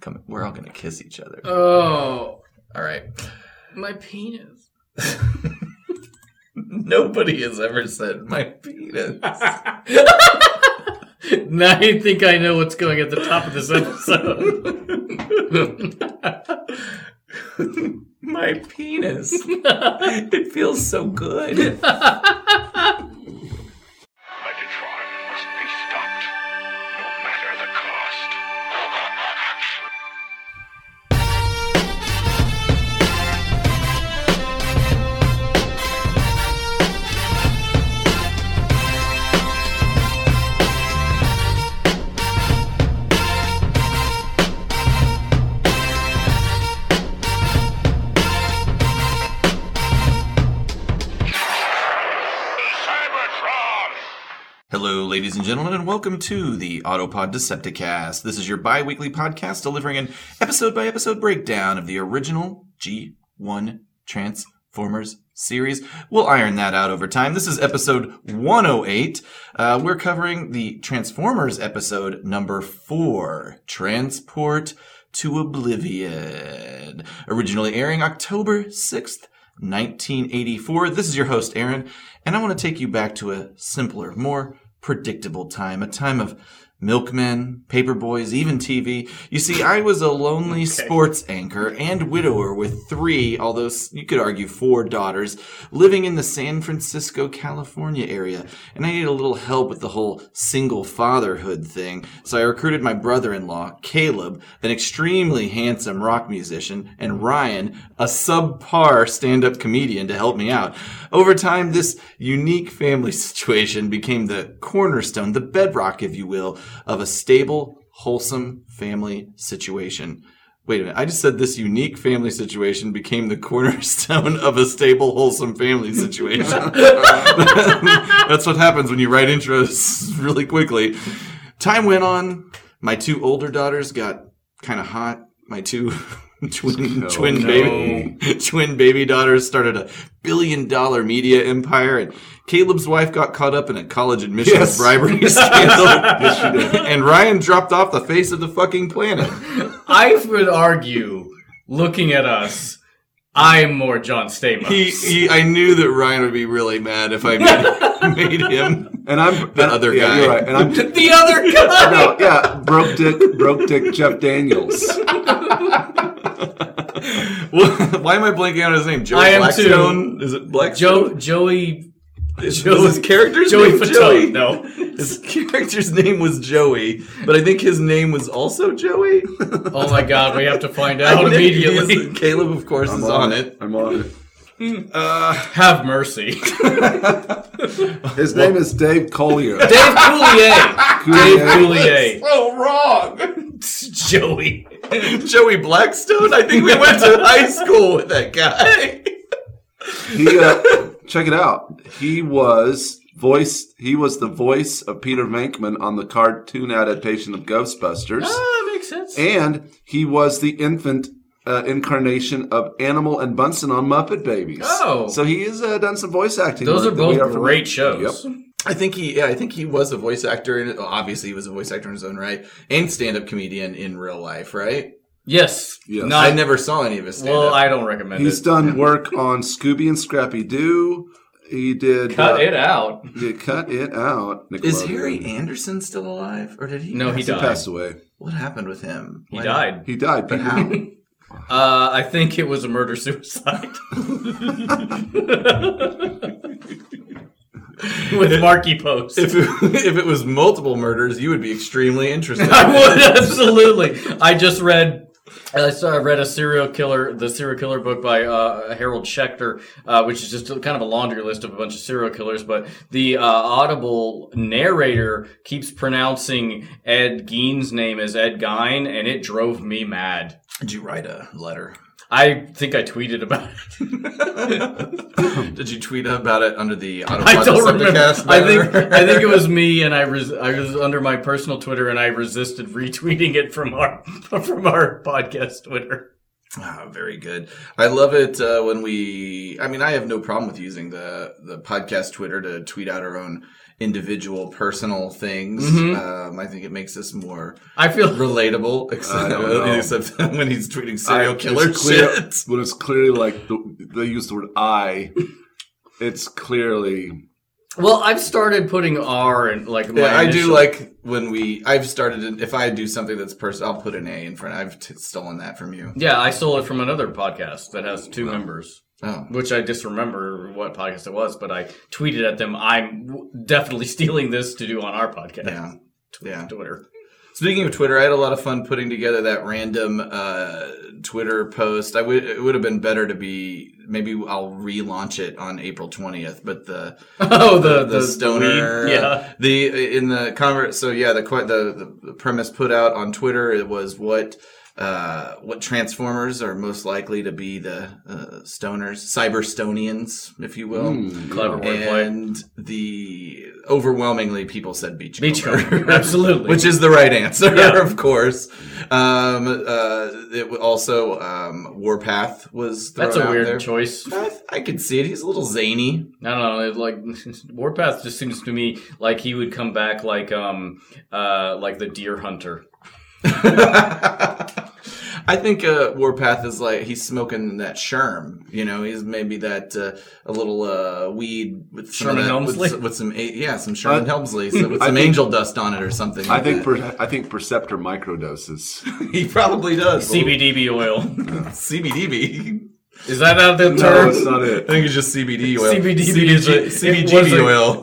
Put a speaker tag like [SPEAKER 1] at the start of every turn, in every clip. [SPEAKER 1] Come, we're all gonna kiss each other.
[SPEAKER 2] Oh,
[SPEAKER 1] All right.
[SPEAKER 2] my penis.
[SPEAKER 1] Nobody has ever said my penis.
[SPEAKER 2] now I think I know what's going at the top of this episode.
[SPEAKER 1] my penis. it feels so good.
[SPEAKER 3] Megatron must be stopped, no matter the cost. Cybertron!
[SPEAKER 1] Hello, ladies and gentlemen, and welcome to the Autopod Decepticast. This is your bi weekly podcast delivering an episode by episode breakdown of the original G1 Transformers series. We'll iron that out over time. This is episode 108. Uh, we're covering the Transformers episode number four Transport to Oblivion. Originally airing October 6th. 1984. This is your host, Aaron, and I want to take you back to a simpler, more predictable time, a time of milkmen, paperboys, even TV. You see, I was a lonely sports anchor and widower with three, although s- you could argue four daughters, living in the San Francisco, California area, and I needed a little help with the whole single fatherhood thing. So I recruited my brother-in-law, Caleb, an extremely handsome rock musician, and Ryan, a subpar stand-up comedian to help me out. Over time, this unique family situation became the cornerstone, the bedrock, if you will, of a stable, wholesome family situation. Wait a minute. I just said this unique family situation became the cornerstone of a stable, wholesome family situation. That's what happens when you write intros really quickly. Time went on. My two older daughters got kind of hot. My two twin twin
[SPEAKER 2] no.
[SPEAKER 1] baby twin baby daughters started a billion dollar media empire, and Caleb's wife got caught up in a college admissions
[SPEAKER 4] Yes.
[SPEAKER 1] bribery scandal. and Ryan dropped off the face of the fucking planet.
[SPEAKER 2] I would argue, looking at us, I'm more John Stamos.
[SPEAKER 1] He, he, I knew that Ryan would be really mad if I made, made him.
[SPEAKER 4] And I'm
[SPEAKER 1] The
[SPEAKER 4] and-
[SPEAKER 1] other
[SPEAKER 4] yeah,
[SPEAKER 1] guy.
[SPEAKER 4] You're right. And I'm
[SPEAKER 2] the other guy.
[SPEAKER 4] no, yeah, broke dick, broke dick, Jeff Daniels.
[SPEAKER 1] Well, Why am I blanking on his name? Joe
[SPEAKER 2] I am
[SPEAKER 1] Blackstone? Is it Blackstone?
[SPEAKER 2] Joe Joey
[SPEAKER 1] is,
[SPEAKER 2] Joe-
[SPEAKER 1] was his character's
[SPEAKER 2] Joey
[SPEAKER 1] name
[SPEAKER 2] Fatone.
[SPEAKER 1] Joey?
[SPEAKER 2] No.
[SPEAKER 1] His character's name was Joey, but I think his name was also Joey.
[SPEAKER 2] Oh my God, we have to find
[SPEAKER 1] I
[SPEAKER 2] out
[SPEAKER 1] think he is-
[SPEAKER 2] immediately.
[SPEAKER 1] Caleb, of course, is on it.
[SPEAKER 4] I'm on it.
[SPEAKER 2] Have mercy,
[SPEAKER 4] His name is Dave Collier. uh,
[SPEAKER 2] Dave Coulier. Dave Coulier.
[SPEAKER 4] Coulier.
[SPEAKER 1] So wrong.
[SPEAKER 2] Joey.
[SPEAKER 1] Joey Blackstone? I think we went to high school with that guy.
[SPEAKER 4] He, uh, check it out. He was voiced. He was the voice of Peter Venkman on the cartoon adaptation of Ghostbusters,
[SPEAKER 2] Oh, that makes sense.
[SPEAKER 4] and he was the infant. Uh, incarnation of Animal and Bunsen on Muppet Babies.
[SPEAKER 2] Oh.
[SPEAKER 4] so he has uh, done some voice acting.
[SPEAKER 2] Those
[SPEAKER 4] work
[SPEAKER 2] are
[SPEAKER 4] that we
[SPEAKER 2] both
[SPEAKER 4] familiar-
[SPEAKER 2] great shows.
[SPEAKER 4] Yep.
[SPEAKER 1] I think he, yeah, I think he was a voice actor, and obviously he was a voice actor in his own right, and stand-up comedian in real life, right?
[SPEAKER 2] Yes.
[SPEAKER 4] Yes.
[SPEAKER 1] I
[SPEAKER 2] Not,
[SPEAKER 1] never saw any of his stand-up.
[SPEAKER 2] well, I don't recommend
[SPEAKER 4] He's
[SPEAKER 2] it.
[SPEAKER 4] done work on Scooby and Scrappy Doo. He did
[SPEAKER 2] Cut
[SPEAKER 4] uh,
[SPEAKER 2] it out.
[SPEAKER 4] Yeah, cut it out. Nickelodeon.
[SPEAKER 1] is Harry Anderson still alive, or did he?
[SPEAKER 2] No, he
[SPEAKER 4] He
[SPEAKER 2] died.
[SPEAKER 4] passed away.
[SPEAKER 1] What happened with him?
[SPEAKER 2] He
[SPEAKER 1] Why-
[SPEAKER 2] died.
[SPEAKER 4] He died. But how?
[SPEAKER 2] Uh, I think it was a murder suicide. With Marky Post.
[SPEAKER 1] If it, if it was multiple murders, you would be extremely interested.
[SPEAKER 2] I would absolutely. I just read. I saw. I read a serial killer, the serial killer book by uh, Harold Schechter, uh, which is just kind of a laundry list of a bunch of serial killers. But the uh, Audible narrator keeps pronouncing Ed Gein's name as Ed Gein, and it drove me mad.
[SPEAKER 1] Did you write a letter?
[SPEAKER 2] I think I tweeted about it.
[SPEAKER 1] Did you tweet about it under the
[SPEAKER 2] I
[SPEAKER 1] Autobot
[SPEAKER 2] don't remember.
[SPEAKER 1] Decepticast
[SPEAKER 2] I think
[SPEAKER 1] banner?
[SPEAKER 2] I think it was me, and I res- I was under my personal Twitter, and I resisted retweeting it from our from our podcast Twitter.
[SPEAKER 1] Ah, very good. I love it uh, when we. I mean, I have no problem with using the the podcast Twitter to tweet out our own individual personal things.
[SPEAKER 4] Mm-hmm.
[SPEAKER 2] Mhm.
[SPEAKER 1] Um, I think it makes us more
[SPEAKER 2] I feel
[SPEAKER 1] relatable, except,
[SPEAKER 4] don't know.
[SPEAKER 1] except when he's tweeting serial
[SPEAKER 4] I-
[SPEAKER 1] killer
[SPEAKER 4] it's clear-
[SPEAKER 1] shit.
[SPEAKER 4] But it's clearly like the, they use the word "I." It's clearly
[SPEAKER 2] well. I've started putting R and like my
[SPEAKER 1] Yeah, I do
[SPEAKER 2] initial-
[SPEAKER 1] like when we. I've started. in- If I do something that's personal, I'll put an A in front. I've t- stolen that from you.
[SPEAKER 2] Yeah, I stole it from another podcast that has two members,
[SPEAKER 1] Oh,
[SPEAKER 2] which I disremember what podcast it was, but I tweeted at them. I'm w- definitely stealing this to do on our podcast.
[SPEAKER 1] yeah, yeah.
[SPEAKER 2] Twitter.
[SPEAKER 1] Speaking of Twitter, I had a lot of fun putting together that random uh, Twitter post. I would it would have been better to be maybe I'll relaunch it on April twentieth. But the
[SPEAKER 2] Oh, the
[SPEAKER 1] the, stoner,
[SPEAKER 2] weed, Yeah.
[SPEAKER 1] the in the convert. So yeah, the que- the the premise put out on Twitter it was what. Uh, what transformers are most likely to be the uh, stoners, cyberstonians, if you will,
[SPEAKER 2] Clever wordplay.
[SPEAKER 1] and the overwhelmingly people said beachcomber.
[SPEAKER 2] Beachcomber, absolutely.
[SPEAKER 1] Which is the right answer,
[SPEAKER 2] Yeah.
[SPEAKER 1] of course. Um, uh, it w- also um, Warpath was thrown
[SPEAKER 2] That's a
[SPEAKER 1] out
[SPEAKER 2] weird
[SPEAKER 1] there.
[SPEAKER 2] choice.
[SPEAKER 1] I, I could see it. He's a little zany.
[SPEAKER 2] I don't know. It, like Warpath just seems to me like he would come back like um uh like the deer hunter.
[SPEAKER 1] I think uh, Warpath is like he's smoking that sherm. You know, he's maybe that uh, a little uh, weed with some of
[SPEAKER 2] Sherman
[SPEAKER 1] that-
[SPEAKER 2] Helmsley?
[SPEAKER 1] with, s- with some a- yeah, some Sherman
[SPEAKER 4] Uh, hmm, I-
[SPEAKER 1] Helmsley so with some
[SPEAKER 4] think-
[SPEAKER 1] angel dust on it or something.
[SPEAKER 4] I
[SPEAKER 1] like
[SPEAKER 4] think
[SPEAKER 1] that.
[SPEAKER 4] per, I think Perceptor microdoses.
[SPEAKER 1] he probably does
[SPEAKER 2] CBDB oil.
[SPEAKER 1] CBDB.
[SPEAKER 2] Is that out the
[SPEAKER 4] no,
[SPEAKER 2] term?
[SPEAKER 4] it's not
[SPEAKER 1] I
[SPEAKER 4] it.
[SPEAKER 1] think it's just CBD oil.
[SPEAKER 2] CBDB is a- it was
[SPEAKER 1] CBGB
[SPEAKER 2] a-
[SPEAKER 1] oil.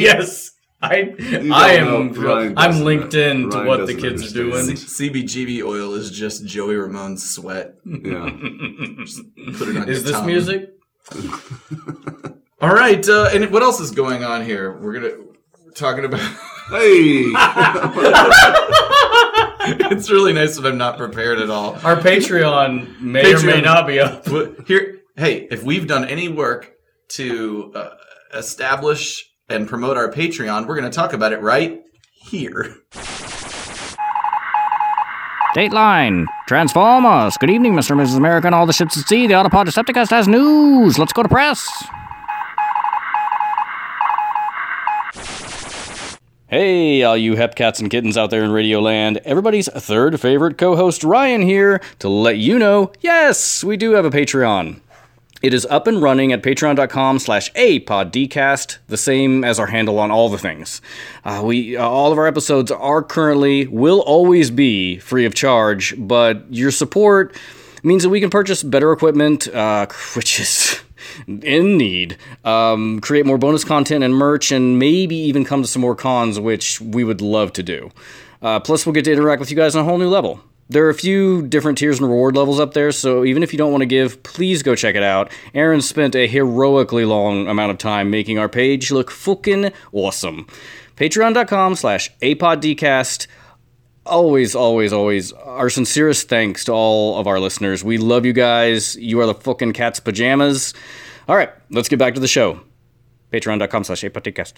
[SPEAKER 2] yes. I
[SPEAKER 4] don't
[SPEAKER 2] I
[SPEAKER 4] know.
[SPEAKER 2] am
[SPEAKER 4] Ryan
[SPEAKER 2] I'm
[SPEAKER 4] doesn't-
[SPEAKER 2] linked in to
[SPEAKER 4] Ryan
[SPEAKER 2] what the
[SPEAKER 4] doesn't
[SPEAKER 2] kids are doing.
[SPEAKER 4] understand.
[SPEAKER 1] CBGB oil is just Joey Ramone's sweat.
[SPEAKER 4] Yeah.
[SPEAKER 1] Put it on
[SPEAKER 2] Is
[SPEAKER 1] your
[SPEAKER 2] this
[SPEAKER 1] tongue.
[SPEAKER 2] music?
[SPEAKER 1] All right. Uh, and what else is going on here? We're gonna we're talking about.
[SPEAKER 4] Hey.
[SPEAKER 1] it's really nice that I'm not prepared at all.
[SPEAKER 2] Our Patreon may or may
[SPEAKER 1] Patreon.
[SPEAKER 2] not be up.
[SPEAKER 1] Well, Here, hey, if we've done any work to uh, establish and promote our Patreon, we're going to talk about it right here.
[SPEAKER 5] Dateline, Transformers. Good evening, Mr. and Mrs. America and all the ships at sea. The Autopod Decepticast has news. Let's go to press. Hey, all you hepcats and kittens out there in Radio Land. Everybody's third favorite co host, Ryan, here to let you know yes, we do have a Patreon. It is up and running at patreon.com slash apoddcast, the same as our handle on all the things. Uh, we uh, All of our episodes are currently, will always be free of charge, but your support means that we can purchase better equipment, uh, which is in need, um, create more bonus content and merch, and maybe even come to some more cons, which we would love to do. Uh, plus, we'll get to interact with you guys on a whole new level. There are a few different tiers and reward levels up there, so even if you don't want to give, please go check it out. Aaron spent a heroically long amount of time making our page look fucking awesome. Patreon.com slash apoddcast. Always, always, always, our sincerest thanks to all of our listeners. We love you guys. You are the fucking cat's pajamas. All right, let's get back to the show. Patreon.com slash apoddcast.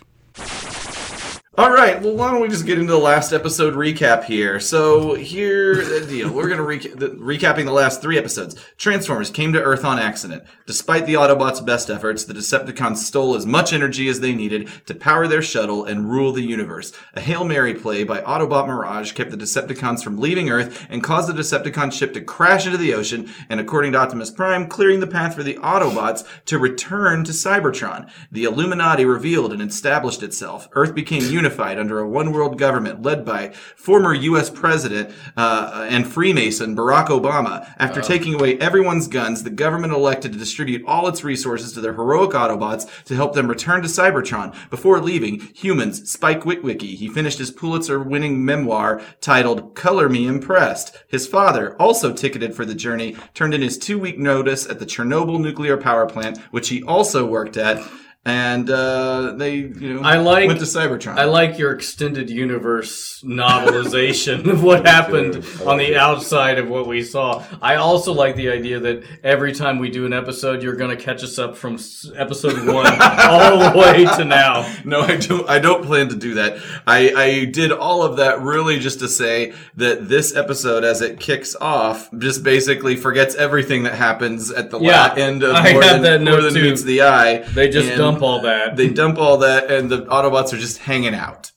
[SPEAKER 1] All right. Well, why don't we just get into the last episode recap here? So here, the deal. We're gonna reca- the, recapping the last three episodes. Transformers came to Earth on accident. Despite the Autobots' best efforts, the Decepticons stole as much energy as they needed to power their shuttle and rule the universe. A hail mary play by Autobot Mirage kept the Decepticons from leaving Earth and caused the Decepticon ship to crash into the ocean. And according to Optimus Prime, clearing the path for the Autobots to return to Cybertron. The Illuminati revealed and established itself. Earth became unified under a one world government led by former U.S. President uh, and Freemason Barack Obama. After taking away everyone's guns, the government elected to distribute all its resources to their heroic Autobots to help them return to Cybertron. Before leaving, humans, Spike Witwicky, he finished his Pulitzer winning memoir titled Color Me Impressed. His father, also ticketed for the journey, turned in his two week notice at the Chernobyl nuclear power plant, which he also worked at. And uh, they, you know,
[SPEAKER 2] I like-
[SPEAKER 1] went to Cybertron.
[SPEAKER 2] I like your extended universe novelization of what happened on the outside of what we saw. I also like the idea that every time we do an episode, you're going to catch us up from s- episode one all the way to now.
[SPEAKER 1] no, I don't. I don't plan to do that. I, I did all of that really just to say that this episode, as it kicks off, just basically forgets everything that happens at the
[SPEAKER 2] Yeah,
[SPEAKER 1] la- end of
[SPEAKER 2] I
[SPEAKER 1] more
[SPEAKER 2] had
[SPEAKER 1] than,
[SPEAKER 2] that
[SPEAKER 1] more
[SPEAKER 2] note
[SPEAKER 1] than
[SPEAKER 2] too.
[SPEAKER 1] meets the eye.
[SPEAKER 2] They just
[SPEAKER 1] And,
[SPEAKER 2] dump all that.
[SPEAKER 1] they dump all that, and the Autobots are just hanging out.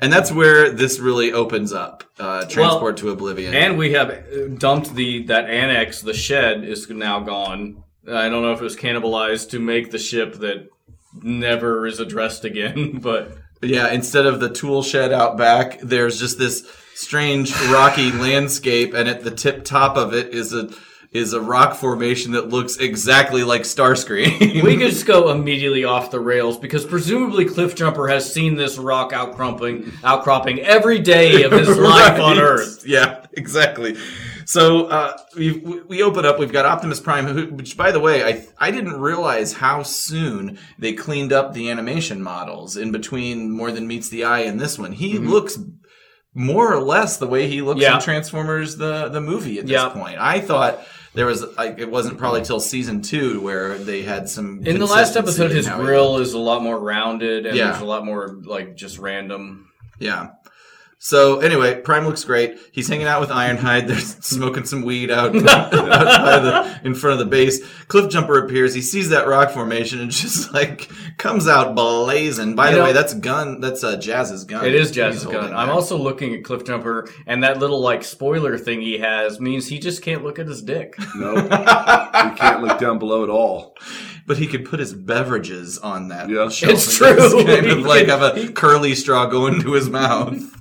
[SPEAKER 1] And that's where this really opens up. Uh, transport to oblivion.
[SPEAKER 2] And we have uh, dumped the that annex. The shed is now gone. I don't know if it was cannibalized to make the ship that never is addressed again. But
[SPEAKER 1] yeah, instead of the tool shed out back, there's just this strange rocky landscape, and at the tip top of it is a is a rock formation that looks exactly like Starscream.
[SPEAKER 2] we could just go immediately off the rails because presumably Cliff Jumper has seen this rock outcropping outcropping every day of his life on
[SPEAKER 1] Right.
[SPEAKER 2] Earth.
[SPEAKER 1] Yeah, exactly. So uh, we we open up. We've got Optimus Prime, who, which, by the way, I I didn't realize how soon they cleaned up the animation models in between More Than Meets the Eye and this one. He looks more or less the way he looks
[SPEAKER 2] Mm-hmm. Yeah.
[SPEAKER 1] in Transformers the the movie at this
[SPEAKER 2] Yeah.
[SPEAKER 1] point. I thought. There was, like, it wasn't probably till season two where they had some.
[SPEAKER 2] In the last
[SPEAKER 1] consistency
[SPEAKER 2] episode,
[SPEAKER 1] in
[SPEAKER 2] his
[SPEAKER 1] how he
[SPEAKER 2] grill is a lot more rounded, and
[SPEAKER 1] Yeah.
[SPEAKER 2] there's a lot more like just random.
[SPEAKER 1] Yeah. So anyway, Prime looks great. He's hanging out with Ironhide. They're smoking some weed out, out by the, in front of the base. Cliffjumper appears. He sees that rock formation and just like comes out blazing. By
[SPEAKER 2] You
[SPEAKER 1] the
[SPEAKER 2] know-
[SPEAKER 1] way, that's gun. That's uh, Jazz's gun.
[SPEAKER 2] It is
[SPEAKER 1] He's
[SPEAKER 2] Jazz's
[SPEAKER 1] holding
[SPEAKER 2] gun. I'm
[SPEAKER 1] that.
[SPEAKER 2] also looking at Cliff Jumper, and that little like spoiler thing he has means he just can't look at his dick.
[SPEAKER 4] No, you can't look down below at all.
[SPEAKER 1] But he could put his beverages on that.
[SPEAKER 4] Yeah.
[SPEAKER 1] shelf
[SPEAKER 2] It's
[SPEAKER 1] and
[SPEAKER 2] true.
[SPEAKER 1] just Kind of
[SPEAKER 2] He
[SPEAKER 1] like
[SPEAKER 2] could-
[SPEAKER 1] have a curly straw going to his mouth.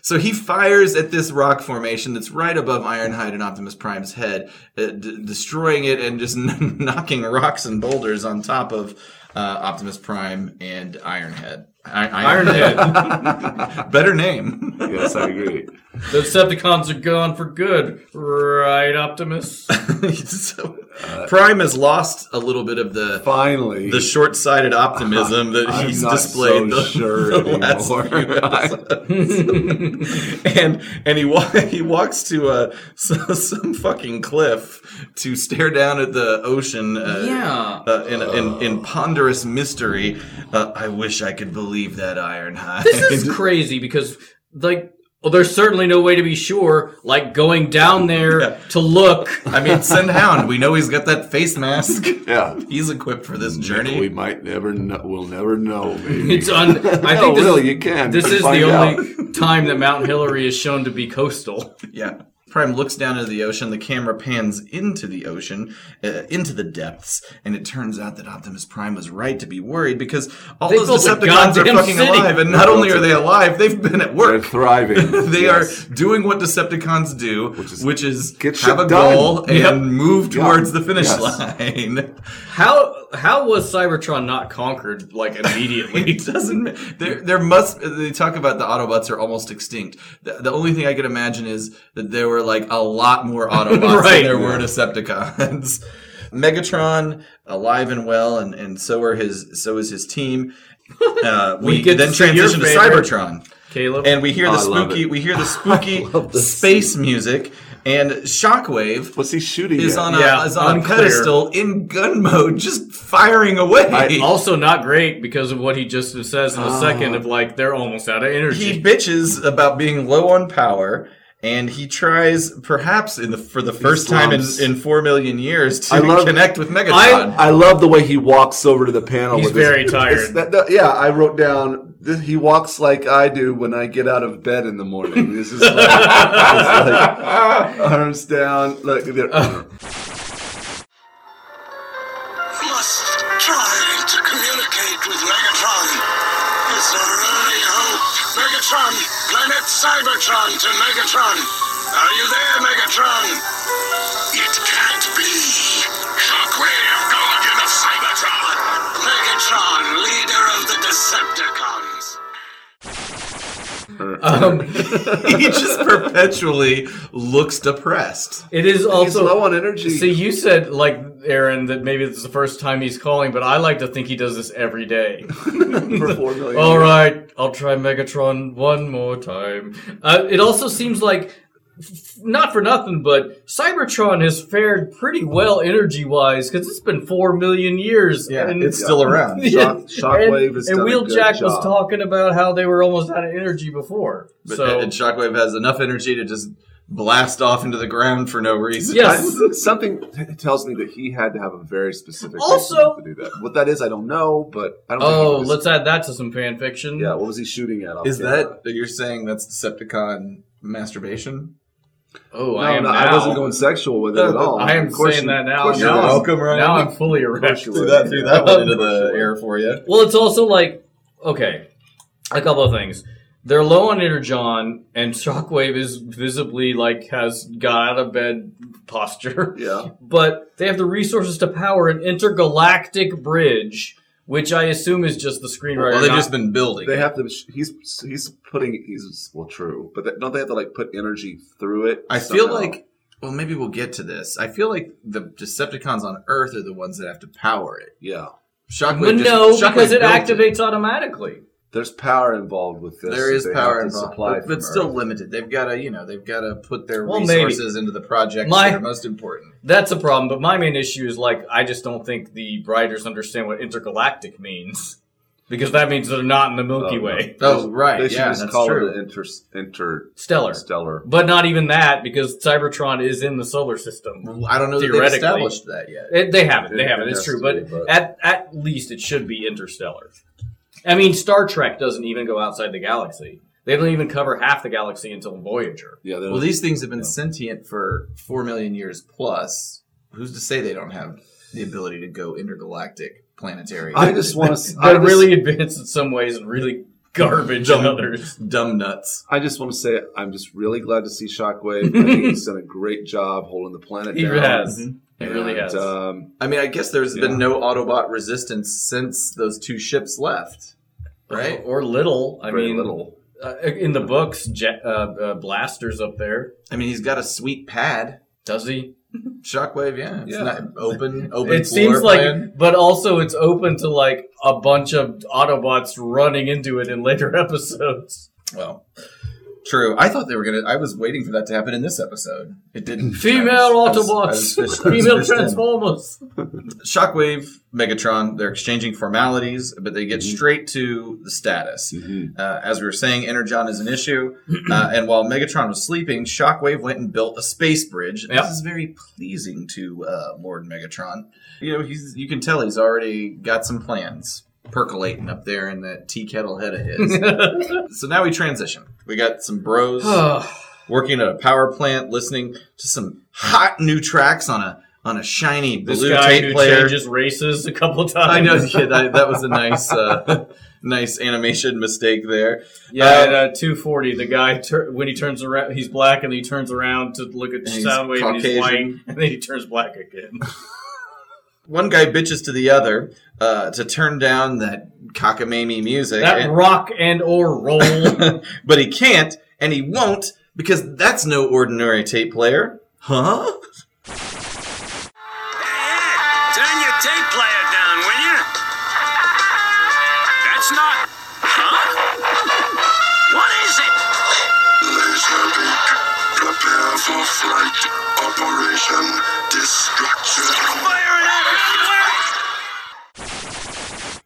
[SPEAKER 1] So he fires at this rock formation that's right above Ironhide and Optimus Prime's head, uh, d- destroying it and just knocking rocks and boulders on top of uh, Optimus Prime and Ironhead. I-
[SPEAKER 2] Ironhead,
[SPEAKER 1] Better name.
[SPEAKER 4] Yes, I agree.
[SPEAKER 2] the Decepticons are gone for good, right, Optimus?
[SPEAKER 1] So, Prime has lost a little bit of the
[SPEAKER 4] Finally,
[SPEAKER 1] the short-sighted optimism that
[SPEAKER 4] I'm
[SPEAKER 1] he's
[SPEAKER 4] not
[SPEAKER 1] displayed
[SPEAKER 4] so
[SPEAKER 1] the,
[SPEAKER 4] sure
[SPEAKER 1] the last few
[SPEAKER 4] anymore.
[SPEAKER 1] episodes. and and he wa- he walks to uh, some, some fucking cliff to stare down at the ocean. Uh,
[SPEAKER 2] Yeah.
[SPEAKER 1] Uh, in, in, in ponderous mystery, uh, I wish I could believe that iron hide.
[SPEAKER 2] This is crazy because like. Well, there's certainly no way to be sure, like going down there
[SPEAKER 1] Yeah.
[SPEAKER 2] to look.
[SPEAKER 1] I mean, send Hound. We know he's got that face mask.
[SPEAKER 4] yeah,
[SPEAKER 1] He's equipped for this journey.
[SPEAKER 4] we might never know. We'll never know. Maybe.
[SPEAKER 2] It's un. I
[SPEAKER 4] no,
[SPEAKER 2] think this,
[SPEAKER 4] really, you can.
[SPEAKER 2] this is
[SPEAKER 4] find
[SPEAKER 2] the
[SPEAKER 4] out.
[SPEAKER 2] only time that Mount Hillary is shown to be coastal.
[SPEAKER 1] Yeah. Prime looks down into the ocean. The camera pans into the ocean, uh, into the depths, and it turns out that Optimus Prime was right to be worried because all
[SPEAKER 2] They
[SPEAKER 1] those
[SPEAKER 2] built a
[SPEAKER 1] Decepticons are
[SPEAKER 2] goddamn
[SPEAKER 1] fucking
[SPEAKER 2] city.
[SPEAKER 1] alive, and not only are they alive, they've been at
[SPEAKER 4] They're
[SPEAKER 1] work.
[SPEAKER 4] thriving.
[SPEAKER 1] They
[SPEAKER 4] Yes.
[SPEAKER 1] are doing what Decepticons do, which is,
[SPEAKER 4] is-
[SPEAKER 1] get
[SPEAKER 4] get
[SPEAKER 1] have
[SPEAKER 4] shit
[SPEAKER 1] a
[SPEAKER 4] done.
[SPEAKER 1] goal and
[SPEAKER 2] Yep.
[SPEAKER 1] move
[SPEAKER 4] Yeah.
[SPEAKER 1] towards the finish
[SPEAKER 4] Yes.
[SPEAKER 1] line.
[SPEAKER 2] How how was Cybertron not conquered like immediately?
[SPEAKER 1] It doesn't. ma- There, there must. They talk about the Autobots are almost extinct. The, the only thing I could imagine is that there were like a lot more Autobots than
[SPEAKER 2] Right.
[SPEAKER 1] there were Decepticons. Megatron alive and well, and, and so are his so is his team. Uh, we,
[SPEAKER 2] We get
[SPEAKER 1] then
[SPEAKER 2] to see your
[SPEAKER 1] transition to
[SPEAKER 2] favorite.
[SPEAKER 1] Cybertron,
[SPEAKER 2] Caleb
[SPEAKER 1] and we hear the
[SPEAKER 4] I love
[SPEAKER 1] spooky
[SPEAKER 4] it.
[SPEAKER 1] we hear the spooky space music and Shockwave
[SPEAKER 4] What's he shooting?
[SPEAKER 1] is
[SPEAKER 4] at?
[SPEAKER 1] on a
[SPEAKER 2] Yeah,
[SPEAKER 1] is on a
[SPEAKER 2] unclear.
[SPEAKER 1] pedestal in gun mode, just firing away.
[SPEAKER 2] also not great because of what he just says in a
[SPEAKER 4] Ah.
[SPEAKER 2] second of like they're almost out of
[SPEAKER 1] he
[SPEAKER 2] energy.
[SPEAKER 1] bitches about being low on power and he tries perhaps in the for the first time in,
[SPEAKER 4] slumps.
[SPEAKER 1] in 4 million years to
[SPEAKER 4] I love-
[SPEAKER 1] connect with Megatron.
[SPEAKER 2] I-
[SPEAKER 4] I love the way he walks over to the panel.
[SPEAKER 2] He's
[SPEAKER 4] with his-
[SPEAKER 2] very tired.
[SPEAKER 4] that- that- yeah, I wrote down. th- He walks like I do when I get out of bed in the morning. This is like, it's like arms down. Like they're-
[SPEAKER 2] Uh,
[SPEAKER 6] must try to communicate with Megatron. It's our only hope. Megatron, planet Cybertron to Megatron. Are you there, Megatron? It can't be. Shockwave, guardian of Cybertron. Megatron, leader of the Decepticons.
[SPEAKER 2] Um,
[SPEAKER 1] he just perpetually looks depressed.
[SPEAKER 2] It is
[SPEAKER 4] he's low
[SPEAKER 2] also
[SPEAKER 4] on energy.
[SPEAKER 2] see you said like Aaron that maybe this is the first time he's calling, but I like to think he does this every day.
[SPEAKER 4] for four million.
[SPEAKER 2] All right, I'll try Megatron one more time. Uh, it also seems like, f- not for nothing, but Cybertron has fared pretty well energy wise because it's been four million years. and
[SPEAKER 1] it's still around.
[SPEAKER 4] Shock- Shockwave
[SPEAKER 2] and,
[SPEAKER 4] has
[SPEAKER 2] and
[SPEAKER 4] done a good
[SPEAKER 2] Wheeljack was
[SPEAKER 4] job.
[SPEAKER 2] talking about how they were almost out of energy before.
[SPEAKER 1] But,
[SPEAKER 2] so
[SPEAKER 1] and Shockwave has enough energy to just blast off into the ground for no reason.
[SPEAKER 2] Yes.
[SPEAKER 4] I- something t- tells me that he had to have a very specific
[SPEAKER 2] Also-
[SPEAKER 4] reason to do that. What that is, I don't know, but I don't. think
[SPEAKER 2] Oh,
[SPEAKER 4] it was-
[SPEAKER 2] let's add that to some fan fiction.
[SPEAKER 4] Yeah, what was he shooting at? off
[SPEAKER 1] Is
[SPEAKER 4] camera?
[SPEAKER 1] that you're saying that's Decepticon masturbation?
[SPEAKER 2] Oh,
[SPEAKER 4] No,
[SPEAKER 2] I am
[SPEAKER 4] no,
[SPEAKER 2] now.
[SPEAKER 4] I wasn't going sexual with it
[SPEAKER 1] No,
[SPEAKER 4] at all.
[SPEAKER 2] I am
[SPEAKER 4] Of course
[SPEAKER 2] saying
[SPEAKER 4] you-
[SPEAKER 2] that
[SPEAKER 4] of
[SPEAKER 2] now.
[SPEAKER 4] course you
[SPEAKER 1] You're
[SPEAKER 2] Now,
[SPEAKER 4] were.
[SPEAKER 1] welcome, Ryan.
[SPEAKER 2] now I'm fully erect.
[SPEAKER 4] you
[SPEAKER 1] Threw
[SPEAKER 4] were.
[SPEAKER 1] that, threw that one into the
[SPEAKER 4] Sure.
[SPEAKER 1] air for you.
[SPEAKER 2] Well, it's also like okay, a couple of things. They're low on energon, and Shockwave is visibly like has got out of bed posture.
[SPEAKER 4] Yeah.
[SPEAKER 2] but they have the resources to power an intergalactic bridge, which I assume is just the screenwriter.
[SPEAKER 1] Well, they've
[SPEAKER 2] not-
[SPEAKER 1] just been building.
[SPEAKER 4] They have to. He's he's putting. He's well, true, but that, don't they have to like put energy through it?
[SPEAKER 1] I feel
[SPEAKER 4] somehow?
[SPEAKER 1] like. Well, maybe we'll get to this. I feel like the Decepticons on Earth are the ones that have to power it.
[SPEAKER 4] yeah,
[SPEAKER 1] Shockwave.
[SPEAKER 2] But
[SPEAKER 1] just-
[SPEAKER 2] no,
[SPEAKER 1] Shockwave
[SPEAKER 2] because it
[SPEAKER 1] built
[SPEAKER 2] activates automatically.
[SPEAKER 4] there's power involved with this.
[SPEAKER 1] There is
[SPEAKER 4] They have
[SPEAKER 1] power
[SPEAKER 4] to
[SPEAKER 1] involved,
[SPEAKER 4] supply
[SPEAKER 1] but,
[SPEAKER 4] from
[SPEAKER 1] but still
[SPEAKER 4] Earth.
[SPEAKER 1] limited. They've got to, you know, they've got to put their
[SPEAKER 2] Well, maybe.
[SPEAKER 1] resources into the projects
[SPEAKER 2] My-
[SPEAKER 1] that are most important.
[SPEAKER 2] That's a problem. But my main issue is like I just don't think the writers understand what intergalactic means, because that means they're not in the Milky
[SPEAKER 4] Oh, no.
[SPEAKER 2] Way,
[SPEAKER 1] Oh, right,
[SPEAKER 4] They should
[SPEAKER 1] yeah,
[SPEAKER 4] just
[SPEAKER 1] that's
[SPEAKER 4] call
[SPEAKER 1] true.
[SPEAKER 4] it an inter
[SPEAKER 2] stellar.
[SPEAKER 4] interstellar.
[SPEAKER 2] But not even that, because Cybertron is in the solar system.
[SPEAKER 1] Well, I don't know that they've
[SPEAKER 2] Theoretically.
[SPEAKER 1] established that yet.
[SPEAKER 2] It, they haven't. They
[SPEAKER 4] It-
[SPEAKER 2] haven't.
[SPEAKER 4] it
[SPEAKER 2] It's
[SPEAKER 4] has
[SPEAKER 2] true.
[SPEAKER 4] to
[SPEAKER 2] But,
[SPEAKER 4] be, but-
[SPEAKER 2] at at least it should be interstellar. I mean, Star Trek doesn't even go outside the galaxy. They don't even cover half the galaxy until Voyager.
[SPEAKER 4] Yeah,
[SPEAKER 1] Well, these things have been sentient for four million years plus. Who's to say they don't have the ability to go intergalactic, planetary?
[SPEAKER 4] I just want to. I
[SPEAKER 2] They're
[SPEAKER 4] just,
[SPEAKER 2] really advanced in some ways and really garbage in others.
[SPEAKER 1] dumb nuts.
[SPEAKER 4] I just want to say I'm just really glad to see Shockwave. I think he's done a great job holding the planet
[SPEAKER 2] He
[SPEAKER 4] down.
[SPEAKER 2] has. He really
[SPEAKER 4] And,
[SPEAKER 2] has.
[SPEAKER 4] Um,
[SPEAKER 1] I mean, I guess there's
[SPEAKER 4] Yeah.
[SPEAKER 1] been no Autobot resistance since those two ships left, right?
[SPEAKER 2] Or, or little. I
[SPEAKER 4] very
[SPEAKER 2] mean,
[SPEAKER 4] little.
[SPEAKER 2] Uh, in the books, jet, uh, uh, blasters up there.
[SPEAKER 1] I mean, he's got a sweet pad.
[SPEAKER 2] Does he?
[SPEAKER 1] Shockwave, yeah, it's
[SPEAKER 4] Yeah.
[SPEAKER 1] not open, open. floor
[SPEAKER 2] it seems like,
[SPEAKER 1] plan.
[SPEAKER 2] but also it's open to like a bunch of Autobots running into it in later episodes.
[SPEAKER 1] Well, true. I thought they were gonna. I was waiting for that to happen in this episode. It didn't.
[SPEAKER 2] Female
[SPEAKER 1] I was- I
[SPEAKER 2] Autobots,
[SPEAKER 1] was- I was- I was
[SPEAKER 2] female
[SPEAKER 1] fished in.
[SPEAKER 2] Transformers.
[SPEAKER 1] Shockwave, Megatron. They're exchanging formalities, but they
[SPEAKER 2] Mm-hmm.
[SPEAKER 1] get straight to the status. Uh, as we were saying, energon is an issue, uh, and while Megatron was sleeping, Shockwave went and built a space bridge.
[SPEAKER 2] Yep.
[SPEAKER 1] This is very pleasing to uh, Lord Megatron. You know, he's you can tell he's already got some plans percolating up there in that tea kettle head of his. so now we transition. We got some bros working at a power plant, listening to some hot new tracks on a on a shiny
[SPEAKER 2] this
[SPEAKER 1] blue
[SPEAKER 2] guy who
[SPEAKER 1] tape player.
[SPEAKER 2] changes races a couple times.
[SPEAKER 1] I know yeah, that, that was a nice uh, nice animation mistake there.
[SPEAKER 2] Yeah,
[SPEAKER 1] Uh,
[SPEAKER 2] at uh, two forty, the guy tur- when he turns around, he's black, and he turns around to look at
[SPEAKER 1] And he's
[SPEAKER 2] Soundwave, and he's white,
[SPEAKER 1] Caucasian.
[SPEAKER 2] and then he turns black again.
[SPEAKER 1] One guy bitches to the other uh, to turn down that cockamamie music,
[SPEAKER 2] that
[SPEAKER 1] and-
[SPEAKER 2] rock and or roll.
[SPEAKER 1] but he can't and he won't because that's no ordinary tape player, huh?
[SPEAKER 6] Yeah, turn your tape player down, will you? That's not. Huh? What is it?
[SPEAKER 7] Laserbeak, prepare for flight. Operation Destruction.
[SPEAKER 6] Fire it out of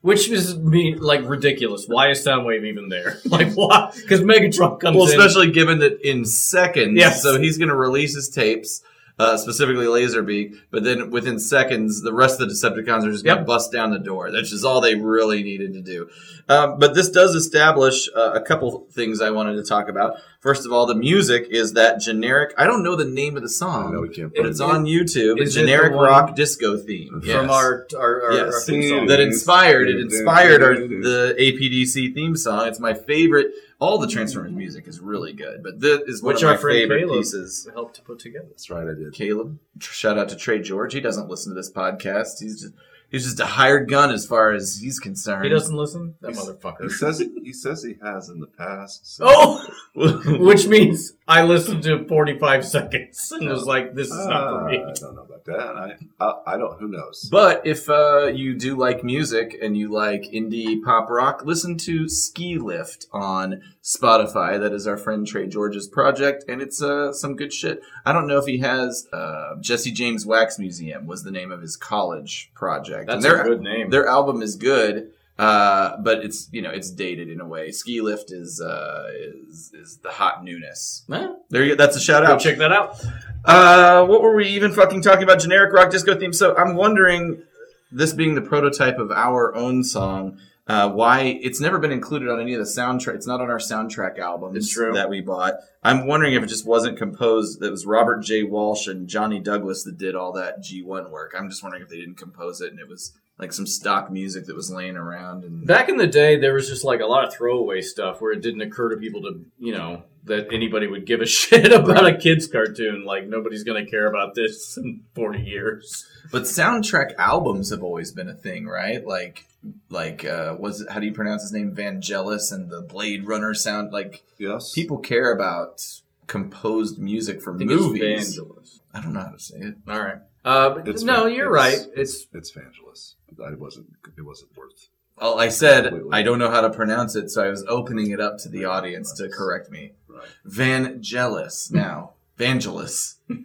[SPEAKER 2] Which is me like ridiculous. Why is Soundwave even there? Like why? Because Megatron comes
[SPEAKER 1] Well,
[SPEAKER 2] in.
[SPEAKER 1] especially given that in seconds,
[SPEAKER 2] Yes.
[SPEAKER 1] so he's going to release his tapes, uh, specifically Laserbeak, but then within seconds, the rest of the Decepticons are just going to
[SPEAKER 2] Yep.
[SPEAKER 1] bust down the door. That's just all they really needed to do. Um, but this does establish uh, a couple things I wanted to talk about. First of all, the music is that generic. I don't know the name of the song.
[SPEAKER 4] I know we can't.
[SPEAKER 1] But
[SPEAKER 4] find
[SPEAKER 1] it's
[SPEAKER 4] it.
[SPEAKER 1] on YouTube.
[SPEAKER 2] Is it the
[SPEAKER 1] generic
[SPEAKER 2] one-
[SPEAKER 1] rock disco theme
[SPEAKER 4] From
[SPEAKER 2] from
[SPEAKER 1] Yes
[SPEAKER 2] our our, our,
[SPEAKER 1] Yes.
[SPEAKER 2] our theme song.
[SPEAKER 1] that inspired it inspired our, the APDC theme song. It's my favorite. All the Transformers music is really good, but this is one
[SPEAKER 2] Which
[SPEAKER 1] of
[SPEAKER 2] our
[SPEAKER 1] my
[SPEAKER 2] friend
[SPEAKER 1] favorite
[SPEAKER 2] Caleb-
[SPEAKER 1] pieces.
[SPEAKER 2] helped to put together.
[SPEAKER 4] That's right. I did.
[SPEAKER 1] Caleb, tr- shout out to Trey George. He doesn't listen to this podcast. He's just he's just a hired gun as far as he's concerned.
[SPEAKER 2] He doesn't listen. That
[SPEAKER 4] He
[SPEAKER 2] motherfucker.
[SPEAKER 4] says he says he has in the past. so- ah,
[SPEAKER 2] Oh, which means I listened to 45 seconds and was like, "This is not for me."
[SPEAKER 4] Uh, I don't know about that. I, I, I don't. Who knows?
[SPEAKER 1] But if uh, you do like music and you like indie pop rock, listen to Ski Lift on Spotify. That is our friend Trey George's project, and it's uh, some good shit. I don't know if he has uh, Jesse James Wax Museum was the name of his college project. and
[SPEAKER 2] That's
[SPEAKER 1] their,
[SPEAKER 2] a good name.
[SPEAKER 1] Their album is good. Uh, but it's you know it's dated in a way. Ski lift is uh, is is the hot newness.
[SPEAKER 2] Well,
[SPEAKER 1] There you go. That's a shout
[SPEAKER 2] go
[SPEAKER 1] out.
[SPEAKER 2] check that out.
[SPEAKER 1] Uh, what were we even fucking talking about? Generic rock disco theme. So I'm wondering, this being the prototype of our own song, uh, why it's never been included on any of the soundtrack. It's not on our soundtrack albums
[SPEAKER 2] It's true.
[SPEAKER 1] that we bought. I'm wondering if it just wasn't composed. That was Robert J. Walsh and Johnny Douglas that did all that G1 work. I'm just wondering if they didn't compose it and it was like some stock music that was laying around. And
[SPEAKER 2] Back in the day, there was just like a lot of throwaway stuff where it didn't occur to people to, you know, that anybody would give a shit about a kids' cartoon. Like nobody's gonna care about this in forty years.
[SPEAKER 1] but soundtrack albums have always been a thing, right? Like, like uh, was it, how do you pronounce his name? Vangelis and the Blade Runner sound. Like
[SPEAKER 4] Yes.
[SPEAKER 1] people care about composed music for
[SPEAKER 2] I think
[SPEAKER 1] movies.
[SPEAKER 2] It's Vangelis.
[SPEAKER 1] I don't know how to say it.
[SPEAKER 2] All right. Uh, but
[SPEAKER 4] It's
[SPEAKER 2] no,
[SPEAKER 4] Van-
[SPEAKER 2] you're right.
[SPEAKER 4] it's-
[SPEAKER 2] It's
[SPEAKER 4] It's Vangelis. I wasn't. It wasn't worth.
[SPEAKER 1] Well, I said
[SPEAKER 4] Wait, wait.
[SPEAKER 1] I don't know how to pronounce it, so I was opening it up to the audience to correct me.
[SPEAKER 4] Right.
[SPEAKER 1] Vangelis now. Vangelis.
[SPEAKER 4] Yeah.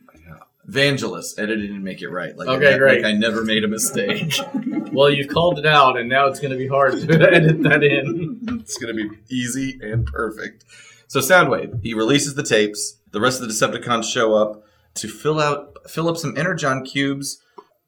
[SPEAKER 1] Vangelis. Edited and make it right. Like I
[SPEAKER 2] Okay,
[SPEAKER 1] ne-
[SPEAKER 2] great.
[SPEAKER 1] Like I never made a mistake.
[SPEAKER 2] well, you've called it out, and now it's gonna be hard to edit that in.
[SPEAKER 1] It's going to be easy and perfect. So Soundwave, he releases the tapes. The rest of the Decepticons show up to fill out, fill up some energon cubes,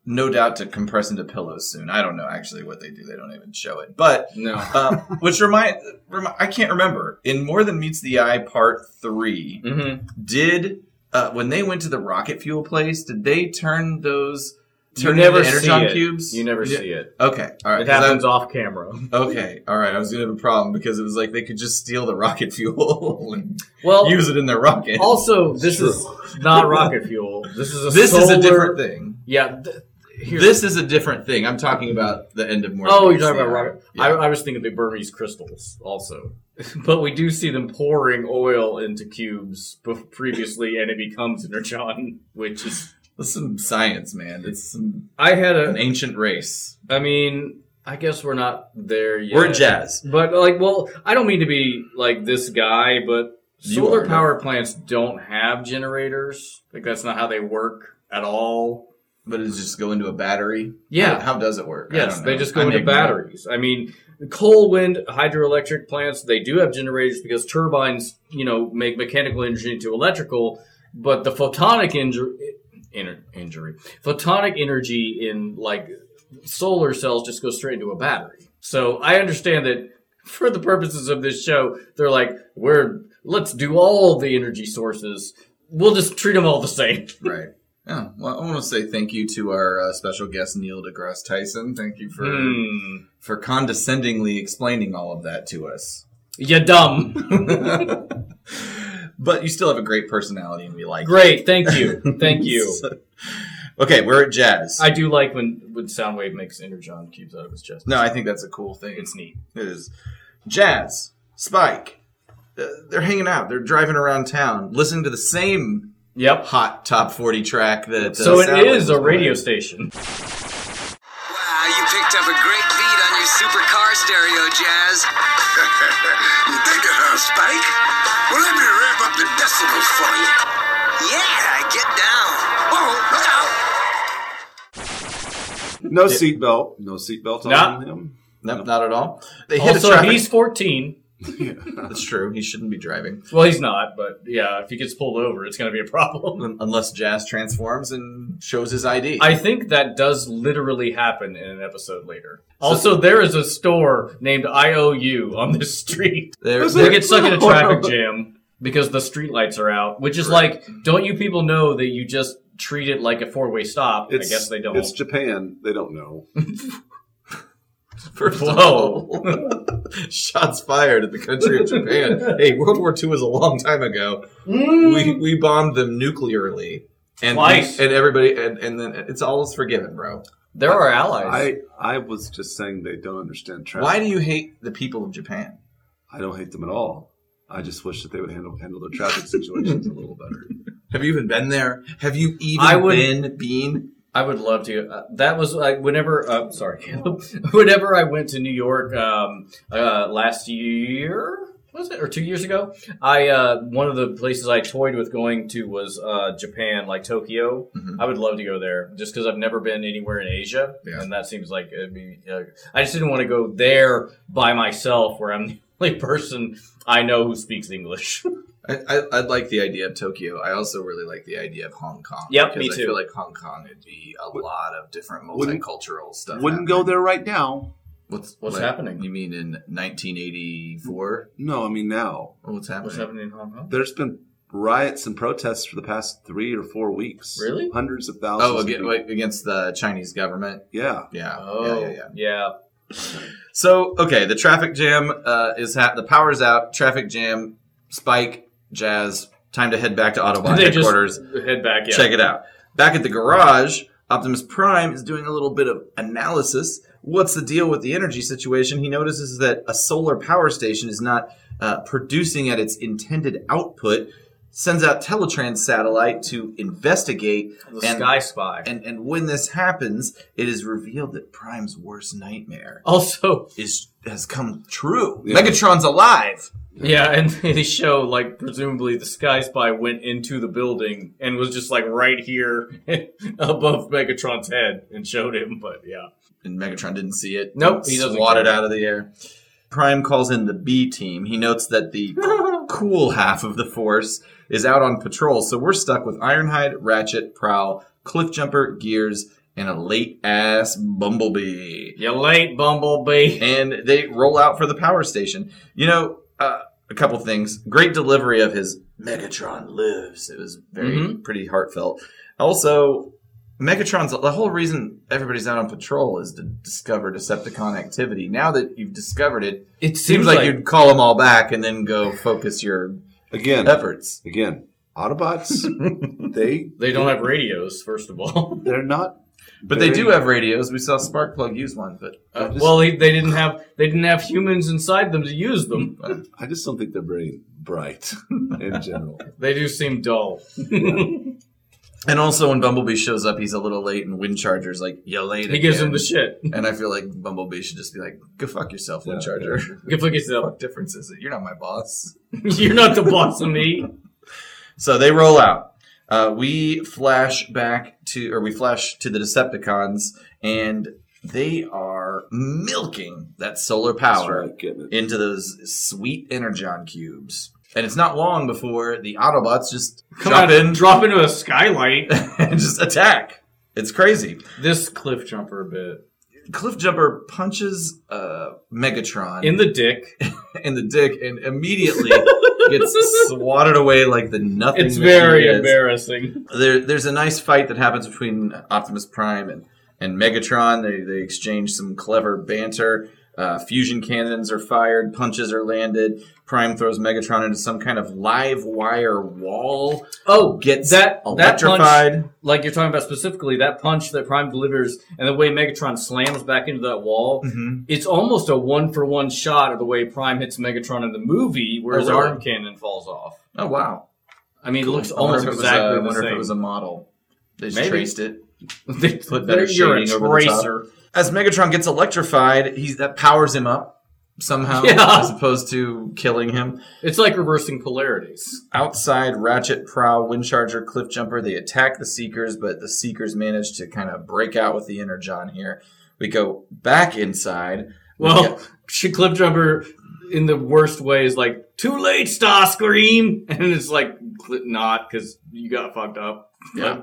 [SPEAKER 1] no doubt to compress into pillows soon. I don't know actually what they do. They don't even show it, but
[SPEAKER 2] No.
[SPEAKER 1] um, which remind, remi- I can't remember in More Than Meets the Eye Part Three.
[SPEAKER 2] Mm-hmm.
[SPEAKER 1] Did uh, when they went to the rocket fuel place, did they turn those
[SPEAKER 2] You
[SPEAKER 1] turn
[SPEAKER 2] never
[SPEAKER 1] into
[SPEAKER 2] see
[SPEAKER 1] energon
[SPEAKER 2] it.
[SPEAKER 1] cubes?
[SPEAKER 2] You never
[SPEAKER 1] Yeah.
[SPEAKER 2] see it.
[SPEAKER 1] Okay, all right.
[SPEAKER 2] It
[SPEAKER 1] 'cause I'm-
[SPEAKER 2] happens off camera.
[SPEAKER 1] Okay, all right. I was gonna have a problem because it was like they could just steal the rocket fuel and
[SPEAKER 2] Well,
[SPEAKER 1] use it in their rocket.
[SPEAKER 2] also this is not rocket fuel. This is a
[SPEAKER 1] this is a
[SPEAKER 2] solar-
[SPEAKER 1] different thing.
[SPEAKER 2] Yeah. th- here-
[SPEAKER 1] This is a different thing. I'm talking about the end of more.
[SPEAKER 2] Oh,
[SPEAKER 1] Than
[SPEAKER 2] you're talking
[SPEAKER 1] Meets the
[SPEAKER 2] about
[SPEAKER 1] Eye.
[SPEAKER 2] rocket.
[SPEAKER 1] Yeah.
[SPEAKER 2] I, I was thinking of the Burmese crystals also, but we do see them pouring oil into cubes bef- previously, and it becomes energon, which is.
[SPEAKER 1] That's some science, man. It's some,
[SPEAKER 2] I had
[SPEAKER 1] an
[SPEAKER 2] a.
[SPEAKER 1] ancient race.
[SPEAKER 2] I mean, I guess we're not there yet.
[SPEAKER 1] We're in jazz.
[SPEAKER 2] But like, well, I don't mean to be like this guy, but
[SPEAKER 1] You
[SPEAKER 2] solar
[SPEAKER 1] are.
[SPEAKER 2] power plants don't have generators. Like that's not how they work at all.
[SPEAKER 1] But it's just go into a battery.
[SPEAKER 2] Yeah.
[SPEAKER 1] How does it work? I
[SPEAKER 2] Yes,
[SPEAKER 1] don't
[SPEAKER 2] they
[SPEAKER 1] know.
[SPEAKER 2] just go
[SPEAKER 1] I'm
[SPEAKER 2] into
[SPEAKER 1] ignorant.
[SPEAKER 2] batteries. I mean, coal, wind, hydroelectric plants, they do have generators because turbines, you know, make mechanical energy into electrical, but the photonic injury, ener injury, photonic energy in like solar cells just go straight into a battery. So I understand that for the purposes of this show, they're like, we're let's do all the energy sources. We'll just treat them all the same.
[SPEAKER 1] Right. Yeah. Well, I want to say thank you to our uh, special guest Neil deGrasse Tyson. Thank you for
[SPEAKER 2] Hmm.
[SPEAKER 1] for condescendingly explaining all of that to us.
[SPEAKER 2] You dumb.
[SPEAKER 1] but you still have a great personality, and we like. it.
[SPEAKER 2] Great. Thank you. Thank you.
[SPEAKER 1] okay, we're at jazz.
[SPEAKER 2] I do like when when Soundwave makes energon cubes out of his chest.
[SPEAKER 1] no, I think that's a cool thing.
[SPEAKER 2] it's neat.
[SPEAKER 1] It is jazz. Spike. Uh, They're hanging out. They're driving around town, listening to the same
[SPEAKER 2] Yep.
[SPEAKER 1] hot top forty track that.
[SPEAKER 2] So it
[SPEAKER 1] Soundwave was
[SPEAKER 2] is a
[SPEAKER 1] playing.
[SPEAKER 2] radio station.
[SPEAKER 6] Wow, you picked up a great beat on your supercar stereo, Jazz.
[SPEAKER 7] you think it, huh, Spike? Well, let me ramp up the decibels for you.
[SPEAKER 6] Yeah, get
[SPEAKER 7] Whoa, look
[SPEAKER 6] down.
[SPEAKER 7] out!
[SPEAKER 4] No seatbelt. No seatbelt on
[SPEAKER 2] Nah.
[SPEAKER 4] him.
[SPEAKER 1] Nope, not at all. They hit a
[SPEAKER 2] Also,
[SPEAKER 1] traffic.
[SPEAKER 2] he's 14.
[SPEAKER 1] That's true. He shouldn't be driving
[SPEAKER 2] Well, he's not, but yeah, if he gets pulled over, it's going to be a problem.
[SPEAKER 1] Un- unless Jazz transforms and shows his ID.
[SPEAKER 2] I think that does literally happen in an episode later. Also, there is a store named IOU on this street.
[SPEAKER 1] They're-
[SPEAKER 2] They get stuck in a traffic jam because the street lights are out, which is like, don't you people know that you just treat it like a four way stop? I guess they don't.
[SPEAKER 4] It's Japan. They don't know.
[SPEAKER 1] First of
[SPEAKER 2] Whoa.
[SPEAKER 1] all, shots fired at the country of Japan. hey, World War II was a long time ago. We we bombed them nuclearly. And
[SPEAKER 2] Mm. Twice.
[SPEAKER 1] and everybody and, and then it's always forgiven, bro.
[SPEAKER 2] There are allies.
[SPEAKER 4] I I was just saying they don't understand traffic.
[SPEAKER 1] Why do you hate the people of Japan?
[SPEAKER 4] I don't hate them at all. I just wish that they would handle handle their traffic situations a little better.
[SPEAKER 1] Have you even been there? Have you even
[SPEAKER 2] I would-
[SPEAKER 1] been being
[SPEAKER 2] I, would love to. Uh, that was like whenever. Uh, sorry, Caleb. whenever I went to New York um, uh, last year, was it or two years ago? I uh, one of the places I toyed with going to was uh, Japan, like Tokyo. I would love to go there just because I've never been anywhere in Asia,
[SPEAKER 1] Mm-hmm. Yeah.
[SPEAKER 2] and that seems like it'd be. Uh, I just didn't want to go there by myself, where I'm the only person I know who speaks English.
[SPEAKER 1] I, I, I like the idea of Tokyo. I also really like the idea of Hong Kong.
[SPEAKER 2] Yep,
[SPEAKER 1] because
[SPEAKER 2] me
[SPEAKER 1] I
[SPEAKER 2] too.
[SPEAKER 1] feel like Hong Kong would be a lot of different
[SPEAKER 4] Wouldn't-
[SPEAKER 1] multicultural stuff.
[SPEAKER 4] Wouldn't go there right now.
[SPEAKER 1] What's
[SPEAKER 2] What's
[SPEAKER 1] what-
[SPEAKER 2] happening?
[SPEAKER 1] You mean in 1984?
[SPEAKER 4] No, I mean now.
[SPEAKER 1] Oh, What's happening?
[SPEAKER 2] What's happening in Hong Kong?
[SPEAKER 4] There's been riots and protests for the past three or four weeks.
[SPEAKER 2] Really?
[SPEAKER 4] Hundreds of thousands.
[SPEAKER 1] Oh,
[SPEAKER 4] of
[SPEAKER 1] again,
[SPEAKER 4] people.
[SPEAKER 1] like, against the Chinese government.
[SPEAKER 4] yeah.
[SPEAKER 1] Yeah.
[SPEAKER 2] Oh,
[SPEAKER 1] Yeah, yeah, yeah.
[SPEAKER 2] yeah.
[SPEAKER 1] So okay, the traffic jam uh, is ha- the power's out. Traffic jam. Spike, Jazz. Time to head back to Autobot
[SPEAKER 2] They just
[SPEAKER 1] headquarters.
[SPEAKER 2] head back. Yeah.
[SPEAKER 1] Check it out. Back at the garage, Optimus Prime is doing a little bit of analysis. What's the deal with the energy situation? He notices that a solar power station is not uh, producing at its intended output. Sends out Teletrans satellite to investigate,
[SPEAKER 2] The
[SPEAKER 1] and,
[SPEAKER 2] Sky Spy.
[SPEAKER 1] and and when this happens, it is revealed that Prime's worst nightmare
[SPEAKER 2] also,
[SPEAKER 1] is has come true.
[SPEAKER 4] Yeah.
[SPEAKER 1] Megatron's alive.
[SPEAKER 2] Yeah, and they show like presumably the Sky Spy went into the building and was just like right here above Megatron's head and showed him. But yeah,
[SPEAKER 1] And Megatron didn't see it.
[SPEAKER 2] Nope, he doesn't
[SPEAKER 1] swatted
[SPEAKER 2] care.
[SPEAKER 1] out of the air. Prime calls in the B team. He notes that the cool half of the force is out on patrol, so we're stuck with Ironhide, Ratchet, Prowl, Cliffjumper, Gears, and a late ass Bumblebee.
[SPEAKER 2] you late, Bumblebee.
[SPEAKER 1] And they roll out for the power station. You know, uh, a couple things. Great delivery of his Megatron lives. It was very
[SPEAKER 2] Mhm.
[SPEAKER 1] pretty heartfelt. Also, Megatron's the whole reason everybody's out on patrol is to discover Decepticon activity. Now that you've discovered it,
[SPEAKER 2] It
[SPEAKER 1] seems like, you'd call them all back and then go focus your
[SPEAKER 4] Again.
[SPEAKER 1] efforts.
[SPEAKER 4] Again. Autobots. they
[SPEAKER 2] they don't have radios, first of all.
[SPEAKER 4] they're not.
[SPEAKER 1] But they
[SPEAKER 4] very-
[SPEAKER 1] do have radios. We saw Sparkplug use one, but
[SPEAKER 2] Uh,
[SPEAKER 4] just-
[SPEAKER 2] well, they, they didn't have they didn't have humans inside them to use them.
[SPEAKER 4] I just don't think they're very bright in general.
[SPEAKER 2] They do seem dull.
[SPEAKER 1] and also when Bumblebee shows up, he's a little late, and Windcharger's like, "You late."
[SPEAKER 2] He gives them
[SPEAKER 1] again."
[SPEAKER 2] the shit.
[SPEAKER 1] And I feel like Bumblebee should just be like, "Go fuck yourself,
[SPEAKER 4] Yeah,
[SPEAKER 1] Windcharger."
[SPEAKER 2] Go fuck yourself.
[SPEAKER 1] What difference is it? You're not my boss.
[SPEAKER 2] You're not the boss of me.
[SPEAKER 1] So they roll out. Uh, we flash back to, or we flash to the Decepticons, and they are milking that solar
[SPEAKER 4] That's
[SPEAKER 1] power
[SPEAKER 4] right, getting it.
[SPEAKER 1] into those sweet energon cubes. And it's not long before the Autobots just
[SPEAKER 2] Come
[SPEAKER 1] jump
[SPEAKER 2] on,
[SPEAKER 1] in
[SPEAKER 2] drop into a skylight.
[SPEAKER 1] and just attack. It's crazy.
[SPEAKER 2] this cliff jumper bit
[SPEAKER 1] Cliffjumper punches uh, Megatron
[SPEAKER 2] in the dick.
[SPEAKER 1] in the dick and immediately gets swatted away like the nothing.
[SPEAKER 2] It's
[SPEAKER 1] that he
[SPEAKER 2] very
[SPEAKER 1] is.
[SPEAKER 2] embarrassing.
[SPEAKER 1] there, there's a nice fight that happens between Optimus Prime and, and Megatron. They, they exchange some clever banter. Uh, fusion cannons are fired, punches are landed. Prime throws Megatron into some kind of live wire wall.
[SPEAKER 2] Oh,
[SPEAKER 1] Gets
[SPEAKER 2] that That
[SPEAKER 1] electrified.
[SPEAKER 2] punch, like you're talking about specifically, that punch that Prime delivers and the way Megatron slams back into that wall.
[SPEAKER 1] Mhm.
[SPEAKER 2] It's almost a one for one shot of the way Prime hits Megatron in the movie, where
[SPEAKER 1] Oh,
[SPEAKER 2] his
[SPEAKER 1] really?
[SPEAKER 2] arm cannon falls off.
[SPEAKER 1] Oh wow!
[SPEAKER 2] I mean, it looks
[SPEAKER 1] I wonder
[SPEAKER 2] almost
[SPEAKER 1] if it was
[SPEAKER 2] exactly
[SPEAKER 1] a- I
[SPEAKER 2] the
[SPEAKER 1] wonder
[SPEAKER 2] same.
[SPEAKER 1] if it was a model. They just
[SPEAKER 2] Maybe.
[SPEAKER 1] traced it.
[SPEAKER 2] they
[SPEAKER 1] put better
[SPEAKER 2] you're a
[SPEAKER 1] shading over the top.
[SPEAKER 2] tracer.
[SPEAKER 1] As Megatron gets electrified, he's that powers him up somehow,
[SPEAKER 2] Yeah.
[SPEAKER 1] as opposed to killing him.
[SPEAKER 2] It's like reversing polarities.
[SPEAKER 1] Outside, Ratchet, Prowl, Windcharger, Cliffjumper, they attack the Seekers, but the Seekers manage to kind of break out with the Energon here. We go back inside. We
[SPEAKER 2] Well,
[SPEAKER 1] get-
[SPEAKER 2] she clip jumper in the worst way is like too late, Star Scream, and it's like cl- not because you got fucked up.
[SPEAKER 1] Yeah.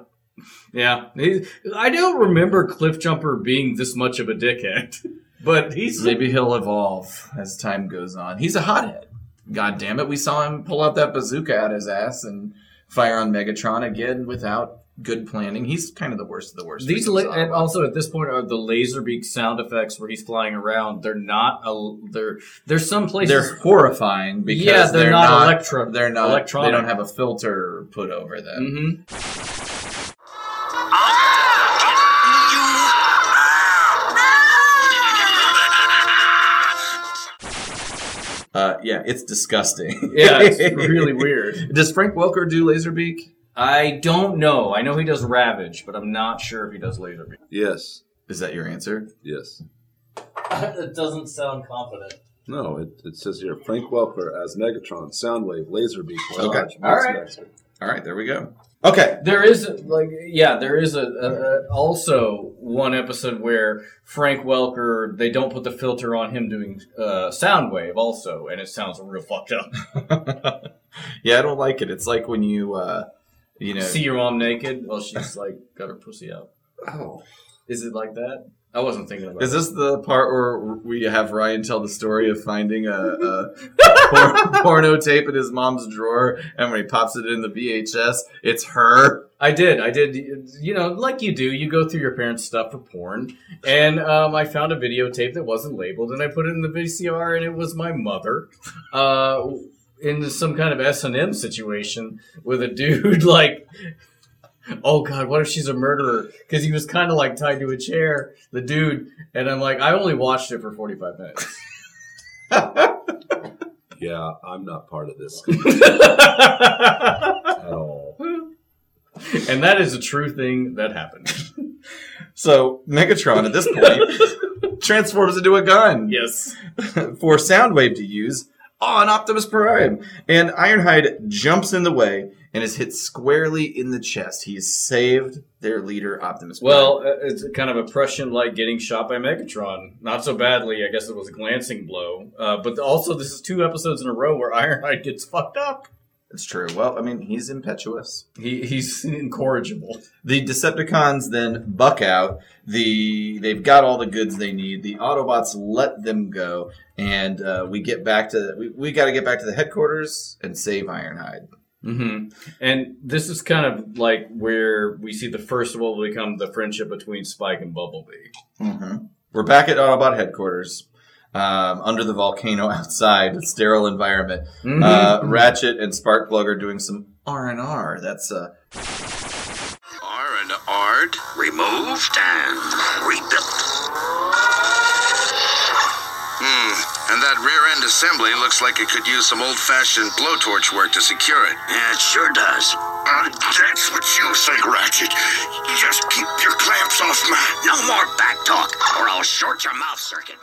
[SPEAKER 2] yeah. He- I don't remember Cliff Jumper being this much of a dickhead, but he's
[SPEAKER 1] maybe he'll evolve as time goes on. He's a hothead. God damn it, we saw him pull out that bazooka out his ass and fire on Megatron again without good planning. He's kind of the worst of the worst.
[SPEAKER 2] these.
[SPEAKER 1] versions
[SPEAKER 2] La-
[SPEAKER 1] of
[SPEAKER 2] and
[SPEAKER 1] Autobot.
[SPEAKER 2] also at this point are the Laserbeak sound effects where he's flying around. They're not. A, they're there's some places.
[SPEAKER 1] they're horrifying because
[SPEAKER 2] yeah, they're, not, electro.
[SPEAKER 1] they're not
[SPEAKER 2] electronic.
[SPEAKER 1] they don't have a filter put over them.
[SPEAKER 2] Mhm.
[SPEAKER 1] Uh, yeah, it's disgusting.
[SPEAKER 2] Mm. Yeah, it's really weird.
[SPEAKER 1] Does Frank Welker do Laserbeak?
[SPEAKER 2] I don't know. I know he does Ravage, but I'm not sure if he does Laserbeam.
[SPEAKER 4] Yes.
[SPEAKER 1] Is that your answer?
[SPEAKER 4] Yes.
[SPEAKER 2] that doesn't sound confident.
[SPEAKER 4] No, it, it says here Frank Welker as Megatron, Soundwave, Laserbeak,
[SPEAKER 1] Okay.
[SPEAKER 4] Lodge,
[SPEAKER 2] All right.
[SPEAKER 4] Master.
[SPEAKER 1] All right, there we go. Okay.
[SPEAKER 2] There is like yeah, there is a, a, a also one episode where Frank Welker they don't put the filter on him doing uh, Soundwave also, and it sounds real fucked up.
[SPEAKER 1] yeah, I don't like it. It's like when you, uh, you know,
[SPEAKER 2] See your mom naked? Well, she's like got her pussy out.
[SPEAKER 1] oh.
[SPEAKER 2] Is it like that? I wasn't thinking about.
[SPEAKER 1] Is
[SPEAKER 2] it.
[SPEAKER 1] this the part where we have Ryan tell the story of finding a, a por- porno tape in his mom's drawer, and when he pops it in the VHS, it's her.
[SPEAKER 2] I did. I did. You know, like you do, you go through your parents' stuff for porn, and um, I found a videotape that wasn't labeled, and I put it in the VCR, and it was my mother, uh, in some kind of S and M situation with a dude like. Oh God! What if she's a murderer? Because he was kind of like tied to a chair, the dude, and I'm like, I only watched it for 45 minutes.
[SPEAKER 4] Yeah, I'm not part of this
[SPEAKER 2] and
[SPEAKER 4] at all.
[SPEAKER 2] that is a true thing that happened.
[SPEAKER 1] So Megatron at this point transforms into a gun.
[SPEAKER 2] Yes.
[SPEAKER 1] for Soundwave to use on Optimus Prime. And Ironhide jumps in the way and is hit squarely in the chest. He has saved their leader, Optimus Prime.
[SPEAKER 2] Well, uh, it's kind of a Prussian like getting shot by Megatron. Not so badly, I guess it was a glancing blow. Uh, but also, this is two episodes in a row where Ironhide gets fucked up.
[SPEAKER 1] it's true. Well, I mean, he's impetuous.
[SPEAKER 2] He, he's incorrigible.
[SPEAKER 1] The Decepticons then buck out. The they've got all the goods they need. The Autobots let them go, and uh, we get back to we, we got to get back to the headquarters and save Ironhide.
[SPEAKER 4] Mm-hmm.
[SPEAKER 2] hmm And this is kind of like where we see the first of what will become the friendship between Spike and Bumblebee.
[SPEAKER 1] hmm We're back at Autobot headquarters, um, under the volcano outside, sterile environment. Uh, Ratchet and Sparkplug are doing some R and R. That's uh,
[SPEAKER 7] R and Ard removed and rebuilt.
[SPEAKER 3] Hmm, and that rear end assembly looks like it could use some old fashioned blowtorch work to secure it.
[SPEAKER 7] Yeah, it sure does.
[SPEAKER 3] Uh, that's what you think, Ratchet. Just keep your clamps off mine.
[SPEAKER 7] No more back talk, or I'll short your mouth circuit.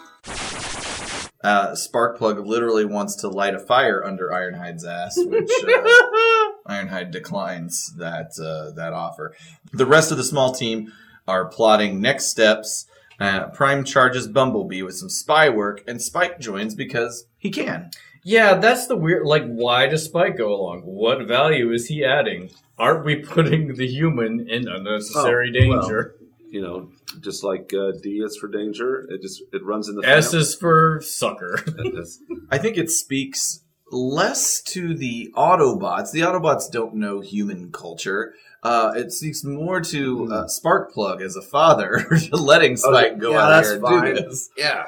[SPEAKER 1] uh, Sparkplug literally wants to light a fire under Ironhide's ass, which uh, Ironhide declines that uh, that offer. The rest of the small team are plotting next steps. Uh, Prime charges Bumblebee with some spy work, and Spike joins because he can.
[SPEAKER 2] Yeah, that's the weird. Like, why does Spike go along? What value is he adding? Aren't we putting the human in unnecessary
[SPEAKER 4] Oh, well.
[SPEAKER 2] danger?
[SPEAKER 4] You know, just like uh, D is for danger, it just it runs in the
[SPEAKER 2] S
[SPEAKER 4] family.
[SPEAKER 2] is for sucker.
[SPEAKER 1] Uh-huh.
[SPEAKER 4] And that's-
[SPEAKER 1] I think it speaks less to the Autobots. The Autobots don't know human culture. Uh, it speaks more
[SPEAKER 4] Hmm.
[SPEAKER 1] to uh, Sparkplug as a father letting Spike go
[SPEAKER 4] Oh, yeah,
[SPEAKER 1] out
[SPEAKER 4] that's
[SPEAKER 1] there and
[SPEAKER 4] fine.
[SPEAKER 1] do this.
[SPEAKER 7] Yeah,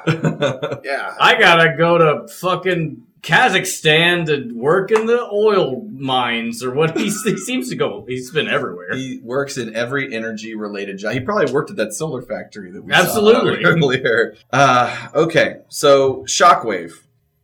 [SPEAKER 7] yeah.
[SPEAKER 2] I gotta go to fucking Kazakhstan to work in the oil mines or what. He, he seems to go. He's been everywhere.
[SPEAKER 1] He works in every energy related job. He probably worked at that solar factory that we saw
[SPEAKER 2] Absolutely.
[SPEAKER 1] earlier. Uh, okay, so Shockwave.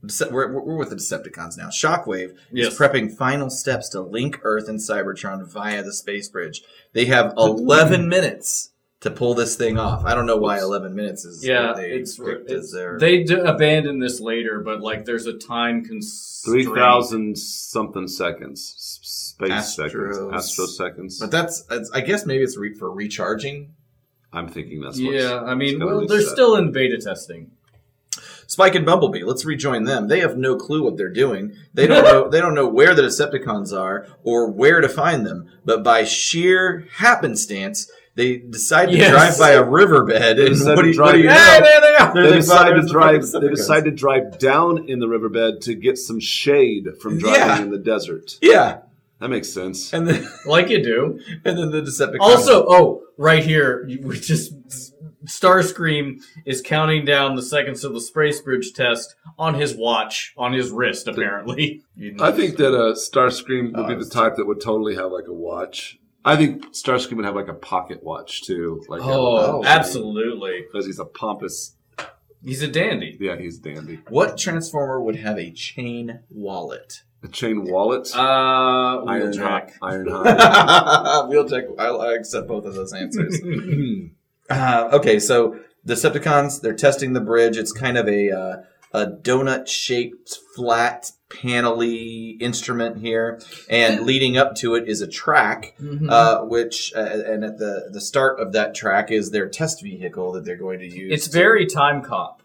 [SPEAKER 1] Dece- We're, we're with the Decepticons now. Shockwave
[SPEAKER 2] Yes.
[SPEAKER 1] is prepping final steps to link Earth and Cybertron via the space bridge. They have 11 minutes to pull this thing off. I don't know why 11 minutes is
[SPEAKER 2] Yeah,
[SPEAKER 1] what they
[SPEAKER 2] it's,
[SPEAKER 1] picked
[SPEAKER 2] it's-
[SPEAKER 1] as their-
[SPEAKER 2] they d- abandon this later, but like there's a time constraint.
[SPEAKER 4] 3,000 something seconds. S- Space
[SPEAKER 1] Astros.
[SPEAKER 4] seconds. Astro seconds.
[SPEAKER 1] But that's, that's, I guess maybe it's re- for recharging.
[SPEAKER 4] I'm thinking that's what's.
[SPEAKER 2] Yeah, I mean,
[SPEAKER 4] gonna
[SPEAKER 2] well,
[SPEAKER 4] leak
[SPEAKER 2] they're
[SPEAKER 4] that.
[SPEAKER 2] still in beta testing.
[SPEAKER 1] Spike and Bumblebee, let's rejoin them. They have no clue what they're doing. They don't know they don't know where the Decepticons are or where to find them. But by sheer happenstance, they decide to
[SPEAKER 2] Yes.
[SPEAKER 1] drive by a riverbed and
[SPEAKER 4] decided
[SPEAKER 1] what do
[SPEAKER 4] to
[SPEAKER 1] you, what do
[SPEAKER 4] drive-
[SPEAKER 1] you
[SPEAKER 4] Hey,
[SPEAKER 1] know?
[SPEAKER 2] there they are!
[SPEAKER 1] They're
[SPEAKER 4] They
[SPEAKER 1] the
[SPEAKER 4] decided to
[SPEAKER 1] fathers of
[SPEAKER 4] drive.
[SPEAKER 1] the
[SPEAKER 4] They
[SPEAKER 1] Decepticons.
[SPEAKER 4] decided to drive down in the riverbed to get some shade from driving
[SPEAKER 1] Yeah.
[SPEAKER 4] in the desert.
[SPEAKER 1] Yeah.
[SPEAKER 4] That makes sense.
[SPEAKER 1] And then
[SPEAKER 2] Like you do.
[SPEAKER 1] and then the Decepticons
[SPEAKER 2] Also, oh, right here, you- we just Starscream is counting down the seconds of the space bridge test on his watch, on his wrist, apparently.
[SPEAKER 4] I think that uh, Starscream would
[SPEAKER 1] Oh,
[SPEAKER 4] be
[SPEAKER 1] I
[SPEAKER 4] the
[SPEAKER 1] was-
[SPEAKER 4] type that would totally have like a watch. I think Starscream would have like a pocket watch too. Like
[SPEAKER 2] Oh, absolutely.
[SPEAKER 4] because he's a pompous.
[SPEAKER 2] He's a dandy.
[SPEAKER 4] Yeah, he's dandy.
[SPEAKER 1] what transformer would have a chain wallet?
[SPEAKER 4] A chain wallet.
[SPEAKER 2] Uh,
[SPEAKER 4] Iron
[SPEAKER 2] Wheeljack.
[SPEAKER 4] Hot. Iron Hot.
[SPEAKER 1] We'll check I, I accept both of those answers. uh, okay, so Decepticons, they're testing the bridge. It's kind of a uh, a donut shaped flat panely instrument here,
[SPEAKER 2] Mm-hmm.
[SPEAKER 1] and leading up to it is a track, uh, which uh, and at the the start of that track is their test vehicle that they're going to use.
[SPEAKER 2] It's very Time Cop.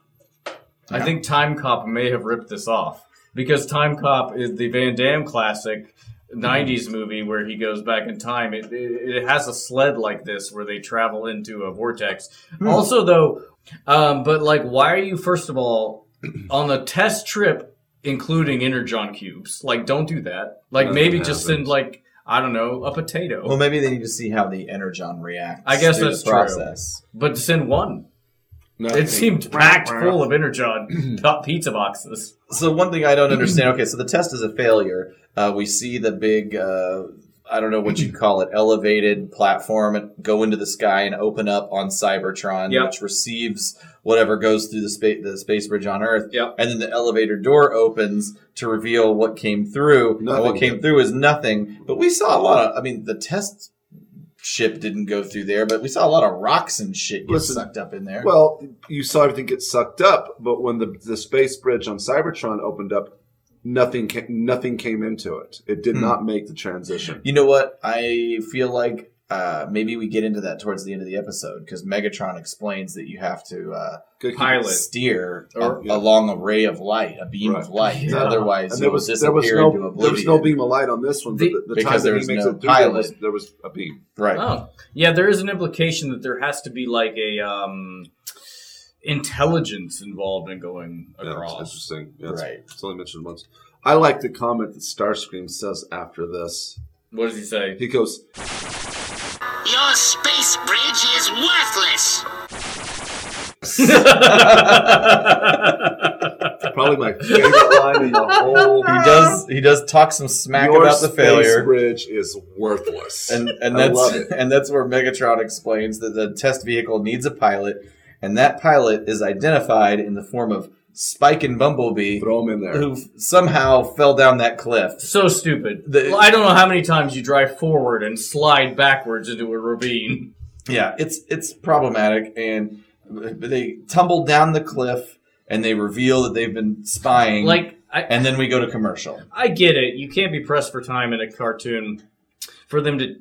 [SPEAKER 2] I think Time Cop may have ripped this off because Time Cop is the Van Damme classic. 90s movie where he goes back in time. It, it, it has a sled like this where they travel into a vortex. Also, though, um, but like, why are you, first of all, on the test trip, including Energon cubes? Like, don't do that. Like, maybe just send, like, I don't know, a potato.
[SPEAKER 1] well, maybe they need to see how the energon reacts.
[SPEAKER 2] I guess
[SPEAKER 1] to the
[SPEAKER 2] that's true.
[SPEAKER 1] process.
[SPEAKER 2] but to send one.
[SPEAKER 4] No.
[SPEAKER 2] It seemed packed full of Energon top pizza boxes.
[SPEAKER 1] So one thing I don't understand. Okay, so the test is a failure. Uh, we see the big, uh, I don't know what you call it, elevated platform go into the sky and open up on Cybertron,
[SPEAKER 2] Yep.
[SPEAKER 1] which receives whatever goes through the space the space bridge on Earth.
[SPEAKER 2] Yep.
[SPEAKER 1] And then the elevator door opens to reveal what came through. And what
[SPEAKER 4] Nothing.
[SPEAKER 1] came through is nothing. But we saw a lot of. I mean, the test ship didn't go through there, but we saw a lot of rocks and shit get
[SPEAKER 4] Listen,
[SPEAKER 1] sucked up in there.
[SPEAKER 4] Well, you saw everything get sucked up, but when the the space bridge on Cybertron opened up, nothing ca- nothing came into it. It
[SPEAKER 1] Hmm.
[SPEAKER 4] did not make the transition.
[SPEAKER 1] You know what? I feel like uh, maybe we get into that towards the end of the episode because Megatron explains that you have to uh,
[SPEAKER 4] Good-
[SPEAKER 2] Pilot.
[SPEAKER 1] steer a-
[SPEAKER 2] Or-
[SPEAKER 1] along a ray of light, a beam of
[SPEAKER 4] Right.
[SPEAKER 1] light,
[SPEAKER 2] Yeah.
[SPEAKER 1] otherwise
[SPEAKER 4] And
[SPEAKER 1] it
[SPEAKER 4] there
[SPEAKER 1] will
[SPEAKER 4] was
[SPEAKER 1] disappear
[SPEAKER 4] there was
[SPEAKER 1] into
[SPEAKER 4] no
[SPEAKER 1] oblivion.
[SPEAKER 4] there was no beam of light on this one.
[SPEAKER 2] The-
[SPEAKER 4] The, the,
[SPEAKER 1] Because
[SPEAKER 4] time
[SPEAKER 1] there
[SPEAKER 4] that he
[SPEAKER 1] was
[SPEAKER 4] makes
[SPEAKER 1] no
[SPEAKER 4] it through there was,
[SPEAKER 1] pilot.
[SPEAKER 4] there was a beam.
[SPEAKER 1] right?
[SPEAKER 2] Oh, yeah. There is an implication that there has to be like a um, intelligence involved in going
[SPEAKER 4] Yeah, it's
[SPEAKER 2] across.
[SPEAKER 4] interesting. Yeah, it's-
[SPEAKER 1] Right.
[SPEAKER 4] It's only mentioned once. I like the comment that Starscream says after this.
[SPEAKER 2] what does he say?
[SPEAKER 4] He goes,
[SPEAKER 6] Your space bridge is worthless.
[SPEAKER 4] probably my favorite line in the whole.
[SPEAKER 1] He does. He does talk some smack
[SPEAKER 4] Your
[SPEAKER 1] about the
[SPEAKER 4] space
[SPEAKER 1] failure.
[SPEAKER 4] bridge is worthless.
[SPEAKER 1] And, and
[SPEAKER 4] I
[SPEAKER 1] that's
[SPEAKER 4] love it.
[SPEAKER 1] and that's where Megatron explains that the test vehicle needs a pilot, and that pilot is identified in the form of Spike and Bumblebee,
[SPEAKER 4] Throw him in there.
[SPEAKER 1] who somehow fell down that cliff.
[SPEAKER 2] So stupid.
[SPEAKER 1] The-
[SPEAKER 2] Well, I don't know how many times you drive forward and slide backwards into a ravine.
[SPEAKER 1] yeah, it's it's problematic, and they tumble down the cliff, and they reveal that they've been
[SPEAKER 4] Mm.
[SPEAKER 1] spying.
[SPEAKER 2] Like I,
[SPEAKER 1] and then we go to commercial.
[SPEAKER 2] I get it. You can't be pressed for time in a cartoon for them to.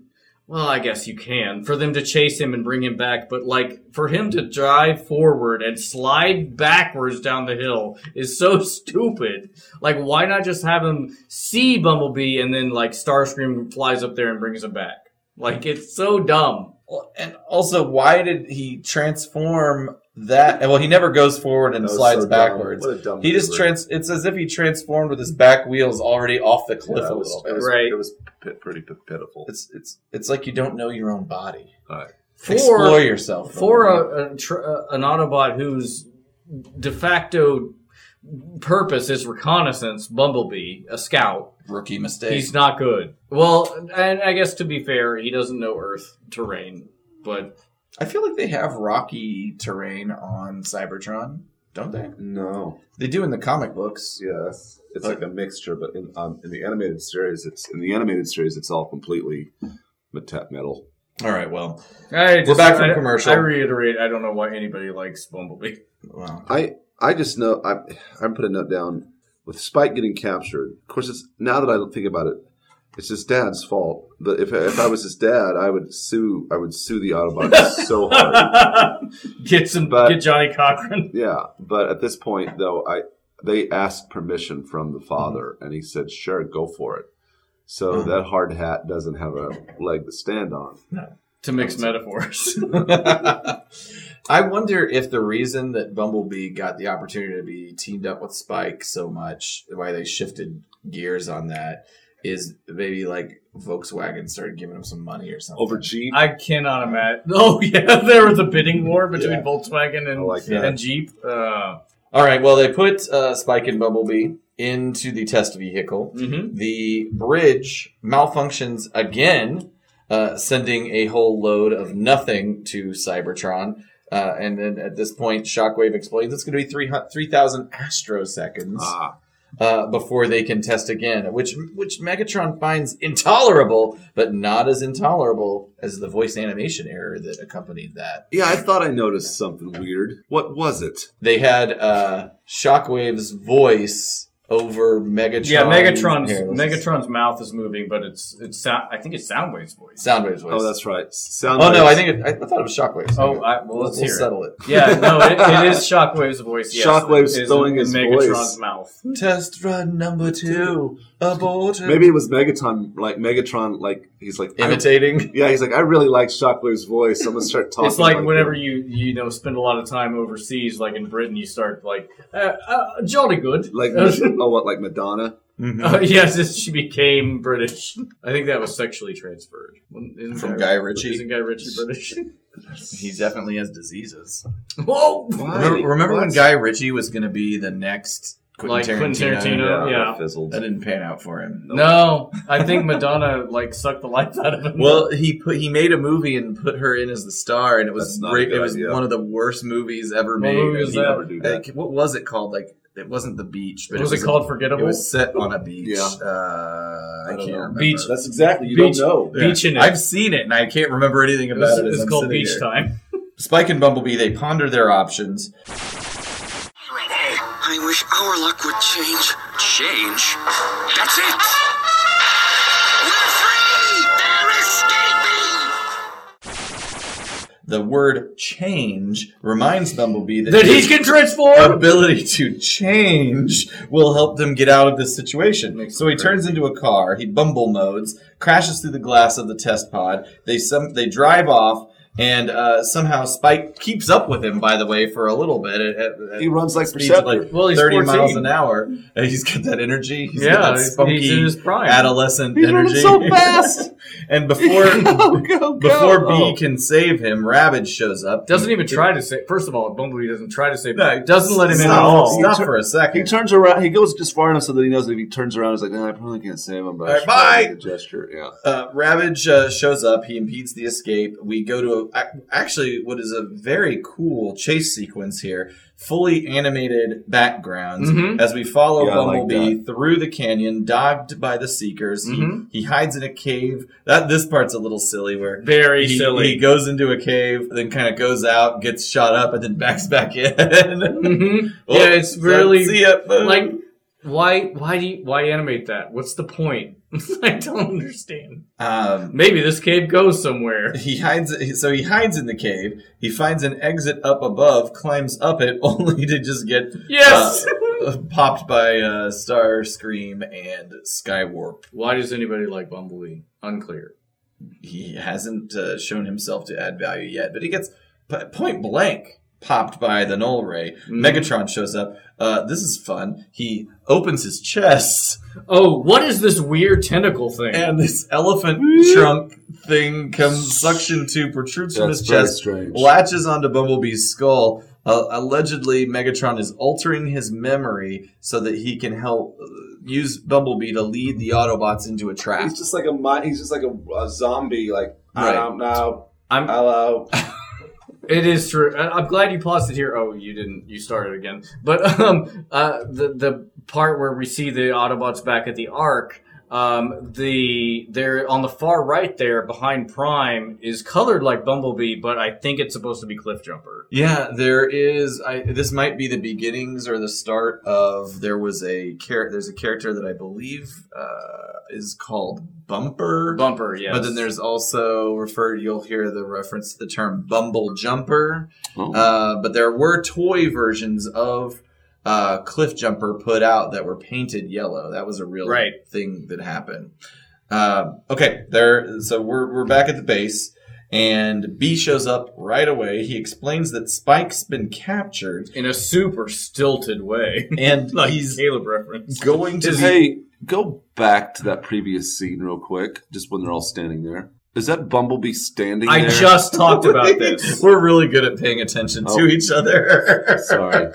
[SPEAKER 2] Well, I guess you can for them to chase him and bring him back, but like for him to drive forward and slide backwards down the hill is so stupid. Like, why not just have him see Bumblebee and then like Starscream flies up there and brings him back? Like, it's so dumb.
[SPEAKER 1] And also, why did he transform that? Well, he never goes forward and
[SPEAKER 4] That was
[SPEAKER 1] slides
[SPEAKER 4] so dumb.
[SPEAKER 1] backwards.
[SPEAKER 4] What a dumb
[SPEAKER 1] He just
[SPEAKER 4] maneuver.
[SPEAKER 1] trans. It's as if he transformed with his back wheels already off the cliff
[SPEAKER 4] Yeah,
[SPEAKER 1] a
[SPEAKER 4] it was-
[SPEAKER 1] little
[SPEAKER 4] it
[SPEAKER 1] bit.
[SPEAKER 4] was-
[SPEAKER 2] Right.
[SPEAKER 4] It was p- pretty p- pitiful.
[SPEAKER 1] It's it's it's like you don't know your own body.
[SPEAKER 4] All right.
[SPEAKER 2] For,
[SPEAKER 1] Explore yourself
[SPEAKER 2] for a, a tr- uh, an Autobot whose de facto purpose is reconnaissance, Bumblebee, a scout.
[SPEAKER 1] rookie mistake.
[SPEAKER 2] He's not good. Well, and I guess to be fair, he doesn't know Earth terrain, but
[SPEAKER 1] I feel like they have rocky terrain on Cybertron, don't they?
[SPEAKER 4] No.
[SPEAKER 1] They do in the comic books.
[SPEAKER 4] Yeah. It's like a mixture, but in um, in the animated series, it's in the animated series, it's all completely meta- metal.
[SPEAKER 1] All right. Well,
[SPEAKER 2] I just-
[SPEAKER 1] back from
[SPEAKER 2] I-
[SPEAKER 1] commercial.
[SPEAKER 2] I reiterate, I don't know why anybody likes Bumblebee.
[SPEAKER 1] well,
[SPEAKER 4] I I just know I I'm putting a note down with Spike getting captured. Of course, it's now that I think about it, it's his dad's fault. But if if I was his dad, I would sue I would sue the Autobots so hard.
[SPEAKER 2] get some,
[SPEAKER 4] But-
[SPEAKER 2] get Johnny Cochran.
[SPEAKER 4] Yeah, but at this point though, I they asked permission from the
[SPEAKER 1] Mm-hmm.
[SPEAKER 4] father, and he said, "Sure, go for it." So that hard hat doesn't have a leg to stand on.
[SPEAKER 2] To mix metaphors,
[SPEAKER 1] I wonder if the reason that Bumblebee got the opportunity to be teamed up with Spike so much, why they shifted gears on that, is maybe like Volkswagen started giving him some money or something.
[SPEAKER 4] Over Jeep,
[SPEAKER 2] I cannot imagine. Oh yeah, there was a bidding war between
[SPEAKER 1] Yeah.
[SPEAKER 2] Volkswagen
[SPEAKER 4] I
[SPEAKER 2] and
[SPEAKER 4] like that.
[SPEAKER 2] and Jeep. Uh,
[SPEAKER 1] All right. Well, they put uh, Spike and Bumblebee into the test vehicle.
[SPEAKER 2] mhm.
[SPEAKER 1] The bridge malfunctions again, uh, sending a whole load of nothing to Cybertron. Uh, and then at this point, Shockwave explains it's going to be 300 3,000 astroseconds.
[SPEAKER 4] ah,
[SPEAKER 1] uh, before they can test again, which which Megatron finds intolerable, but not as intolerable as the voice animation error that accompanied that.
[SPEAKER 4] Yeah, I thought I noticed something weird. What was it?
[SPEAKER 1] They had uh, Shockwave's voice over Megatron.
[SPEAKER 2] Yeah, Megatron's
[SPEAKER 1] Here, let's-
[SPEAKER 2] Megatron's mouth is moving, but it's it's sou- I think it's Soundwave's voice.
[SPEAKER 1] Soundwave's voice.
[SPEAKER 4] Oh, that's right. Sound.
[SPEAKER 1] Oh no, I think it, I, I thought it was Shockwave's.
[SPEAKER 2] Oh, I, well, let's
[SPEAKER 1] we'll
[SPEAKER 2] hear
[SPEAKER 1] settle uh, it.
[SPEAKER 2] it. Yeah, no, it, it is Shockwave's voice. Yes,
[SPEAKER 4] Shockwave's
[SPEAKER 2] It is
[SPEAKER 4] throwing
[SPEAKER 2] in
[SPEAKER 4] his
[SPEAKER 2] Megatron's
[SPEAKER 4] voice.
[SPEAKER 2] mouth.
[SPEAKER 1] Test run number two. Aborted.
[SPEAKER 4] maybe it was Megatron. Like Megatron, like he's like I-
[SPEAKER 1] imitating.
[SPEAKER 4] Yeah, he's like I really like Shockwave's voice. I'm gonna start talking.
[SPEAKER 2] It's like whenever
[SPEAKER 4] him.
[SPEAKER 2] you you know spend a lot of time overseas, like in Britain, you start like uh, uh, jolly good.
[SPEAKER 4] like
[SPEAKER 2] Uh,
[SPEAKER 4] oh what like Madonna.
[SPEAKER 1] Mm-hmm.
[SPEAKER 2] uh, yes, it's- she became British. I think that was sexually transferred Isn't
[SPEAKER 1] From Guy Ritchie?
[SPEAKER 2] Isn't Guy Ritchie British?
[SPEAKER 1] He definitely has diseases.
[SPEAKER 2] Whoa!
[SPEAKER 1] Remember, remember when
[SPEAKER 4] What?
[SPEAKER 1] Guy Ritchie was going to be the next Quentin
[SPEAKER 2] Like Quentin
[SPEAKER 1] Tarantino?
[SPEAKER 2] Tarantino? Yeah.
[SPEAKER 4] that fizzled.
[SPEAKER 1] That didn't pan out for him.
[SPEAKER 2] No, I think Madonna like sucked the life out of him.
[SPEAKER 1] Well, he put he made a movie and put her in as the star, and it was
[SPEAKER 4] That's not a
[SPEAKER 1] ra-
[SPEAKER 4] good
[SPEAKER 1] it was
[SPEAKER 4] idea.
[SPEAKER 1] one of the worst movies ever
[SPEAKER 2] What
[SPEAKER 1] made.
[SPEAKER 2] movie was
[SPEAKER 1] He-
[SPEAKER 2] that?
[SPEAKER 4] Never do that.
[SPEAKER 1] like, what was it called? Like it wasn't the beach, but
[SPEAKER 2] was it
[SPEAKER 1] a-
[SPEAKER 2] called? Forgettable.
[SPEAKER 1] It was set on a beach.
[SPEAKER 4] Yeah.
[SPEAKER 1] Uh, I,
[SPEAKER 4] don't
[SPEAKER 1] can't
[SPEAKER 4] know.
[SPEAKER 1] remember.
[SPEAKER 2] Beach-
[SPEAKER 4] That's exactly you
[SPEAKER 2] Beach-
[SPEAKER 4] don't know.
[SPEAKER 2] Beach in it.
[SPEAKER 1] I've seen it and I can't remember anything
[SPEAKER 2] It
[SPEAKER 1] about
[SPEAKER 2] was,
[SPEAKER 1] it. as
[SPEAKER 2] it's
[SPEAKER 1] I'm
[SPEAKER 2] called
[SPEAKER 1] sitting
[SPEAKER 2] Beach
[SPEAKER 1] here.
[SPEAKER 2] Time.
[SPEAKER 1] Spike and Bumblebee they ponder their options.
[SPEAKER 6] I wish our luck would change.
[SPEAKER 3] Change?
[SPEAKER 7] That's it! We're free! They're escaping!
[SPEAKER 1] The word "change" reminds Bumblebee that
[SPEAKER 2] That he can transform.
[SPEAKER 1] ability to change will help them get out of this situation. So he turns into a car. He bumble modes, crashes through the glass of the test pod. They some they drive off, and uh, somehow Spike keeps up with him. By the way, for a little bit, at, at, at
[SPEAKER 4] He runs like
[SPEAKER 1] speeds of
[SPEAKER 4] Perceptor.
[SPEAKER 1] like
[SPEAKER 2] Well, he's
[SPEAKER 1] thirty
[SPEAKER 2] 14.
[SPEAKER 1] miles an hour. And he's got that energy. He's
[SPEAKER 2] Yeah,
[SPEAKER 1] got that
[SPEAKER 2] he's-
[SPEAKER 1] spunky
[SPEAKER 2] he's in his prime.
[SPEAKER 1] adolescent
[SPEAKER 4] He's running
[SPEAKER 1] energy.
[SPEAKER 4] so fast.
[SPEAKER 1] and before
[SPEAKER 4] Go, go, go.
[SPEAKER 1] before
[SPEAKER 4] Oh.
[SPEAKER 1] B can save him, Ravage shows up.
[SPEAKER 2] Doesn't even try to say. First of all, Bumblebee doesn't try to say.
[SPEAKER 1] No, he
[SPEAKER 2] doesn't let him in at
[SPEAKER 4] Stop.
[SPEAKER 2] all.
[SPEAKER 1] Stop
[SPEAKER 4] He tur-
[SPEAKER 1] for a second.
[SPEAKER 4] He turns around. He goes just far enough so that he knows that if he turns around, he's like, "Nah, I probably can't save him. But I
[SPEAKER 1] All right,
[SPEAKER 4] should probably
[SPEAKER 1] bye.
[SPEAKER 4] make a gesture. Yeah.
[SPEAKER 1] uh, Ravage uh, shows up. He impedes the escape. We go to a, ac- actually what is a very cool chase sequence here, fully animated backgrounds
[SPEAKER 2] Mhm.
[SPEAKER 1] as we follow
[SPEAKER 4] Yeah, I like
[SPEAKER 1] Bumblebee through the canyon, dogged by the Seekers.
[SPEAKER 2] Mhm.
[SPEAKER 1] He, he hides in a cave. That this part's a little silly where.
[SPEAKER 2] Very
[SPEAKER 1] He,
[SPEAKER 2] silly.
[SPEAKER 1] he goes into a cave, then kind of goes out, gets shot up, and then backs back in.
[SPEAKER 2] Mhm.
[SPEAKER 1] Oh,
[SPEAKER 2] yeah, it's
[SPEAKER 1] see
[SPEAKER 2] really
[SPEAKER 1] ya, boo.
[SPEAKER 2] like why? Why do you, why animate that? What's the point? I don't understand.
[SPEAKER 1] um,
[SPEAKER 2] Maybe this cave goes somewhere.
[SPEAKER 1] He hides. So he hides in the cave. He finds an exit up above, climbs up it, only to just get
[SPEAKER 2] Yes.
[SPEAKER 1] uh, popped by uh, Star Scream and Skywarp.
[SPEAKER 2] why does anybody like Bumblebee? Unclear.
[SPEAKER 1] He hasn't uh, shown himself to add value yet, but he gets p- point blank popped by the null ray. Megatron shows up. Uh, this is fun. He opens his chest,
[SPEAKER 2] Oh, what is this weird tentacle thing?
[SPEAKER 1] and this elephant trunk thing comes suction tube protrudes from
[SPEAKER 4] That's
[SPEAKER 1] his
[SPEAKER 4] very
[SPEAKER 1] chest,
[SPEAKER 4] strange.
[SPEAKER 1] latches onto Bumblebee's skull. Uh, allegedly, Megatron is altering his memory so that he can help uh, use Bumblebee to lead the Autobots into a trap.
[SPEAKER 4] He's just like a mi- he's just like a, a zombie. Like I
[SPEAKER 1] Right.
[SPEAKER 4] don't know.
[SPEAKER 2] I'm-
[SPEAKER 4] hello.
[SPEAKER 2] It is true. I- I'm glad you paused it here. Oh, you didn't. You started again. But um, uh, the the part where we see the Autobots back at the Ark, um, the they're on the far right there behind Prime is colored like Bumblebee, but I think it's supposed to be Cliffjumper.
[SPEAKER 1] Yeah, there is. I, this might be the beginnings or the start of. There was a character. There's a character that I believe uh, is called Bumper.
[SPEAKER 2] Bumper, yes.
[SPEAKER 1] But then there's also referred. You'll hear the reference to the term Bumble Jumper.
[SPEAKER 4] Oh.
[SPEAKER 1] Uh, but there were toy versions of uh, Cliff Jumper put out that were painted yellow. That was a real
[SPEAKER 2] Right.
[SPEAKER 1] thing that happened. Um okay, there. So we're we're back at the base, and B shows up right away. He explains that Spike's been captured,
[SPEAKER 2] in a super stilted way.
[SPEAKER 1] and
[SPEAKER 2] like
[SPEAKER 1] he's
[SPEAKER 2] Caleb reference.
[SPEAKER 1] going to
[SPEAKER 4] Just,
[SPEAKER 1] be-
[SPEAKER 4] hey, go back to that previous scene real quick, just when they're all standing there. Is that Bumblebee standing
[SPEAKER 2] I
[SPEAKER 4] there?
[SPEAKER 2] just talked about this. Oh.
[SPEAKER 1] We're really good at paying attention
[SPEAKER 4] Oh.
[SPEAKER 1] to each other.
[SPEAKER 4] Sorry.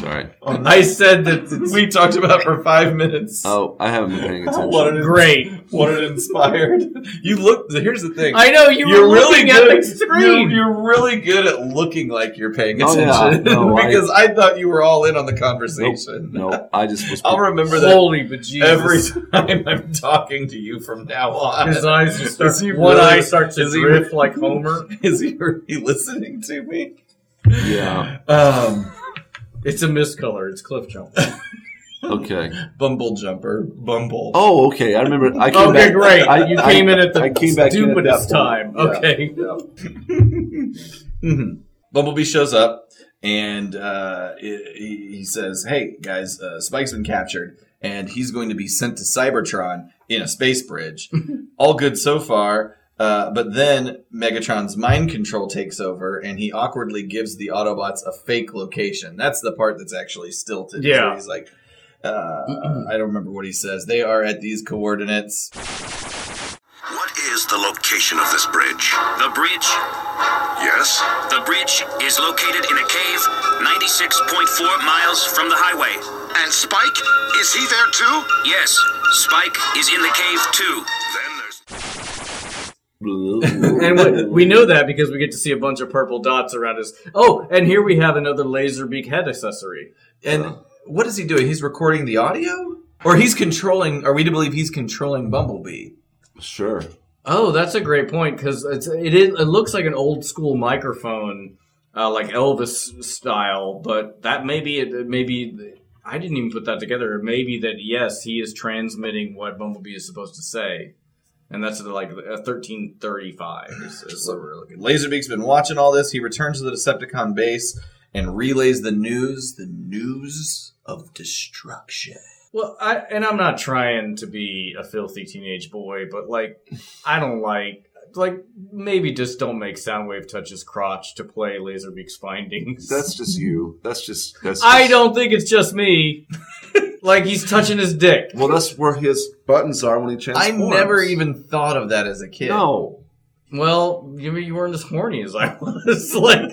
[SPEAKER 4] Sorry.
[SPEAKER 1] on that.
[SPEAKER 2] I said that.
[SPEAKER 1] we talked about it for five minutes.
[SPEAKER 4] Oh, I haven't been paying attention.
[SPEAKER 1] what an
[SPEAKER 2] Great.
[SPEAKER 1] What an inspired. You look. Here's the thing.
[SPEAKER 2] I know you were looking at the
[SPEAKER 1] You're,
[SPEAKER 2] screen.
[SPEAKER 1] you're really good at looking like you're paying
[SPEAKER 4] Oh,
[SPEAKER 1] attention
[SPEAKER 4] yeah. No, I-
[SPEAKER 1] because I, thought you were all in on the conversation.
[SPEAKER 4] no, I just was.
[SPEAKER 1] I'll remember that
[SPEAKER 2] Holy bejesus!
[SPEAKER 1] every time I'm talking to you from now on.
[SPEAKER 2] his eyes just start.
[SPEAKER 1] Is he
[SPEAKER 2] one
[SPEAKER 1] really-
[SPEAKER 2] eye starts to
[SPEAKER 1] is he-
[SPEAKER 2] drift like Homer.
[SPEAKER 1] Is he really listening to me?
[SPEAKER 4] Yeah.
[SPEAKER 1] Um,
[SPEAKER 2] It's a miscolor. It's Cliff Jones.
[SPEAKER 4] Okay.
[SPEAKER 1] Bumble jumper, Bumble.
[SPEAKER 4] Oh, okay. I remember. I came
[SPEAKER 2] Okay,
[SPEAKER 4] back-
[SPEAKER 2] great.
[SPEAKER 4] I-
[SPEAKER 2] you
[SPEAKER 4] I-
[SPEAKER 2] came in at the
[SPEAKER 4] I came back in at that
[SPEAKER 2] stupidest time.
[SPEAKER 4] point. Yeah.
[SPEAKER 2] Okay.
[SPEAKER 4] Yeah.
[SPEAKER 1] Mhm. Bumblebee shows up and uh, he he says, "Hey guys, uh, Spike's been captured, and he's going to be sent to Cybertron in a space bridge. All good so far." Uh, but then Megatron's mind control takes over, and he awkwardly gives the Autobots a fake location. That's the part that's actually stilted. It's
[SPEAKER 2] Yeah.
[SPEAKER 1] where he's like, uh, I don't remember what he says. They are at these coordinates.
[SPEAKER 7] What is the location of this bridge?
[SPEAKER 8] The bridge.
[SPEAKER 7] Yes?
[SPEAKER 8] The bridge is located in a cave 96.4 miles from the highway.
[SPEAKER 3] And Spike? Is he there too?
[SPEAKER 8] Yes, Spike is in the cave too.
[SPEAKER 7] Then there's.
[SPEAKER 2] And we, we know that because we get to see a bunch of purple dots around us. Oh, and here we have another laser beak head accessory.
[SPEAKER 1] And what is he doing? He's recording the audio? Or he's controlling, are we to believe he's controlling Bumblebee?
[SPEAKER 4] Sure.
[SPEAKER 2] Oh, that's a great point because it's it is it looks like an old school microphone, uh, like Elvis style. But that maybe it maybe I didn't even put that together. Maybe that yes, he is transmitting what Bumblebee is supposed to say, and that's like a thirteen thirty five. Is, is what we're looking.
[SPEAKER 1] Laserbeak's been watching all this. He returns to the Decepticon base and relays the news, the news of destruction.
[SPEAKER 2] Well, I and I'm not trying to be a filthy teenage boy, but like I don't like like maybe just don't make Soundwave touch his crotch to play Laserbeak's findings.
[SPEAKER 4] That's just you. That's just. That's.
[SPEAKER 2] I
[SPEAKER 4] just-
[SPEAKER 2] don't think it's just me. like he's touching his dick.
[SPEAKER 4] Well, that's where his buttons are when he
[SPEAKER 1] I
[SPEAKER 4] transforms.
[SPEAKER 1] never even thought of that as a kid.
[SPEAKER 4] No.
[SPEAKER 2] Well, you you weren't as horny as I was. like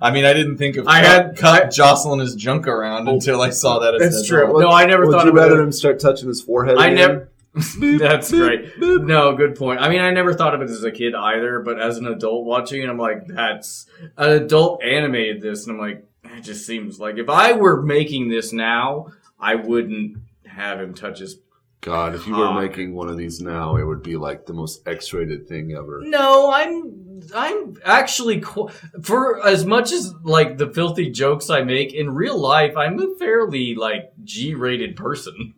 [SPEAKER 1] I mean, I Oh, didn't think of
[SPEAKER 2] I had-
[SPEAKER 1] cut jostling his junk around until I saw that. As an adult.
[SPEAKER 2] No, I never
[SPEAKER 4] Would
[SPEAKER 2] thought
[SPEAKER 4] you
[SPEAKER 2] of it.
[SPEAKER 4] rather him start touching his forehead?
[SPEAKER 2] I
[SPEAKER 4] again?
[SPEAKER 2] never. That's great. No, good point. I mean, I never thought of it as a kid either, but as an adult watching it, I'm like, that's an adult animated this, and I'm like, it just seems like if I were making this now, I wouldn't have him touch his.
[SPEAKER 4] God, if you were
[SPEAKER 2] Cock.
[SPEAKER 4] making one of these now, it would be like the most X-rated thing ever.
[SPEAKER 2] No, I'm I'm actually qu- for as much as like the filthy jokes I make in real life, I'm a fairly like G-rated person.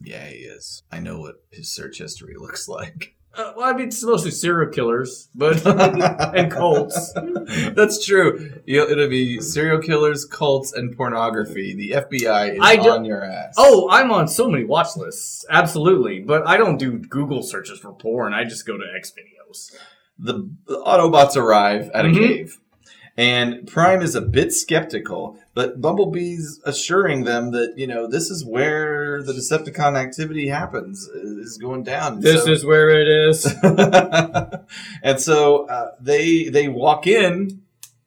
[SPEAKER 1] Yeah, he is. I know what his search history looks like.
[SPEAKER 2] Uh, well, I mean, it's mostly serial killers, but and cults.
[SPEAKER 1] That's true. You- It'll be serial killers, cults, and pornography. The FBI is
[SPEAKER 2] I do-
[SPEAKER 1] on your ass.
[SPEAKER 2] Oh, I'm on so many watch lists. Absolutely. But I don't do Google searches for porn. I just go to X videos.
[SPEAKER 1] the the Autobots arrive at a
[SPEAKER 2] Mhm.
[SPEAKER 1] cave, and Prime is a bit skeptical, but Bumblebee's assuring them that you know this is where the Decepticon activity happens is going down. So-
[SPEAKER 2] is where it is.
[SPEAKER 1] and so uh, they they walk in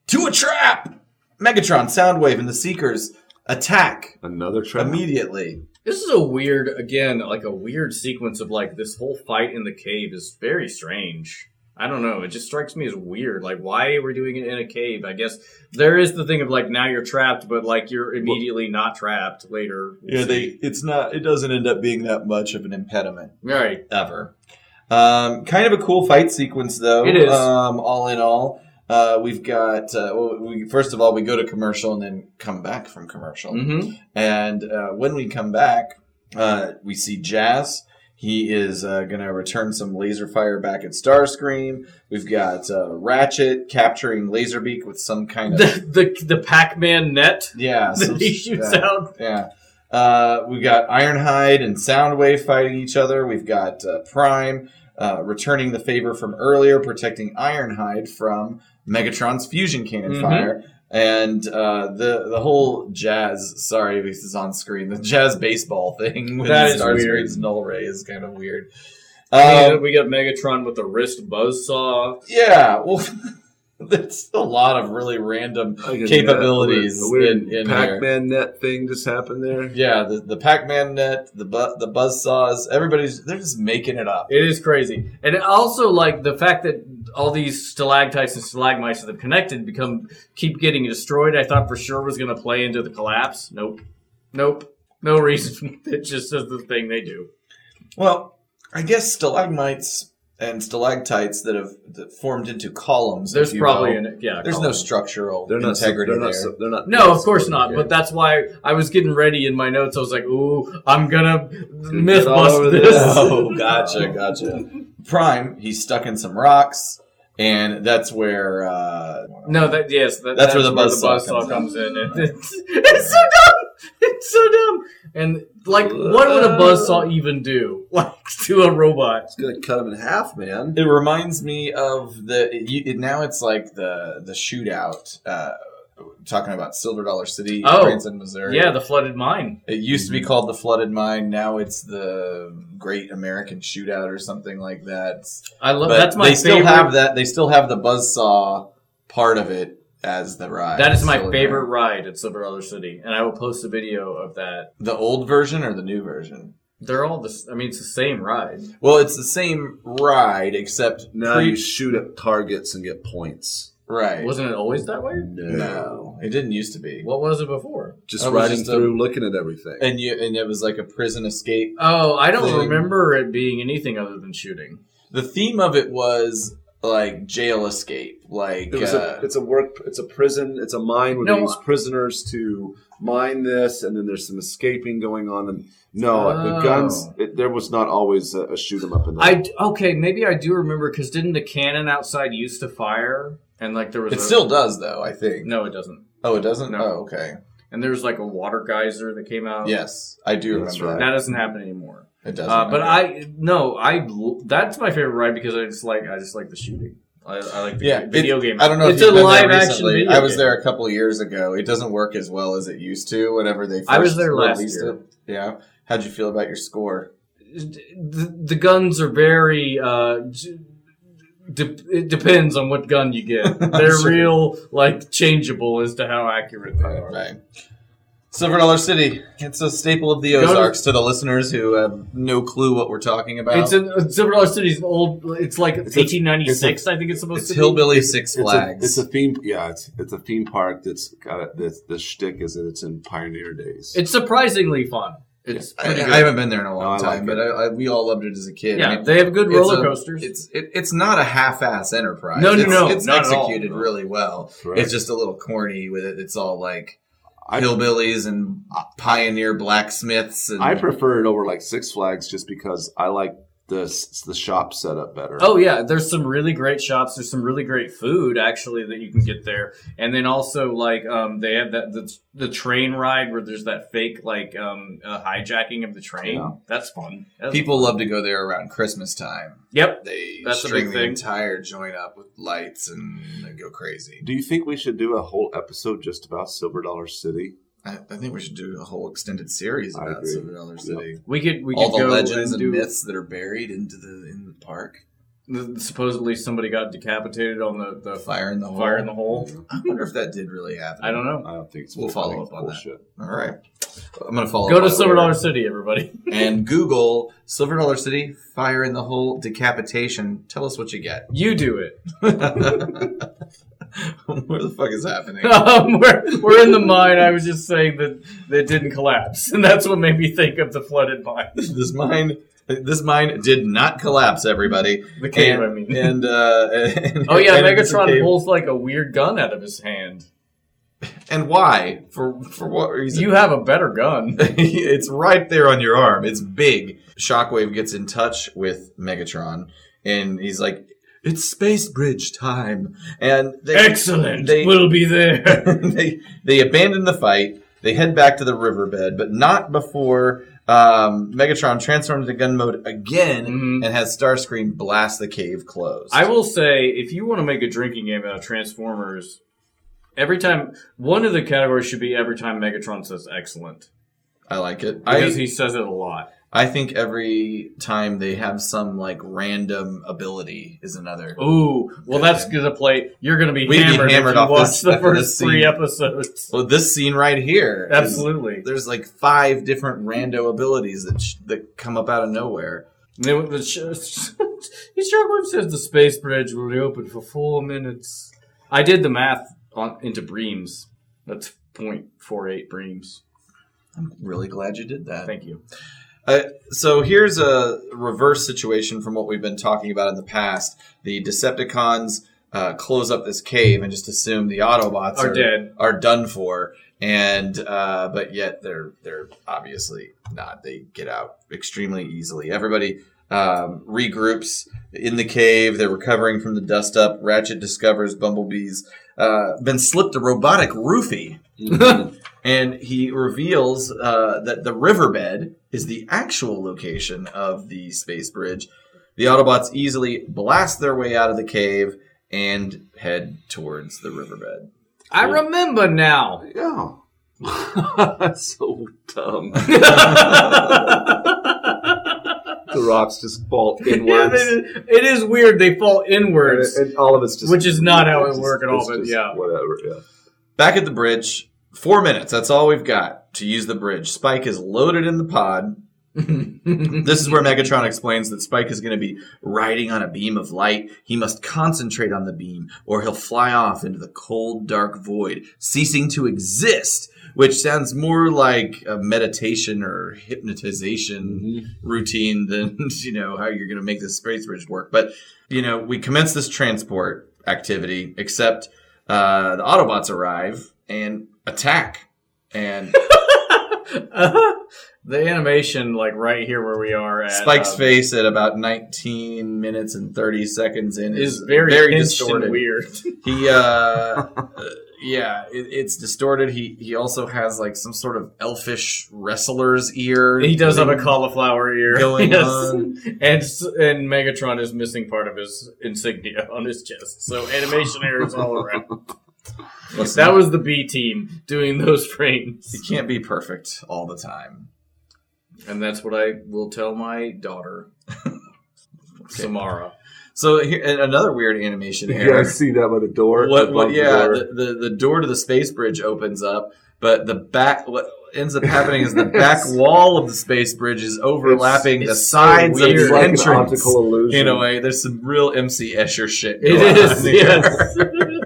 [SPEAKER 1] to a trap. Megatron, Soundwave, and the Seekers attack
[SPEAKER 4] Another trap.
[SPEAKER 1] immediately.
[SPEAKER 2] this is a weird, again, like a weird sequence of like this whole fight in the cave is very strange. I don't know. It just strikes me as weird. Like, why are we doing it in a cave? I guess there is the thing of like now you're trapped, but like you're immediately not trapped later.
[SPEAKER 1] Yeah, they it's not it doesn't end up being that much of an impediment.
[SPEAKER 2] Right.
[SPEAKER 1] ever. Um, kind of a cool fight sequence, though.
[SPEAKER 2] It is.
[SPEAKER 1] Um, all in all, uh, we've got. Uh, well, we, first of all, we go to commercial and then come back from commercial.
[SPEAKER 2] Mm-hmm.
[SPEAKER 1] And uh, when we come back, uh, we see Jazz. He is uh, going to return some laser fire back at Starscream. We've got uh, Ratchet capturing Laserbeak with some kind of
[SPEAKER 2] The, the, the Pac Man net
[SPEAKER 1] yeah. some-
[SPEAKER 2] that he shoots
[SPEAKER 1] yeah.
[SPEAKER 2] out.
[SPEAKER 1] Yeah. Uh, we've got Ironhide and Soundwave fighting each other. We've got uh, Prime uh, returning the favor from earlier, protecting Ironhide from Megatron's fusion cannon
[SPEAKER 2] Mhm.
[SPEAKER 1] fire. And uh, the the whole jazz, sorry, this is on screen. The jazz baseball thing with
[SPEAKER 2] That is
[SPEAKER 1] Starscream's
[SPEAKER 2] weird.
[SPEAKER 1] null ray is kind of weird.
[SPEAKER 2] Yeah,
[SPEAKER 1] Um,
[SPEAKER 2] we got Megatron with the wrist buzzsaw.
[SPEAKER 1] yeah, well,
[SPEAKER 2] That's a lot of really random
[SPEAKER 4] Like a
[SPEAKER 2] capabilities
[SPEAKER 4] net, a weird- a
[SPEAKER 2] in,
[SPEAKER 4] weird
[SPEAKER 2] in here.
[SPEAKER 4] Pac-Man net thing just happened there.
[SPEAKER 2] Yeah, the, the Pac-Man net, the bu- the buzz saws, everybody's they're just making it up. It is crazy, and it also like the fact that all these stalactites and stalagmites that have connected become keep getting destroyed. I thought for sure was going to play into the collapse. Nope, nope, no reason. it just is the thing they do.
[SPEAKER 1] Well, I guess stalagmites and stalactites that have that formed into columns.
[SPEAKER 2] There's
[SPEAKER 1] if you
[SPEAKER 2] probably
[SPEAKER 1] will.
[SPEAKER 2] an yeah.
[SPEAKER 1] there's no
[SPEAKER 2] column.
[SPEAKER 1] structural
[SPEAKER 4] They're not
[SPEAKER 1] integrity
[SPEAKER 4] they're
[SPEAKER 1] there.
[SPEAKER 4] Not, so- they're not.
[SPEAKER 2] No, of course not. But that's why I was getting ready in my notes. I was like, "Ooh, I'm gonna myth
[SPEAKER 4] all
[SPEAKER 2] bust
[SPEAKER 4] over
[SPEAKER 2] this."
[SPEAKER 4] this.
[SPEAKER 1] oh, gotcha, gotcha. Prime, he's stuck in some rocks, and that's where uh,
[SPEAKER 2] No, that yes, that,
[SPEAKER 1] That's where the buzzsaw comes
[SPEAKER 2] buzzsaw comes, in. It- it's, it's so dumb. It's so dumb. And like, what would a buzzsaw even do? Like to a robot?
[SPEAKER 4] It's gonna cut him in half, man.
[SPEAKER 1] it reminds me of the it, you- it, now it's like the the shootout. Uh, talking about Silver Dollar City,
[SPEAKER 2] Oh,
[SPEAKER 1] Branson, Missouri.
[SPEAKER 2] Yeah, the flooded mine.
[SPEAKER 1] It used
[SPEAKER 4] Mm-hmm.
[SPEAKER 1] to be called the Flooded Mine. Now it's the Great American Shootout or something like that.
[SPEAKER 2] I love.
[SPEAKER 1] But
[SPEAKER 2] That's my
[SPEAKER 1] they still
[SPEAKER 2] favorite.
[SPEAKER 1] have that. They still have the buzzsaw part of it as the ride.
[SPEAKER 2] that is my
[SPEAKER 1] Still in
[SPEAKER 2] favorite ride at Silver Dollar City, and I will post a video of that.
[SPEAKER 1] there. The old version or the new version?
[SPEAKER 2] They're all this. I mean, it's the same ride.
[SPEAKER 1] Well, it's the same ride except
[SPEAKER 4] Now
[SPEAKER 1] pre-
[SPEAKER 4] you shoot at targets and get points.
[SPEAKER 1] right.
[SPEAKER 2] Wasn't it always that way?
[SPEAKER 1] no, it didn't used to be.
[SPEAKER 2] What was it before?
[SPEAKER 4] Just
[SPEAKER 1] That was
[SPEAKER 4] riding
[SPEAKER 1] just a-
[SPEAKER 4] through, looking at everything.
[SPEAKER 1] And you and it was like a prison escape.
[SPEAKER 2] Oh, I don't
[SPEAKER 1] Thing.
[SPEAKER 2] remember it being anything other than shooting.
[SPEAKER 1] The theme of it was like jail escape. Like
[SPEAKER 4] It was
[SPEAKER 1] uh,
[SPEAKER 4] a, it's a work. It's a prison. It's a mine where
[SPEAKER 2] No,
[SPEAKER 4] they use prisoners to mine this, and then there's some escaping going on. And no, the
[SPEAKER 2] Oh.
[SPEAKER 4] guns. It, there was not always a, a shoot 'em up in
[SPEAKER 2] I
[SPEAKER 4] there.
[SPEAKER 2] d- okay, maybe I do remember because didn't the cannon outside used to fire and like there was
[SPEAKER 1] it
[SPEAKER 2] a-
[SPEAKER 1] still does though. I think.
[SPEAKER 2] no, it doesn't.
[SPEAKER 1] Oh, it doesn't.
[SPEAKER 2] No.
[SPEAKER 1] Oh, okay.
[SPEAKER 2] And there was like a water geyser that came out.
[SPEAKER 1] Yes, I do
[SPEAKER 4] That's
[SPEAKER 1] remember
[SPEAKER 4] right.
[SPEAKER 2] that doesn't happen anymore.
[SPEAKER 1] that. It doesn't.
[SPEAKER 2] Uh, but
[SPEAKER 1] okay.
[SPEAKER 2] I no, I l- that's my favorite ride because I just like I just like the shooting. I, I like the
[SPEAKER 1] yeah,
[SPEAKER 2] video
[SPEAKER 1] it-
[SPEAKER 2] game.
[SPEAKER 1] I don't know.
[SPEAKER 2] It's
[SPEAKER 1] if
[SPEAKER 2] a
[SPEAKER 1] you've been there
[SPEAKER 2] live action.
[SPEAKER 1] recently.
[SPEAKER 2] Video
[SPEAKER 1] I was
[SPEAKER 2] game.
[SPEAKER 1] there a couple of years ago. It doesn't work as well as it used to. Whenever they, first
[SPEAKER 2] I was there last
[SPEAKER 1] released
[SPEAKER 2] year.
[SPEAKER 1] It. Yeah. How'd you feel about your score?
[SPEAKER 2] the, the guns are very uh, d- de- it depends on what gun you get. They're
[SPEAKER 1] Sure.
[SPEAKER 2] real like changeable as to how accurate they are.
[SPEAKER 1] Right. Silver Dollar City. It's a staple of the
[SPEAKER 2] Go to-
[SPEAKER 1] Ozarks to the listeners who have no clue what we're talking about.
[SPEAKER 2] It's in uh, Silver Dollar City's an old. It's like
[SPEAKER 4] a-
[SPEAKER 2] 1896. I think it's supposed
[SPEAKER 1] It's
[SPEAKER 2] to
[SPEAKER 1] hillbilly Six
[SPEAKER 4] It's a,
[SPEAKER 1] Flags.
[SPEAKER 4] it's a theme. Yeah, it's it's a theme park that's got a, the the shtick is that it's in pioneer days.
[SPEAKER 2] be. It's surprisingly fun. It's
[SPEAKER 1] I,
[SPEAKER 2] pretty
[SPEAKER 1] I
[SPEAKER 2] good. Oh,
[SPEAKER 1] haven't been there in a
[SPEAKER 4] No, I
[SPEAKER 1] long
[SPEAKER 4] like
[SPEAKER 1] time,
[SPEAKER 4] it.
[SPEAKER 1] but I, I, we all loved it as a kid.
[SPEAKER 2] yeah,
[SPEAKER 1] And it-
[SPEAKER 2] they have good
[SPEAKER 1] it's
[SPEAKER 2] roller
[SPEAKER 1] a-
[SPEAKER 2] coasters.
[SPEAKER 1] It's it, it's not a half-ass enterprise.
[SPEAKER 2] No, no,
[SPEAKER 1] it's,
[SPEAKER 2] no,
[SPEAKER 1] It's
[SPEAKER 2] not at all.
[SPEAKER 1] executed really well.
[SPEAKER 4] Right.
[SPEAKER 1] It's just a little corny with it. It's all like
[SPEAKER 4] I-
[SPEAKER 1] hillbillies and pioneer blacksmiths. And
[SPEAKER 4] I prefer it over like Six Flags just because I like the s- the shop setup better.
[SPEAKER 2] oh yeah, there's some really great shops. There's some really great food actually that you can get there, and then also like um, they have that the, the train ride where there's that fake like um, uh, hijacking of the train.
[SPEAKER 4] Yeah.
[SPEAKER 2] That's fun. That's
[SPEAKER 1] people love to go there around Christmas time.
[SPEAKER 2] Yep.
[SPEAKER 1] They
[SPEAKER 2] That's a
[SPEAKER 1] string
[SPEAKER 2] big
[SPEAKER 1] the
[SPEAKER 2] thing.
[SPEAKER 1] entire joint up with lights and they go crazy.
[SPEAKER 4] Do you think we should do a whole episode just about Silver Dollar City?
[SPEAKER 1] I, I think we should do a whole extended series
[SPEAKER 4] I
[SPEAKER 1] about
[SPEAKER 4] agree.
[SPEAKER 1] Silver Dollar City.
[SPEAKER 2] We could we
[SPEAKER 1] All
[SPEAKER 2] could
[SPEAKER 1] the
[SPEAKER 2] go
[SPEAKER 1] legends
[SPEAKER 2] and
[SPEAKER 1] and,
[SPEAKER 2] do
[SPEAKER 1] myths that are buried into the in the park.
[SPEAKER 2] supposedly somebody got decapitated on the the
[SPEAKER 1] Fire in the hole.
[SPEAKER 2] fire in the hole.
[SPEAKER 1] I wonder if that did really happen.
[SPEAKER 2] I don't know.
[SPEAKER 4] I don't think it's.
[SPEAKER 1] We'll
[SPEAKER 4] I
[SPEAKER 1] follow
[SPEAKER 4] think it's
[SPEAKER 1] up on that.
[SPEAKER 4] bullshit.
[SPEAKER 1] All right. I'm going to follow
[SPEAKER 2] Go
[SPEAKER 1] up
[SPEAKER 2] to
[SPEAKER 1] on
[SPEAKER 2] Silver Dollar
[SPEAKER 1] Twitter
[SPEAKER 2] City, everybody.
[SPEAKER 1] and Google Silver Dollar City fire in the hole decapitation. Tell us what you get.
[SPEAKER 2] You do it.
[SPEAKER 1] Where the fuck is happening?
[SPEAKER 2] Um, we're, we're in the mine. I was just saying that that didn't collapse, and that's what made me think of the flooded mine.
[SPEAKER 1] this mine this mine did not collapse everybody.
[SPEAKER 2] The cave,
[SPEAKER 1] and,
[SPEAKER 2] I mean.
[SPEAKER 1] And uh and,
[SPEAKER 2] Oh yeah,
[SPEAKER 1] and it's a
[SPEAKER 2] Megatron
[SPEAKER 1] cave.
[SPEAKER 2] pulls like a weird gun out of his hand.
[SPEAKER 1] And why? For for what reason?
[SPEAKER 2] You have a better gun.
[SPEAKER 1] it's right there on your arm. It's big. Shockwave gets in touch with Megatron, and he's like, "It's space bridge time." And they,
[SPEAKER 2] Excellent.
[SPEAKER 1] They,
[SPEAKER 2] we'll be there.
[SPEAKER 1] they they abandon the fight. They head back to the riverbed, but not before um, Megatron transforms into gun mode again
[SPEAKER 2] Mhm.
[SPEAKER 1] and has Starscream blast the cave closed.
[SPEAKER 2] I will say, if you want to make a drinking game out of Transformers, every time one of the categories should be every time Megatron says excellent
[SPEAKER 1] I like it.
[SPEAKER 2] because
[SPEAKER 1] I
[SPEAKER 2] he says it a lot.
[SPEAKER 1] I think every time they have some like random ability is another.
[SPEAKER 2] Ooh, well, that's gonna play. You're gonna be
[SPEAKER 1] We'd be
[SPEAKER 2] hammered,
[SPEAKER 1] hammered
[SPEAKER 2] if you
[SPEAKER 1] off
[SPEAKER 2] watch
[SPEAKER 1] this-
[SPEAKER 2] the
[SPEAKER 1] this
[SPEAKER 2] first three
[SPEAKER 1] scene.
[SPEAKER 2] episodes.
[SPEAKER 1] Well, this scene right here. is-
[SPEAKER 2] Absolutely.
[SPEAKER 1] there's like five different rando abilities that sh- that come up out of nowhere.
[SPEAKER 2] And then with the sh- he sure Webb says the space bridge will be open for four minutes. I did the math on into breams. That's 0.48 breams.
[SPEAKER 1] I'm really glad you did that.
[SPEAKER 2] Thank you.
[SPEAKER 1] Uh, so here's a reverse situation from what we've been talking about in the past. The Decepticons uh, close up this cave and just assume the Autobots
[SPEAKER 2] Are dead.
[SPEAKER 1] are done for, and uh, but yet they're they're obviously not. They get out extremely easily. Everybody um, regroups in the cave. They're recovering from the dust up. Ratchet discovers Bumblebee's uh, been slipped a robotic roofie and he reveals uh, that the riverbed is the actual location of the space bridge. The Autobots easily blast their way out of the cave and head towards the riverbed.
[SPEAKER 2] I remember now.
[SPEAKER 4] Yeah.
[SPEAKER 9] That's so dumb.
[SPEAKER 4] The rocks just fall
[SPEAKER 2] Yeah,
[SPEAKER 4] inwards.
[SPEAKER 2] it, is, it is weird. They fall
[SPEAKER 4] and,
[SPEAKER 2] inwards.
[SPEAKER 4] and all of it's just.
[SPEAKER 2] Which is not how it
[SPEAKER 4] it's
[SPEAKER 2] work at
[SPEAKER 4] just-
[SPEAKER 2] all,
[SPEAKER 4] it's
[SPEAKER 2] but
[SPEAKER 4] just
[SPEAKER 2] yeah.
[SPEAKER 4] Whatever, yeah.
[SPEAKER 1] Back at the bridge, four minutes. That's all we've got to use the bridge. Spike is loaded in the pod. this is where Megatron explains that Spike is going to be riding on a beam of light. He must concentrate on the beam, or he'll fly off into the cold, dark void, ceasing to exist. Which sounds more like a meditation or hypnotization routine than you know how you're going to make this space bridge work. But you know, we commence this transport activity, except uh, the Autobots arrive and attack. And
[SPEAKER 2] Uh-huh. the animation, like right here where we are at
[SPEAKER 1] Spike's
[SPEAKER 2] uh,
[SPEAKER 1] face at about 19 minutes and 30 seconds in
[SPEAKER 2] is very, pinched and weird.
[SPEAKER 1] He, uh, uh, yeah, it, it's distorted. He he also has like some sort of elfish wrestler's ear.
[SPEAKER 2] he does have a cauliflower ear
[SPEAKER 1] Going on.
[SPEAKER 2] and s- and Megatron is missing part of his insignia on his chest. So animation errors all around.
[SPEAKER 1] Listen,
[SPEAKER 2] That was the B team doing those frames,
[SPEAKER 1] you can't be perfect all the time.
[SPEAKER 2] and that's what I will tell my daughter, Samara.
[SPEAKER 1] So here, and another weird animation
[SPEAKER 4] You
[SPEAKER 1] error.
[SPEAKER 4] guys see that by the door?
[SPEAKER 1] what,
[SPEAKER 4] Above
[SPEAKER 1] what yeah
[SPEAKER 4] door.
[SPEAKER 1] the, the, the door to the space bridge opens up but the back what ends up happening is the back wall of the space bridge is overlapping
[SPEAKER 2] It's-
[SPEAKER 1] the
[SPEAKER 2] it's so
[SPEAKER 1] sides of
[SPEAKER 2] weird.
[SPEAKER 1] the
[SPEAKER 4] it's like an
[SPEAKER 1] entrance
[SPEAKER 4] optical illusion.
[SPEAKER 1] in a way there's some real mc escher shit
[SPEAKER 2] It
[SPEAKER 1] going
[SPEAKER 2] is,
[SPEAKER 1] on here.
[SPEAKER 2] yes.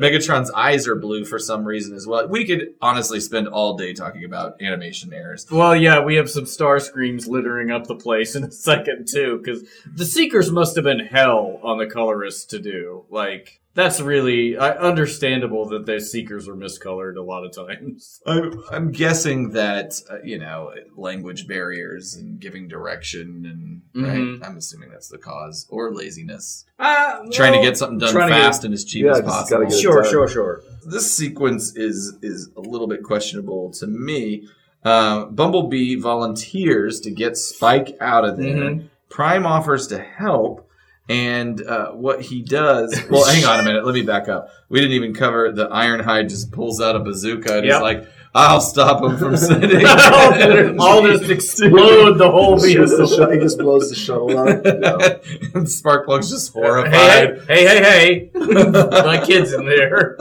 [SPEAKER 1] megatron's eyes are blue for some reason as well we could honestly spend all day talking about animation errors
[SPEAKER 2] Well, yeah, we have some star screams littering up the place in a second too, because the seekers must have been hell on the colorists to do. Like that's really I, understandable that the seekers were miscolored a lot of times.
[SPEAKER 1] I'm, I'm guessing that uh, you know language barriers and giving direction and
[SPEAKER 2] Mhm.
[SPEAKER 1] right. I'm assuming that's the cause or laziness.
[SPEAKER 2] Uh,
[SPEAKER 1] trying to get something done
[SPEAKER 2] trying to get-
[SPEAKER 1] fast and as cheap
[SPEAKER 4] Yeah,
[SPEAKER 1] as
[SPEAKER 4] just gotta
[SPEAKER 1] possible.
[SPEAKER 4] get it
[SPEAKER 2] Sure,
[SPEAKER 4] done.
[SPEAKER 2] sure, sure.
[SPEAKER 1] This sequence is is a little bit questionable to me. Uh, Bumblebee volunteers to get Spike out of there.
[SPEAKER 2] Mhm.
[SPEAKER 1] Prime offers to help, and uh, what he does. Well, hang on a minute. Let me back up. We didn't even cover the Ironhide just pulls out a bazooka and
[SPEAKER 2] Yep.
[SPEAKER 1] is like, "I'll stop him from sending."
[SPEAKER 2] I'll just explode the whole vehicle.
[SPEAKER 4] he just blows the shuttle out. Yeah.
[SPEAKER 1] and Sparkplug's just horrified.
[SPEAKER 2] Hey, hey, hey, hey! hey. My kid's in there.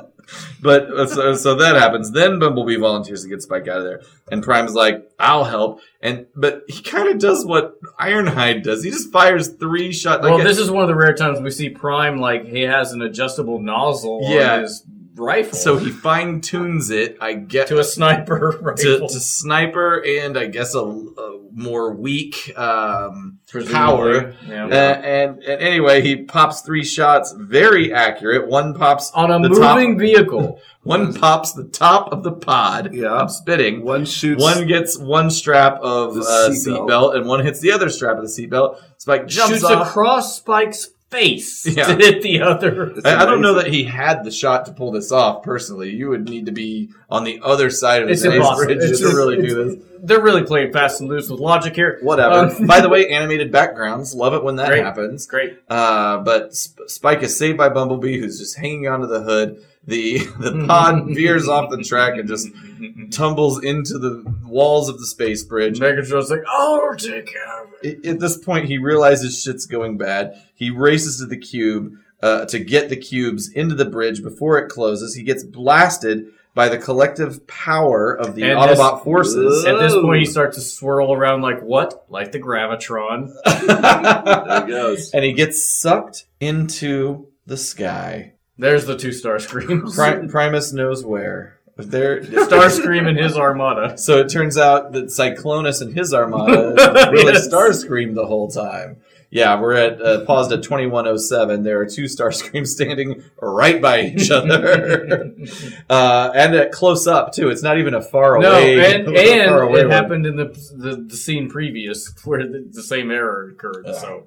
[SPEAKER 1] But uh, so, so that happens. Then Bumblebee volunteers to get Spike out of there, and Prime's like, "I'll help." And but he kind of does what Ironhide does. He just fires three shots.
[SPEAKER 2] Well, this is one of the rare times we see Prime like he has an adjustable nozzle
[SPEAKER 1] Yeah.
[SPEAKER 2] on his rifle,
[SPEAKER 1] so he fine tunes it. I get
[SPEAKER 2] to a sniper
[SPEAKER 1] to,
[SPEAKER 2] rifle.
[SPEAKER 1] to sniper and I guess a, a more weak um,
[SPEAKER 2] Presumably.
[SPEAKER 1] power.
[SPEAKER 2] Yeah.
[SPEAKER 1] Uh, and, and anyway, he pops three shots, very accurate. One pops
[SPEAKER 2] on a
[SPEAKER 1] the top-
[SPEAKER 2] moving vehicle.
[SPEAKER 1] One pops the top of the pod.
[SPEAKER 4] Yeah.
[SPEAKER 1] I'm spitting.
[SPEAKER 4] One shoots.
[SPEAKER 1] One gets one strap of
[SPEAKER 4] The
[SPEAKER 1] uh,
[SPEAKER 4] seatbelt.
[SPEAKER 1] seatbelt, and one hits the other strap of the seatbelt. Spike jumps
[SPEAKER 2] Shoots
[SPEAKER 1] off.
[SPEAKER 2] across Spike's face
[SPEAKER 1] Yeah.
[SPEAKER 2] to hit the other.
[SPEAKER 4] It's
[SPEAKER 1] I, I don't know
[SPEAKER 4] amazing.
[SPEAKER 1] that he had the shot to pull this off. Personally, you would need to be on the other side of the
[SPEAKER 2] It's
[SPEAKER 1] space
[SPEAKER 2] impossible.
[SPEAKER 1] bridge
[SPEAKER 2] It's
[SPEAKER 1] to
[SPEAKER 2] just-
[SPEAKER 1] really
[SPEAKER 2] it's-
[SPEAKER 1] do this.
[SPEAKER 2] They're really playing fast and loose with logic here.
[SPEAKER 1] Whatever.
[SPEAKER 2] Um,
[SPEAKER 1] By the way, animated backgrounds love it when that
[SPEAKER 2] Great.
[SPEAKER 1] happens.
[SPEAKER 2] Great.
[SPEAKER 1] Uh, but Sp- Spike is saved by Bumblebee, who's just hanging onto the hood. the the pod veers off the track and just tumbles into the walls of the space bridge.
[SPEAKER 2] Megatron's like, I'll take care of it.
[SPEAKER 1] I- At this point, he realizes shit's going bad. He races to the cube uh, to get the cubes into the bridge before it closes. He gets blasted by the collective power of the
[SPEAKER 2] And
[SPEAKER 1] Autobot
[SPEAKER 2] this-
[SPEAKER 1] forces.
[SPEAKER 2] At this point, he starts to swirl around like what? Like the Gravitron.
[SPEAKER 9] There he goes.
[SPEAKER 1] and he gets sucked into the sky.
[SPEAKER 2] There's the two star screams.
[SPEAKER 1] Pri- Primus knows where. There,
[SPEAKER 2] Starscream and his armada.
[SPEAKER 1] So it turns out that Cyclonus and his armada is really
[SPEAKER 2] Yes.
[SPEAKER 1] Starscream the whole time. Yeah, we're at uh, paused at 2107. There are two Starscream standing right by each other, uh, and at close up too. It's not even a far
[SPEAKER 2] No,
[SPEAKER 1] away.
[SPEAKER 2] and,
[SPEAKER 1] a
[SPEAKER 2] and
[SPEAKER 1] far away
[SPEAKER 2] it
[SPEAKER 1] one.
[SPEAKER 2] happened in the, the the scene previous where the, the same error occurred. So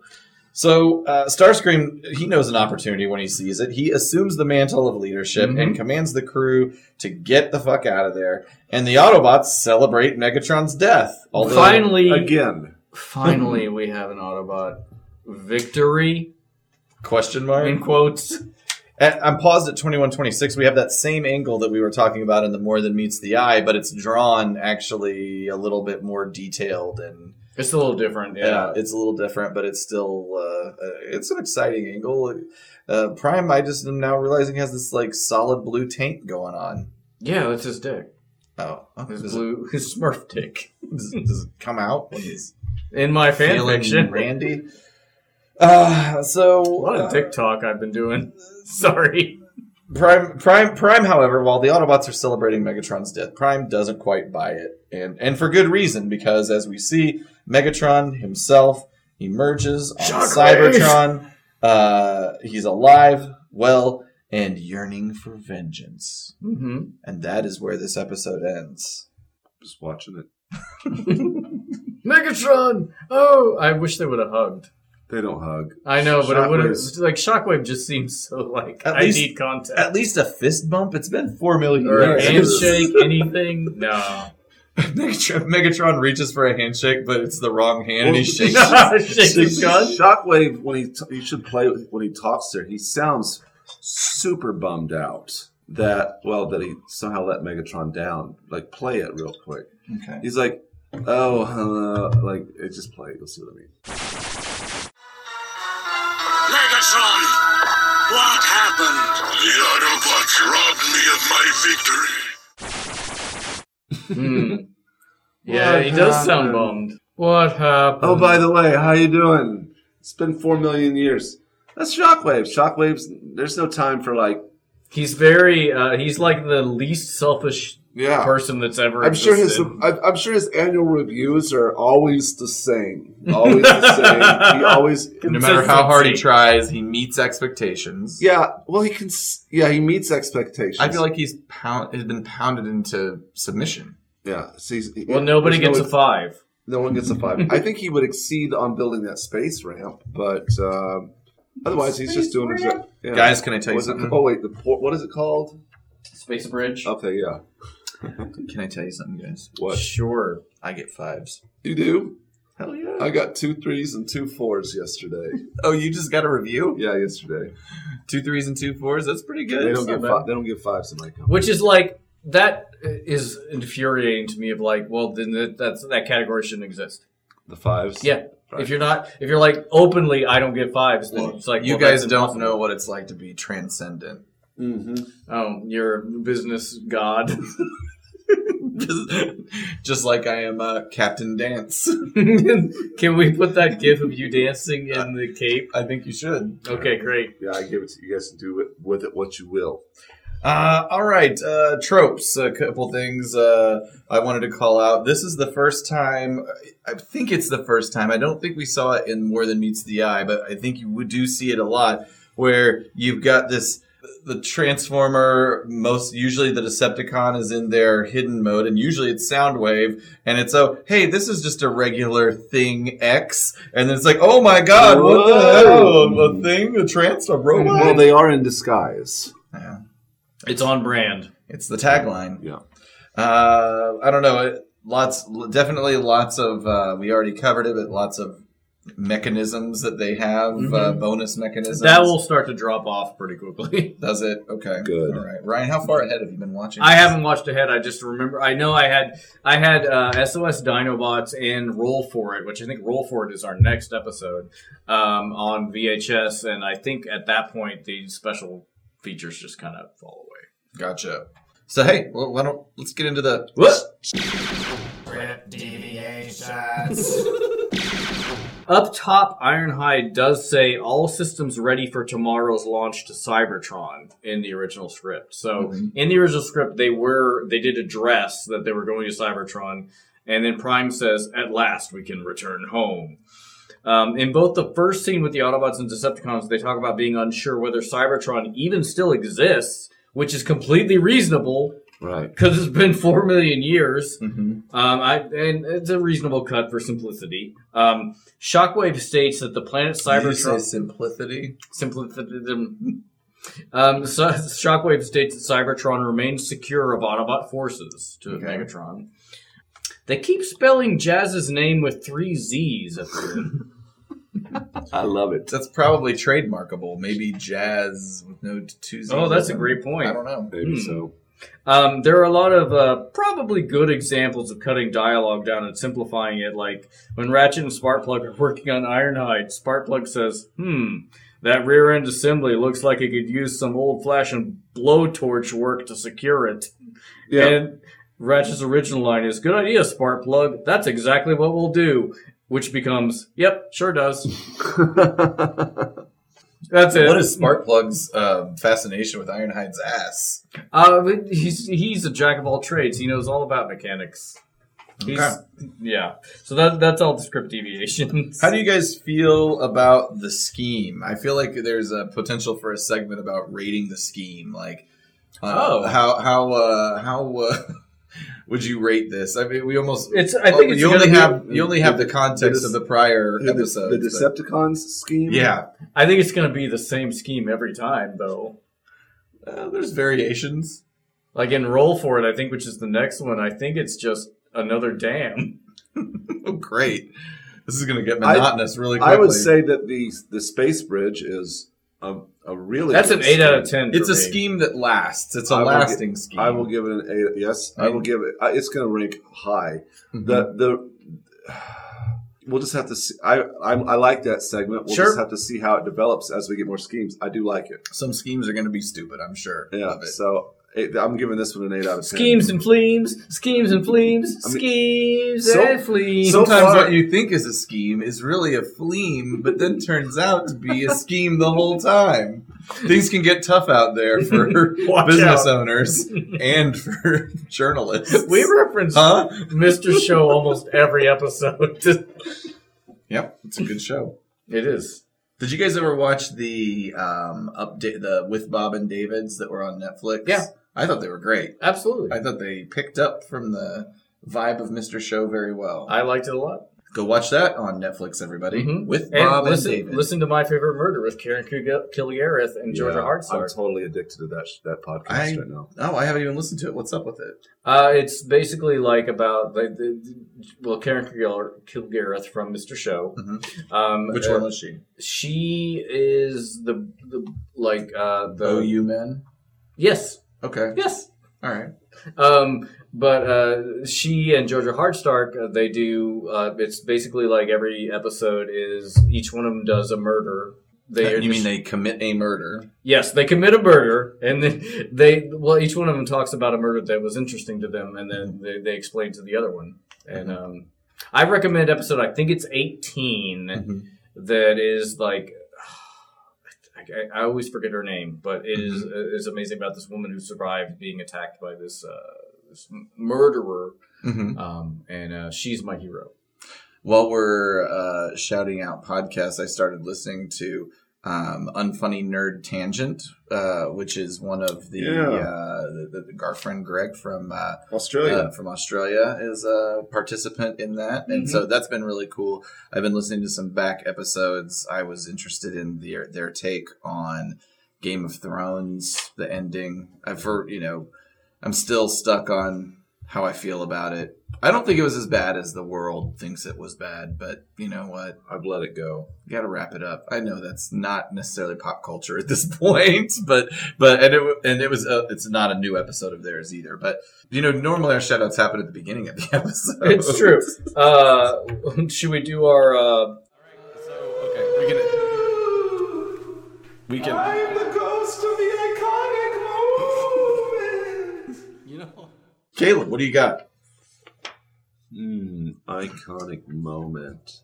[SPEAKER 1] So uh, Starscream, he knows an opportunity when he sees it. He assumes the mantle of leadership
[SPEAKER 2] Mm-hmm.
[SPEAKER 1] and commands the crew to get the fuck out of there. And the Autobots celebrate Megatron's death. Although-
[SPEAKER 2] finally,
[SPEAKER 4] Again,
[SPEAKER 2] finally, we have an Autobot victory
[SPEAKER 1] question mark.
[SPEAKER 2] in quotes.
[SPEAKER 1] At, I'm paused at 2126. We have that same angle that we were talking about in the More Than Meets the Eye, but it's drawn actually a little bit more detailed and
[SPEAKER 2] It's a little different.
[SPEAKER 1] yeah,
[SPEAKER 2] Yeah.
[SPEAKER 1] it's a little different, but it's still uh, uh, it's an exciting angle. Uh, Prime, I just am now realizing has this like solid blue taint going on.
[SPEAKER 2] Yeah, that's his dick.
[SPEAKER 1] Oh, oh,
[SPEAKER 2] His
[SPEAKER 1] does, it,
[SPEAKER 2] blue, his Smurf dick.
[SPEAKER 1] does, it- does it come out when he's
[SPEAKER 2] In my fan
[SPEAKER 1] feeling
[SPEAKER 2] fiction,
[SPEAKER 1] Randy? Uh, so
[SPEAKER 2] a lot of dick talk I've been doing. Sorry.
[SPEAKER 1] Prime, Prime, Prime. However, while the Autobots are celebrating Megatron's death, Prime doesn't quite buy it, and and for good reason, because as we see, Megatron himself emerges on
[SPEAKER 2] Shockwave!
[SPEAKER 1] Cybertron. Uh, he's alive, well, and yearning for vengeance,
[SPEAKER 2] Mm-hmm.
[SPEAKER 1] and that is where this episode ends.
[SPEAKER 4] just watching it.
[SPEAKER 2] Megatron! Oh, I wish they would have hugged.
[SPEAKER 4] They don't hug.
[SPEAKER 2] I know, but it would have
[SPEAKER 4] Shockwave's-
[SPEAKER 2] like Shockwave just seems so like
[SPEAKER 1] At
[SPEAKER 2] I
[SPEAKER 1] least-
[SPEAKER 2] need contact.
[SPEAKER 1] At least a fist bump. It's been four million
[SPEAKER 2] or a
[SPEAKER 1] years.
[SPEAKER 2] handshake, anything? No.
[SPEAKER 1] Megatron, Megatron reaches for a handshake, but it's the wrong hand, and he shakes.
[SPEAKER 2] Shake his gun.
[SPEAKER 4] Shockwave when he t- he should play with- when he talks there. He sounds super bummed out that well that he somehow let Megatron down. Like play it real quick.
[SPEAKER 1] Okay.
[SPEAKER 4] He's like, oh, uh, like it just play. it. You'll see what I mean.
[SPEAKER 3] Megatron! What happened? The Autobots robbed me of my victory.
[SPEAKER 2] Hmm. Yeah,
[SPEAKER 4] What
[SPEAKER 2] he does sound
[SPEAKER 4] happened?
[SPEAKER 2] bummed. What happened?
[SPEAKER 4] Oh, by the way, how you doing? It's been four million years. That's Shockwave. Shockwaves. There's no time for like.
[SPEAKER 2] he's very uh, he's like the least selfish
[SPEAKER 4] Yeah.
[SPEAKER 2] person that's ever.
[SPEAKER 4] I'm sure his.
[SPEAKER 2] existed.
[SPEAKER 4] I'm I'm sure his annual reviews are always the same. Always the same. He always.
[SPEAKER 1] No matter how hard he
[SPEAKER 2] Consistency.
[SPEAKER 1] tries, he meets expectations.
[SPEAKER 4] Yeah. Well, he can. s- Yeah, he meets expectations.
[SPEAKER 1] I feel like he's pound has been pounded into submission.
[SPEAKER 4] Yeah. So he's, he-
[SPEAKER 2] Well, nobody
[SPEAKER 4] there's
[SPEAKER 2] gets
[SPEAKER 4] no,
[SPEAKER 2] a five.
[SPEAKER 4] No one gets a five. I think he would exceed on building that space ramp, but um, otherwise he's just doing. His, yeah.
[SPEAKER 1] Guys, can I tell you
[SPEAKER 4] What's it-
[SPEAKER 1] something?
[SPEAKER 4] oh wait, the port. What is it called?
[SPEAKER 2] Space bridge.
[SPEAKER 4] Okay, yeah.
[SPEAKER 1] Can I tell you something, guys?
[SPEAKER 4] What
[SPEAKER 2] Sure.
[SPEAKER 1] I get fives.
[SPEAKER 4] you do?
[SPEAKER 1] Hell yeah!
[SPEAKER 4] I got two threes and two fours yesterday.
[SPEAKER 1] oh, you just got a review?
[SPEAKER 4] yeah, yesterday.
[SPEAKER 1] Two threes and two fours. That's pretty good.
[SPEAKER 4] They don't
[SPEAKER 1] It's
[SPEAKER 4] get
[SPEAKER 1] not
[SPEAKER 4] five. They don't get fives in my company.
[SPEAKER 2] Which is like that is infuriating to me. Of like, well, then that that's, that category shouldn't exist.
[SPEAKER 4] The fives.
[SPEAKER 2] Yeah.
[SPEAKER 4] Right.
[SPEAKER 2] If you're not, if you're like openly, I don't get fives. Then
[SPEAKER 1] bad.
[SPEAKER 2] it's like
[SPEAKER 1] you
[SPEAKER 2] well,
[SPEAKER 1] guys
[SPEAKER 2] that's
[SPEAKER 1] don't
[SPEAKER 2] impossible.
[SPEAKER 1] know what it's like to be transcendent.
[SPEAKER 4] Mm-hmm.
[SPEAKER 2] Oh, you're a business god.
[SPEAKER 1] just like I am uh, Captain Dance.
[SPEAKER 2] Can we put that gif of you dancing in the cape?
[SPEAKER 1] I think you should.
[SPEAKER 2] Okay, great.
[SPEAKER 4] Yeah, I give it to you guys to do it, with it what you will.
[SPEAKER 1] Uh, all right, uh, tropes. A couple things uh, I wanted to call out. This is the first time. I think it's the first time. I don't think we saw it in More Than Meets the Eye, but I think you do see it a lot. Where you've got this, the Transformer. Most usually, the Decepticon is in their hidden mode, and usually it's Soundwave, and it's oh, hey, this is just a regular thing X, and then it's like, oh my god, what the hell? A thing, a trans, a robot.
[SPEAKER 4] Oh, Well, they are in disguise.
[SPEAKER 1] Yeah.
[SPEAKER 2] It's on brand.
[SPEAKER 1] It's the tagline.
[SPEAKER 4] Yeah.
[SPEAKER 1] Uh, I don't know. It, lots, definitely lots of. Uh, we already covered it, but lots of mechanisms that they have, uh, bonus mechanisms.
[SPEAKER 2] Mm-hmm. That will start to drop off pretty quickly.
[SPEAKER 1] Does it? Okay.
[SPEAKER 4] Good.
[SPEAKER 1] All right. Ryan, how far ahead have you been watching?
[SPEAKER 2] I
[SPEAKER 1] this?
[SPEAKER 2] haven't watched ahead. I just remember. I know I had I had uh, SOS Dinobots and Roll for It, which I think Roll for It is our next episode um, on VHS, and I think at that point the special features just kind of fall away.
[SPEAKER 1] Gotcha. So hey, well, why don't let's get into the
[SPEAKER 2] What? Up top, Ironhide does say all systems ready for tomorrow's launch to Cybertron in the original script. So in the original script, they were they did address that they were going to Cybertron, and then Prime says, "At last, we can return home." Um, in both the first scene with the Autobots and Decepticons, they talk about being unsure whether Cybertron even still exists, which is completely reasonable
[SPEAKER 4] Right.
[SPEAKER 2] because it's been four million years.
[SPEAKER 1] Mm-hmm.
[SPEAKER 2] Um, I, and it's a reasonable cut for simplicity. Um, Shockwave states that the planet
[SPEAKER 1] Did you say
[SPEAKER 2] Cybertron
[SPEAKER 1] simplicity.
[SPEAKER 2] simplicity. Um, so Shockwave states that Cybertron remains secure of Autobot forces to
[SPEAKER 1] Okay.
[SPEAKER 2] Megatron. They keep spelling Jazz's name with three Z's at the end.
[SPEAKER 4] I love it.
[SPEAKER 1] That's probably trademarkable. Maybe jazz with no t- two Z's.
[SPEAKER 2] Oh, that's
[SPEAKER 1] or
[SPEAKER 2] a great
[SPEAKER 1] something.
[SPEAKER 2] point.
[SPEAKER 1] I don't know.
[SPEAKER 4] Maybe
[SPEAKER 2] Hmm.
[SPEAKER 4] so.
[SPEAKER 2] Um, there are a lot of uh, probably good examples of cutting dialogue down and simplifying it. Like when Ratchet and Sparkplug are working on Ironhide, Sparkplug says, "Hmm, that rear-end assembly looks like it could use some old-fashioned blowtorch work to secure it."
[SPEAKER 4] Yeah.
[SPEAKER 2] And Ratchet's original line is, "Good idea, Sparkplug. That's exactly what we'll do." Which becomes, "Yep, sure does." That's it.
[SPEAKER 1] What is Sparkplug's um, fascination with Ironhide's ass?
[SPEAKER 2] Uh, he's he's a jack of all trades. He knows all about mechanics. He's, Yeah. So that that's all the script deviations.
[SPEAKER 1] How do you guys feel about the scheme? I feel like there's a potential for a segment about rating the scheme. Like, uh,
[SPEAKER 2] Oh.
[SPEAKER 1] how how uh, how uh, would you rate this? I mean, we almost
[SPEAKER 2] It's. I think
[SPEAKER 1] Oh,
[SPEAKER 2] it's
[SPEAKER 1] you
[SPEAKER 2] gonna
[SPEAKER 1] only
[SPEAKER 2] be-
[SPEAKER 1] have you only have the context
[SPEAKER 4] the-
[SPEAKER 1] of the prior
[SPEAKER 4] The,
[SPEAKER 1] episode.
[SPEAKER 4] the Decepticons scheme.
[SPEAKER 1] yeah,
[SPEAKER 2] I think it's gonna be the same scheme every time, though.
[SPEAKER 1] uh, there's variations.
[SPEAKER 2] Like in roll for it, I think, which is the next one. I think it's just another dam.
[SPEAKER 1] Oh, great! This is gonna get
[SPEAKER 4] I-
[SPEAKER 1] monotonous really quickly.
[SPEAKER 4] I would say that the the space bridge is a, a really
[SPEAKER 2] That's
[SPEAKER 4] good
[SPEAKER 2] an eight out of
[SPEAKER 4] scheme.
[SPEAKER 2] ten. for
[SPEAKER 1] it's a
[SPEAKER 2] me.
[SPEAKER 1] scheme that lasts. It's a
[SPEAKER 4] I will
[SPEAKER 1] lasting scheme.
[SPEAKER 4] I will give it an eight. Yes, I will give it. I- It's going to rank high. The the we'll just have to see. I I, I like that segment. We'll
[SPEAKER 1] Sure.
[SPEAKER 4] just have to see how it develops as we get more schemes. I do like it.
[SPEAKER 1] Some schemes are gonna be stupid. I'm sure.
[SPEAKER 4] Yeah.
[SPEAKER 1] Of it.
[SPEAKER 4] So it, I'm giving this one an eight out of ten.
[SPEAKER 2] Schemes and fleams, schemes and fleams,
[SPEAKER 4] I mean,
[SPEAKER 2] schemes
[SPEAKER 4] so-
[SPEAKER 2] and fleams.
[SPEAKER 4] so
[SPEAKER 1] Sometimes
[SPEAKER 4] far-
[SPEAKER 1] what you think is a scheme is really a fleam, but then turns out to be a scheme the whole time. Things can get tough out there for
[SPEAKER 2] Watch
[SPEAKER 1] business
[SPEAKER 2] out.
[SPEAKER 1] owners and for journalists.
[SPEAKER 2] we reference
[SPEAKER 1] huh?
[SPEAKER 2] Mr. Show almost every episode.
[SPEAKER 1] Yep, it's a good show.
[SPEAKER 2] it is.
[SPEAKER 1] Did you guys ever watch the um update the with Bob and David's that were on Netflix?
[SPEAKER 2] Yeah.
[SPEAKER 1] I thought they were great.
[SPEAKER 2] Absolutely.
[SPEAKER 1] I thought they picked up from the vibe of Mr. Show very well.
[SPEAKER 2] I liked it a lot.
[SPEAKER 1] Go watch that on Netflix, everybody.
[SPEAKER 2] Mhm.
[SPEAKER 1] With
[SPEAKER 2] And
[SPEAKER 1] Bob and,
[SPEAKER 2] listen,
[SPEAKER 1] David.
[SPEAKER 2] listen to my favorite murder with Karen Kug- Kilgareth and Georgia
[SPEAKER 4] Yeah, I'm
[SPEAKER 2] Hardstark.
[SPEAKER 4] totally addicted to that that podcast
[SPEAKER 1] I-
[SPEAKER 4] right now.
[SPEAKER 1] Oh, I haven't even listened to it. What's up with it?
[SPEAKER 2] uh, it's basically like about like the, well Karen Kilgar- Kilgareth from Mr. Show. Um,
[SPEAKER 1] Mm-hmm. Which
[SPEAKER 2] uh,
[SPEAKER 1] one was she?
[SPEAKER 2] She is the, the like uh, the
[SPEAKER 1] Oh, you men.
[SPEAKER 2] yes
[SPEAKER 1] Okay.
[SPEAKER 2] yes
[SPEAKER 1] All right.
[SPEAKER 2] Um, but uh, she and Georgia Hardstark, uh, they do. Uh, it's basically like every episode is each one of them does a murder. They
[SPEAKER 1] you mean they commit a murder?
[SPEAKER 2] Yes, they commit a murder, and then they well, each one of them talks about a murder that was interesting to them, and then they, they explain to the other one. And um, I recommend episode. I think it's 18
[SPEAKER 1] Mm-hmm.
[SPEAKER 2] that is like. I, I always forget her name, but it is uh, is amazing about this woman who survived being attacked by this uh, this m- murderer,
[SPEAKER 1] Mm-hmm.
[SPEAKER 2] um, and uh, she's my hero.
[SPEAKER 1] While we're uh, shouting out podcasts, I started listening to um, Unfunny Nerd Tangent, uh, which is one of the,
[SPEAKER 4] Yeah.
[SPEAKER 1] uh, the, the our friend Greg from uh,
[SPEAKER 4] Australia.
[SPEAKER 1] uh, from Australia is a participant in that, and so that's been really cool. I've been listening to some back episodes. I was interested in their their take on Game of Thrones, the ending. I've heard, you know, I'm still stuck on how I feel about it. I don't think it was as bad as the world thinks it was bad, but you know what?
[SPEAKER 4] I've let it go.
[SPEAKER 1] You got to wrap it up. I know that's not necessarily pop culture at this point, but but and it wa- and it was uh it's not a new episode of theirs either. But you know, normally our shout outs happen at the beginning of the episode.
[SPEAKER 2] It's true. Uh, should we do our? Uh...
[SPEAKER 1] Okay, we can. We can.
[SPEAKER 10] I'm the ghost of the iconic moment.
[SPEAKER 2] You know,
[SPEAKER 1] Caleb, what do you got?
[SPEAKER 4] Mm, iconic moment.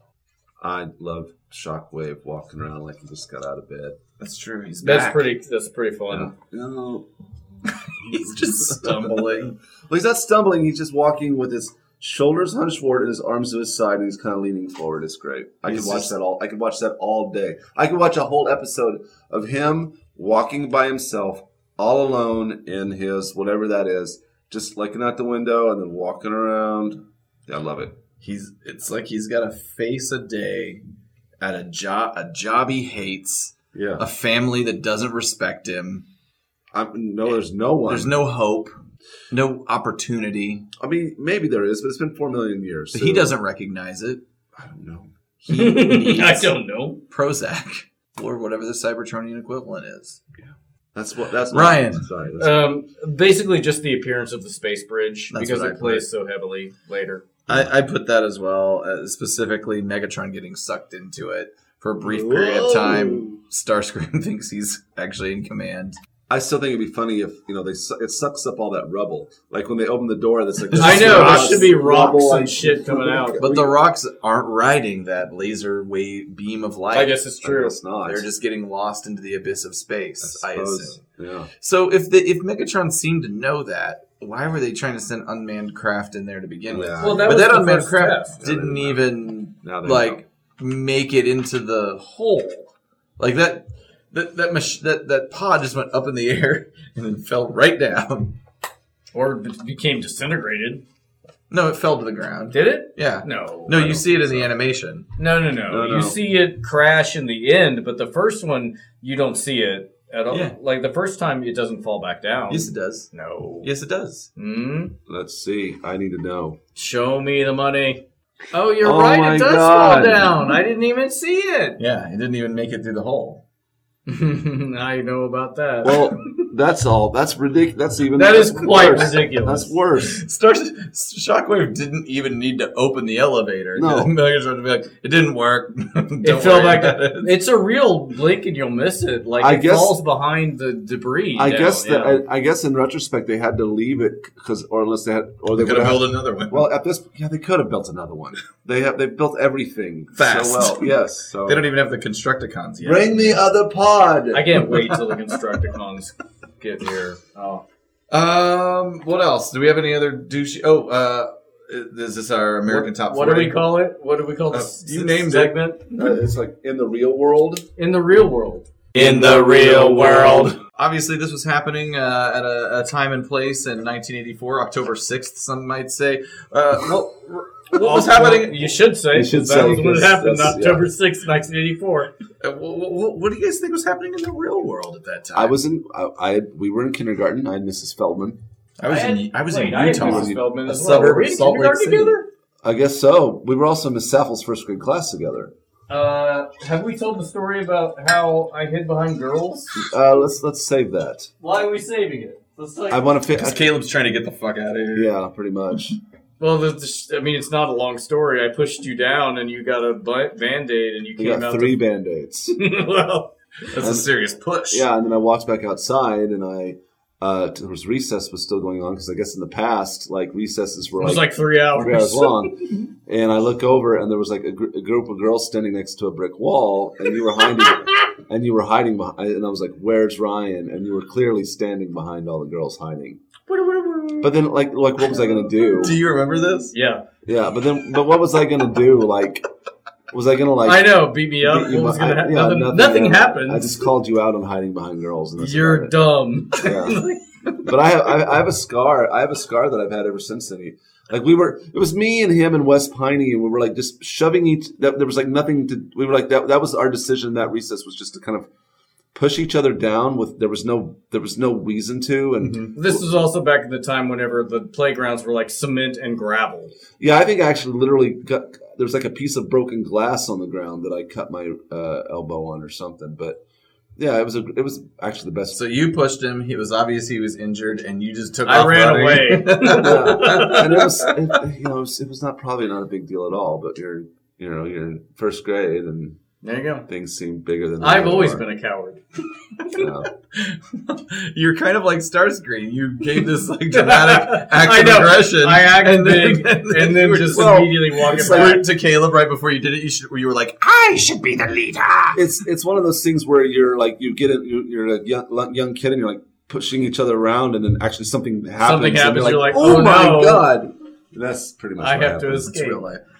[SPEAKER 4] I love Shockwave walking around like he just got out of bed.
[SPEAKER 1] That's true. He's
[SPEAKER 2] that's
[SPEAKER 1] back.
[SPEAKER 2] pretty. That's pretty fun.
[SPEAKER 4] No,
[SPEAKER 1] He's just stumbling.
[SPEAKER 4] well, he's not stumbling. He's just walking with his shoulders hunched forward and his arms to his side, and he's kind of leaning forward. It's great. I
[SPEAKER 1] He's
[SPEAKER 4] could watch
[SPEAKER 1] just-
[SPEAKER 4] that all. I could watch that all day. I could watch a whole episode of him walking by himself, all alone in his whatever that is, just looking out the window and then walking around. Yeah, I love it.
[SPEAKER 1] He's it's like he's got to face a day at a job a job he hates,
[SPEAKER 4] Yeah,
[SPEAKER 1] a family that doesn't respect him.
[SPEAKER 4] I, no, there's no one.
[SPEAKER 1] There's no hope, no opportunity.
[SPEAKER 4] I mean, maybe there is, but it's been four million years.
[SPEAKER 1] But he
[SPEAKER 4] so-
[SPEAKER 1] doesn't recognize it.
[SPEAKER 4] I don't know.
[SPEAKER 1] He
[SPEAKER 2] I
[SPEAKER 1] needs
[SPEAKER 2] don't know.
[SPEAKER 1] Prozac or whatever the Cybertronian equivalent is.
[SPEAKER 4] That's what. That's
[SPEAKER 1] Ryan.
[SPEAKER 4] Sorry, that's-
[SPEAKER 2] Um, basically, just the appearance of the space bridge
[SPEAKER 1] That's
[SPEAKER 2] because
[SPEAKER 1] what I
[SPEAKER 2] it plays so heavily later.
[SPEAKER 1] I, I put that as well, uh, specifically Megatron getting sucked into it for a brief period of time. Starscream thinks he's actually in command.
[SPEAKER 4] I still think it'd be funny if you know they su- it sucks up all that rubble. Like when they open the door, that's like
[SPEAKER 2] I know there
[SPEAKER 4] rocks.
[SPEAKER 2] should be rocks
[SPEAKER 4] Rubble,
[SPEAKER 2] and
[SPEAKER 4] I-
[SPEAKER 2] shit coming out.
[SPEAKER 1] But the rocks aren't riding that laser wave beam of light.
[SPEAKER 2] I guess it's
[SPEAKER 4] I
[SPEAKER 2] true.
[SPEAKER 4] guess not.
[SPEAKER 1] They're just getting lost into the abyss of space. I,
[SPEAKER 4] suppose.
[SPEAKER 1] assume.
[SPEAKER 4] Yeah.
[SPEAKER 1] So if the, if Megatron seemed to know that, why were they trying to send unmanned craft in there to begin with?
[SPEAKER 4] Yeah.
[SPEAKER 2] Well, that
[SPEAKER 1] but
[SPEAKER 2] was
[SPEAKER 1] that
[SPEAKER 2] the
[SPEAKER 1] unmanned
[SPEAKER 2] first
[SPEAKER 1] craft
[SPEAKER 2] test.
[SPEAKER 1] didn't
[SPEAKER 4] Yeah, they
[SPEAKER 1] even
[SPEAKER 4] Now they know.
[SPEAKER 1] like make it into the hole. Like that that that mach- that that pod just went up in the air and then fell right down.
[SPEAKER 2] or it became disintegrated.
[SPEAKER 1] No, it fell to the ground.
[SPEAKER 2] Did it?
[SPEAKER 1] Yeah.
[SPEAKER 2] No.
[SPEAKER 1] No, you see it in the animation.
[SPEAKER 2] No, no, no.
[SPEAKER 4] No,
[SPEAKER 2] you
[SPEAKER 4] no.
[SPEAKER 2] see it crash in the end, but the first one you don't see it at all.
[SPEAKER 1] Yeah.
[SPEAKER 2] Like the first time, it doesn't fall back down.
[SPEAKER 1] Yes, it does.
[SPEAKER 2] No.
[SPEAKER 1] Yes, it does.
[SPEAKER 2] Mm,
[SPEAKER 4] Let's see. I need to know.
[SPEAKER 2] show me the money. Oh, you're
[SPEAKER 4] Oh
[SPEAKER 2] right.
[SPEAKER 4] my
[SPEAKER 2] It does fall
[SPEAKER 4] God.
[SPEAKER 2] down. I didn't even see it.
[SPEAKER 1] Yeah, it didn't even make it through the hole.
[SPEAKER 2] I know about that.
[SPEAKER 4] Well, that's all. That's ridiculous. That's even.
[SPEAKER 2] that is
[SPEAKER 4] that's
[SPEAKER 2] quite
[SPEAKER 4] worse.
[SPEAKER 2] ridiculous.
[SPEAKER 4] That's worse.
[SPEAKER 1] Stars Shockwave didn't even need to open the elevator.
[SPEAKER 4] No.
[SPEAKER 1] Megatron would be like, it didn't work. Don't
[SPEAKER 2] it fell
[SPEAKER 1] worry
[SPEAKER 2] back
[SPEAKER 1] about
[SPEAKER 2] down.
[SPEAKER 1] it."
[SPEAKER 2] It's a real blink and you'll miss it. Like
[SPEAKER 4] I
[SPEAKER 2] it
[SPEAKER 4] guess-
[SPEAKER 2] falls behind the debris.
[SPEAKER 4] I
[SPEAKER 2] down,
[SPEAKER 4] guess that.
[SPEAKER 2] yeah.
[SPEAKER 4] I, I guess in retrospect they had to leave it because, or unless they had, or they
[SPEAKER 1] Could have
[SPEAKER 4] would have.
[SPEAKER 1] built another one.
[SPEAKER 4] Well, at this, yeah, they could have built another one. They have. They built everything
[SPEAKER 1] Fast.
[SPEAKER 4] So well, yes. So
[SPEAKER 1] they don't even have the Constructicons yet.
[SPEAKER 4] bring the other pod.
[SPEAKER 2] I can't wait till the Constructicons get here. Oh.
[SPEAKER 1] Um, what else? Do we have any other douchey? Oh, uh, is this our American
[SPEAKER 2] what,
[SPEAKER 1] top?
[SPEAKER 2] What
[SPEAKER 1] 40?
[SPEAKER 2] do we call it? What do we call this?
[SPEAKER 1] Uh, you named
[SPEAKER 2] segment
[SPEAKER 4] Uh, it's like in the real world.
[SPEAKER 2] in the real world.
[SPEAKER 1] in the real world? Obviously, this was happening uh, at a, a time and place in 1984, October 6th. Some might say. Uh, well, what was happening?
[SPEAKER 2] Oh, You should say.
[SPEAKER 4] You should
[SPEAKER 2] that
[SPEAKER 4] say,
[SPEAKER 2] was what
[SPEAKER 4] because
[SPEAKER 2] happened
[SPEAKER 4] that's-
[SPEAKER 2] October sixth, nineteen eighty-four.
[SPEAKER 1] uh, wh- wh- what do you guys think was happening in the real world at that time?
[SPEAKER 4] I was in. I, I we were in kindergarten. I had Mrs. Feldman.
[SPEAKER 1] I was in. I was
[SPEAKER 2] wait,
[SPEAKER 1] in Utah.
[SPEAKER 2] I had Mrs. Feldman
[SPEAKER 1] a
[SPEAKER 2] as well.
[SPEAKER 1] suburb
[SPEAKER 2] Were we
[SPEAKER 1] of
[SPEAKER 2] in
[SPEAKER 1] Salt Lake
[SPEAKER 2] kindergarten
[SPEAKER 1] City.
[SPEAKER 2] together?
[SPEAKER 4] I guess so. We were also in Miss Saffel's first grade class together.
[SPEAKER 2] Uh, have we told the story about how I hid behind girls?
[SPEAKER 4] Uh, let's let's save that.
[SPEAKER 2] Why are we saving it? Let's like,
[SPEAKER 4] I want to
[SPEAKER 1] Because
[SPEAKER 4] fit.
[SPEAKER 1] Caleb's trying to get the fuck out of here.
[SPEAKER 4] Yeah, pretty much.
[SPEAKER 2] well, the, the, I mean, it's not a long story. I pushed you down, and you got a band aid, and you
[SPEAKER 4] We
[SPEAKER 2] came
[SPEAKER 4] got
[SPEAKER 2] out.
[SPEAKER 4] three band aids.
[SPEAKER 2] the- well,
[SPEAKER 1] That's a serious push.
[SPEAKER 4] Yeah, and then I walked back outside, and I uh, there was recess was still going on because I guess in the past, like recesses were
[SPEAKER 2] it was like three hours.
[SPEAKER 4] three hours long. And I look over, and there was like a, gr- a group of girls standing next to a brick wall, and you were hiding, and you were hiding behind. And I was like, "Where's Ryan?" And you were clearly standing behind all the girls hiding. But then, like, like what was I gonna do?
[SPEAKER 1] Do you remember this?
[SPEAKER 2] Yeah,
[SPEAKER 4] Yeah, but then, but what was I gonna do? Like, was I gonna like?
[SPEAKER 2] I know. Beat me up.
[SPEAKER 4] beat you
[SPEAKER 2] What was
[SPEAKER 4] behind-
[SPEAKER 2] gonna happen?
[SPEAKER 4] yeah,
[SPEAKER 2] nothing, nothing
[SPEAKER 4] happened.
[SPEAKER 2] happened.
[SPEAKER 4] I just called you out on hiding behind girls. And that's
[SPEAKER 2] You're
[SPEAKER 4] about it.
[SPEAKER 2] dumb.
[SPEAKER 4] Yeah. but I have I, I have a scar. I have a scar that I've had ever since then. He- Like we were, it was me and him and West Piney, and we were like just shoving each. That, there was like nothing to. We were like that. That was our decision. That recess was just to kind of push each other down with there was no there was no reason to and
[SPEAKER 2] This is also back at the time whenever the playgrounds were like cement and gravel.
[SPEAKER 4] yeah I think I actually literally got there's like a piece of broken glass on the ground that I cut my uh, elbow on or something but yeah it was a it was actually the best
[SPEAKER 1] So you pushed him. It was obvious he was injured, and you just took.
[SPEAKER 2] I
[SPEAKER 1] off
[SPEAKER 2] ran
[SPEAKER 1] running.
[SPEAKER 2] away.
[SPEAKER 4] Yeah. and it was, it, you know, it was, it was not probably not a big deal at all. But you're, you know, you're in first grade, and
[SPEAKER 2] There you go.
[SPEAKER 4] things seem bigger than. they
[SPEAKER 2] I've
[SPEAKER 4] really
[SPEAKER 2] always
[SPEAKER 4] are.
[SPEAKER 2] been a coward.
[SPEAKER 4] You know.
[SPEAKER 1] You're kind of like Starscream. You gave this like dramatic act
[SPEAKER 2] I
[SPEAKER 1] of
[SPEAKER 2] know.
[SPEAKER 1] aggression.
[SPEAKER 2] I act
[SPEAKER 1] and
[SPEAKER 2] big,
[SPEAKER 1] then,
[SPEAKER 2] and then
[SPEAKER 1] you were
[SPEAKER 2] just
[SPEAKER 1] well,
[SPEAKER 2] immediately walk it
[SPEAKER 1] It's
[SPEAKER 2] back.
[SPEAKER 1] like to Caleb right before you did it. You should. You were like, I should be the leader.
[SPEAKER 4] It's it's one of those things where you're like you get it, you're, you're a young, young kid, and you're like pushing each other around, and then actually something happens.
[SPEAKER 2] Something
[SPEAKER 4] and
[SPEAKER 2] happens, you're like,
[SPEAKER 4] oh,
[SPEAKER 2] "Oh,
[SPEAKER 4] my
[SPEAKER 2] no."
[SPEAKER 4] god! And that's pretty much.
[SPEAKER 2] I
[SPEAKER 4] what
[SPEAKER 2] have to
[SPEAKER 4] happens.
[SPEAKER 2] escape.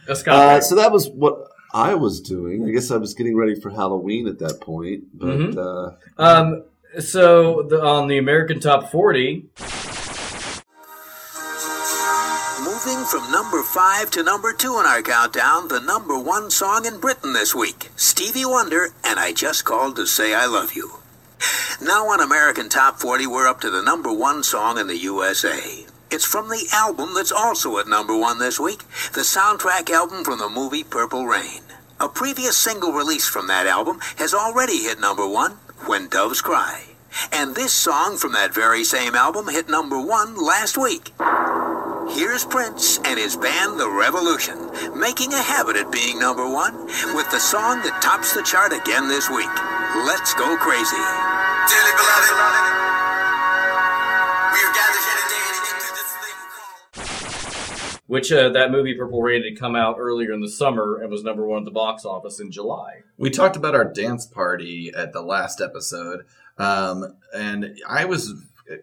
[SPEAKER 2] A Scott
[SPEAKER 4] Uh, so that was what I was doing. I guess I was getting ready for Halloween at that point, but
[SPEAKER 2] Mhm.
[SPEAKER 4] uh,
[SPEAKER 2] Um, so the, on the American Top 40,
[SPEAKER 6] Moving from number five to number two in our countdown, the number one song in Britain this week Stevie Wonder, and I just called to say I love you. Now on American Top 40, we're up to the number one song in the USA. It's from the album that's also at number one this week the soundtrack album from the movie Purple Rain. A previous single release from that album has already hit number one When Doves Cry. And this song from that very same album hit number one last week. Here's Prince and his band The Revolution, making a habit at being number one with the song that tops the chart again this week. Let's go crazy.
[SPEAKER 7] Dearly beloved, we are gathered here today to do this thing called.
[SPEAKER 2] which uh, that movie Purple Rain had come out earlier in the summer and was number one at the box office in July.
[SPEAKER 1] We talked about our dance party at the last episode, um, and I was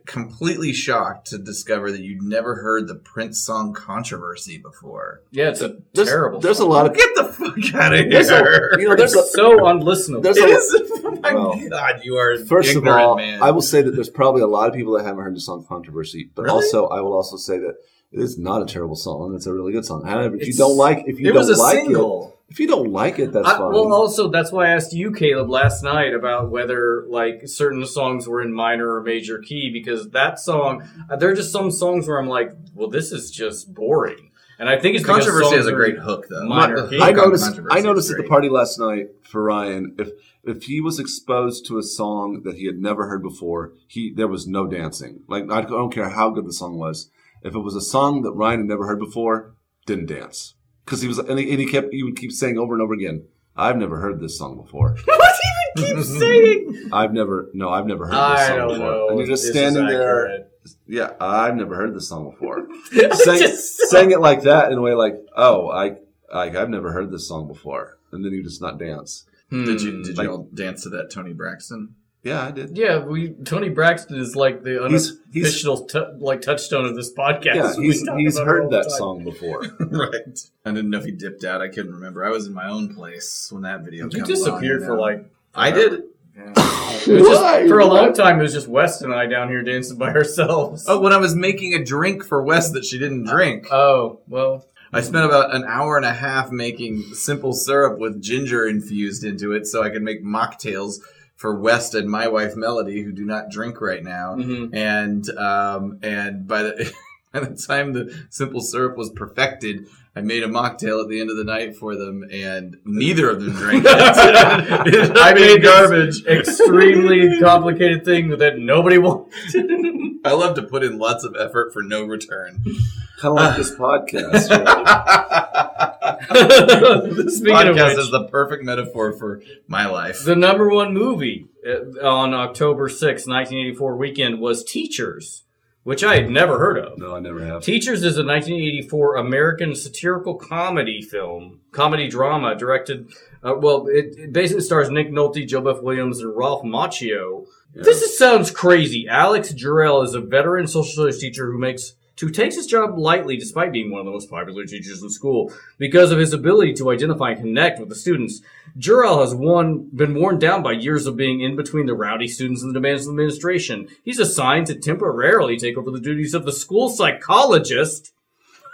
[SPEAKER 1] completely shocked to discover that you'd never heard the Prince song controversy before.
[SPEAKER 2] Yeah, it's a
[SPEAKER 4] there's,
[SPEAKER 2] terrible.
[SPEAKER 4] There's
[SPEAKER 2] song.
[SPEAKER 4] a lot of
[SPEAKER 1] Get the fuck out of
[SPEAKER 4] there's
[SPEAKER 1] here!
[SPEAKER 4] a, you know, there's a,
[SPEAKER 2] It's so unlistenable.
[SPEAKER 4] there's
[SPEAKER 1] It
[SPEAKER 4] a-
[SPEAKER 1] is. Oh my
[SPEAKER 4] Well,
[SPEAKER 1] god, you are an
[SPEAKER 4] First of
[SPEAKER 1] ignorant
[SPEAKER 4] all,
[SPEAKER 1] man.
[SPEAKER 4] I will say that there's probably a lot of people that haven't heard the song "Controversy," but
[SPEAKER 1] Really?
[SPEAKER 4] also I will also say that it is not a terrible song. It's a really good song. However, if you
[SPEAKER 1] It's-
[SPEAKER 4] don't like, if you
[SPEAKER 1] it
[SPEAKER 4] don't
[SPEAKER 1] was a
[SPEAKER 4] like
[SPEAKER 1] single.
[SPEAKER 4] it, if you don't like it, that's
[SPEAKER 2] I,
[SPEAKER 4] fine.
[SPEAKER 2] well, also that's why I asked you, Caleb, last night about whether like certain songs were in minor or major key because that song, uh, there are just some songs where I'm like, well, this is just boring, and I think it's because
[SPEAKER 1] Controversy has
[SPEAKER 2] songs
[SPEAKER 1] a
[SPEAKER 2] are-
[SPEAKER 1] great hook, though.
[SPEAKER 2] minor
[SPEAKER 1] The
[SPEAKER 2] key.
[SPEAKER 1] hook
[SPEAKER 4] I
[SPEAKER 1] on
[SPEAKER 4] noticed.
[SPEAKER 1] Controversy
[SPEAKER 4] I
[SPEAKER 1] is
[SPEAKER 4] noticed at the
[SPEAKER 1] great.
[SPEAKER 4] party last night for Ryan. If if he was exposed to a song that he had never heard before, he there was no dancing. Like I don't care how good the song was. If it was a song that Ryan had never heard before, didn't dance because he was and he, and he kept he would keep saying over and over again. I've never heard this song before.
[SPEAKER 2] what do you even keep saying?
[SPEAKER 4] I've never no, I've never heard this
[SPEAKER 2] I
[SPEAKER 4] song
[SPEAKER 2] don't
[SPEAKER 4] before.
[SPEAKER 2] know.
[SPEAKER 4] And
[SPEAKER 2] if
[SPEAKER 4] you're just
[SPEAKER 2] this is
[SPEAKER 4] standing there.
[SPEAKER 2] accurate.
[SPEAKER 4] Yeah, I've never heard this song before.
[SPEAKER 2] It's
[SPEAKER 4] Sang,
[SPEAKER 2] just-
[SPEAKER 4] sang it like that in a way like, oh, I, I I've never heard this song before, and then you just not dance.
[SPEAKER 1] Did you did
[SPEAKER 4] Like-
[SPEAKER 1] you all dance to that Tony Braxton?
[SPEAKER 4] Yeah, I did.
[SPEAKER 2] Yeah, we Tony Braxton is like the
[SPEAKER 4] He's- he's-
[SPEAKER 2] unofficial t- like touchstone of this podcast.
[SPEAKER 4] Yeah,
[SPEAKER 2] We
[SPEAKER 4] he's
[SPEAKER 2] talk
[SPEAKER 4] he's
[SPEAKER 2] about it all
[SPEAKER 4] heard
[SPEAKER 2] the
[SPEAKER 4] that
[SPEAKER 2] time.
[SPEAKER 4] song before.
[SPEAKER 1] right. I didn't know if he dipped out. I couldn't remember. I was in my own place when that video.
[SPEAKER 2] You
[SPEAKER 1] comes
[SPEAKER 2] disappeared
[SPEAKER 1] on,
[SPEAKER 2] for
[SPEAKER 1] you know.
[SPEAKER 2] like
[SPEAKER 1] I did.
[SPEAKER 2] it was just-
[SPEAKER 4] Why?
[SPEAKER 2] for a long time. It was just West and I down here dancing by ourselves.
[SPEAKER 1] Oh, when I was making a drink for Wes that she didn't drink,
[SPEAKER 2] oh well,
[SPEAKER 1] I spent about an hour and a half making simple syrup with ginger infused into it, so I could make mocktails for West and my wife Melody, who do not drink right now.
[SPEAKER 2] mhm.
[SPEAKER 1] and um, and by the by the time the simple syrup was perfected, I made a mocktail at the end of the night for them, and neither of them drank. it.
[SPEAKER 2] I made garbage. Extremely complicated thing that nobody wanted.
[SPEAKER 1] I love to put in lots of effort for no return.
[SPEAKER 4] kind of like this podcast. right?
[SPEAKER 1] This
[SPEAKER 2] Speaking of
[SPEAKER 1] podcast
[SPEAKER 2] which,
[SPEAKER 1] is the perfect metaphor for my life.
[SPEAKER 2] The number one movie uh, on October sixth, 1984 weekend was Teachers, which I had never heard of.
[SPEAKER 4] No, I never have.
[SPEAKER 2] Teachers is a 1984 American satirical comedy film, comedy drama directed. Uh, well, it, it basically stars Nick Nolte, Joe Beth Williams, and Ralph Macchio. This is, sounds crazy. Alex Jarrell is a veteran social studies teacher who makes who takes his job lightly despite being one of the most popular teachers in school because of his ability to identify and connect with the students. Jarrell has one been worn down by years of being in between the rowdy students and the demands of the administration. He's assigned to temporarily take over the duties of the school psychologist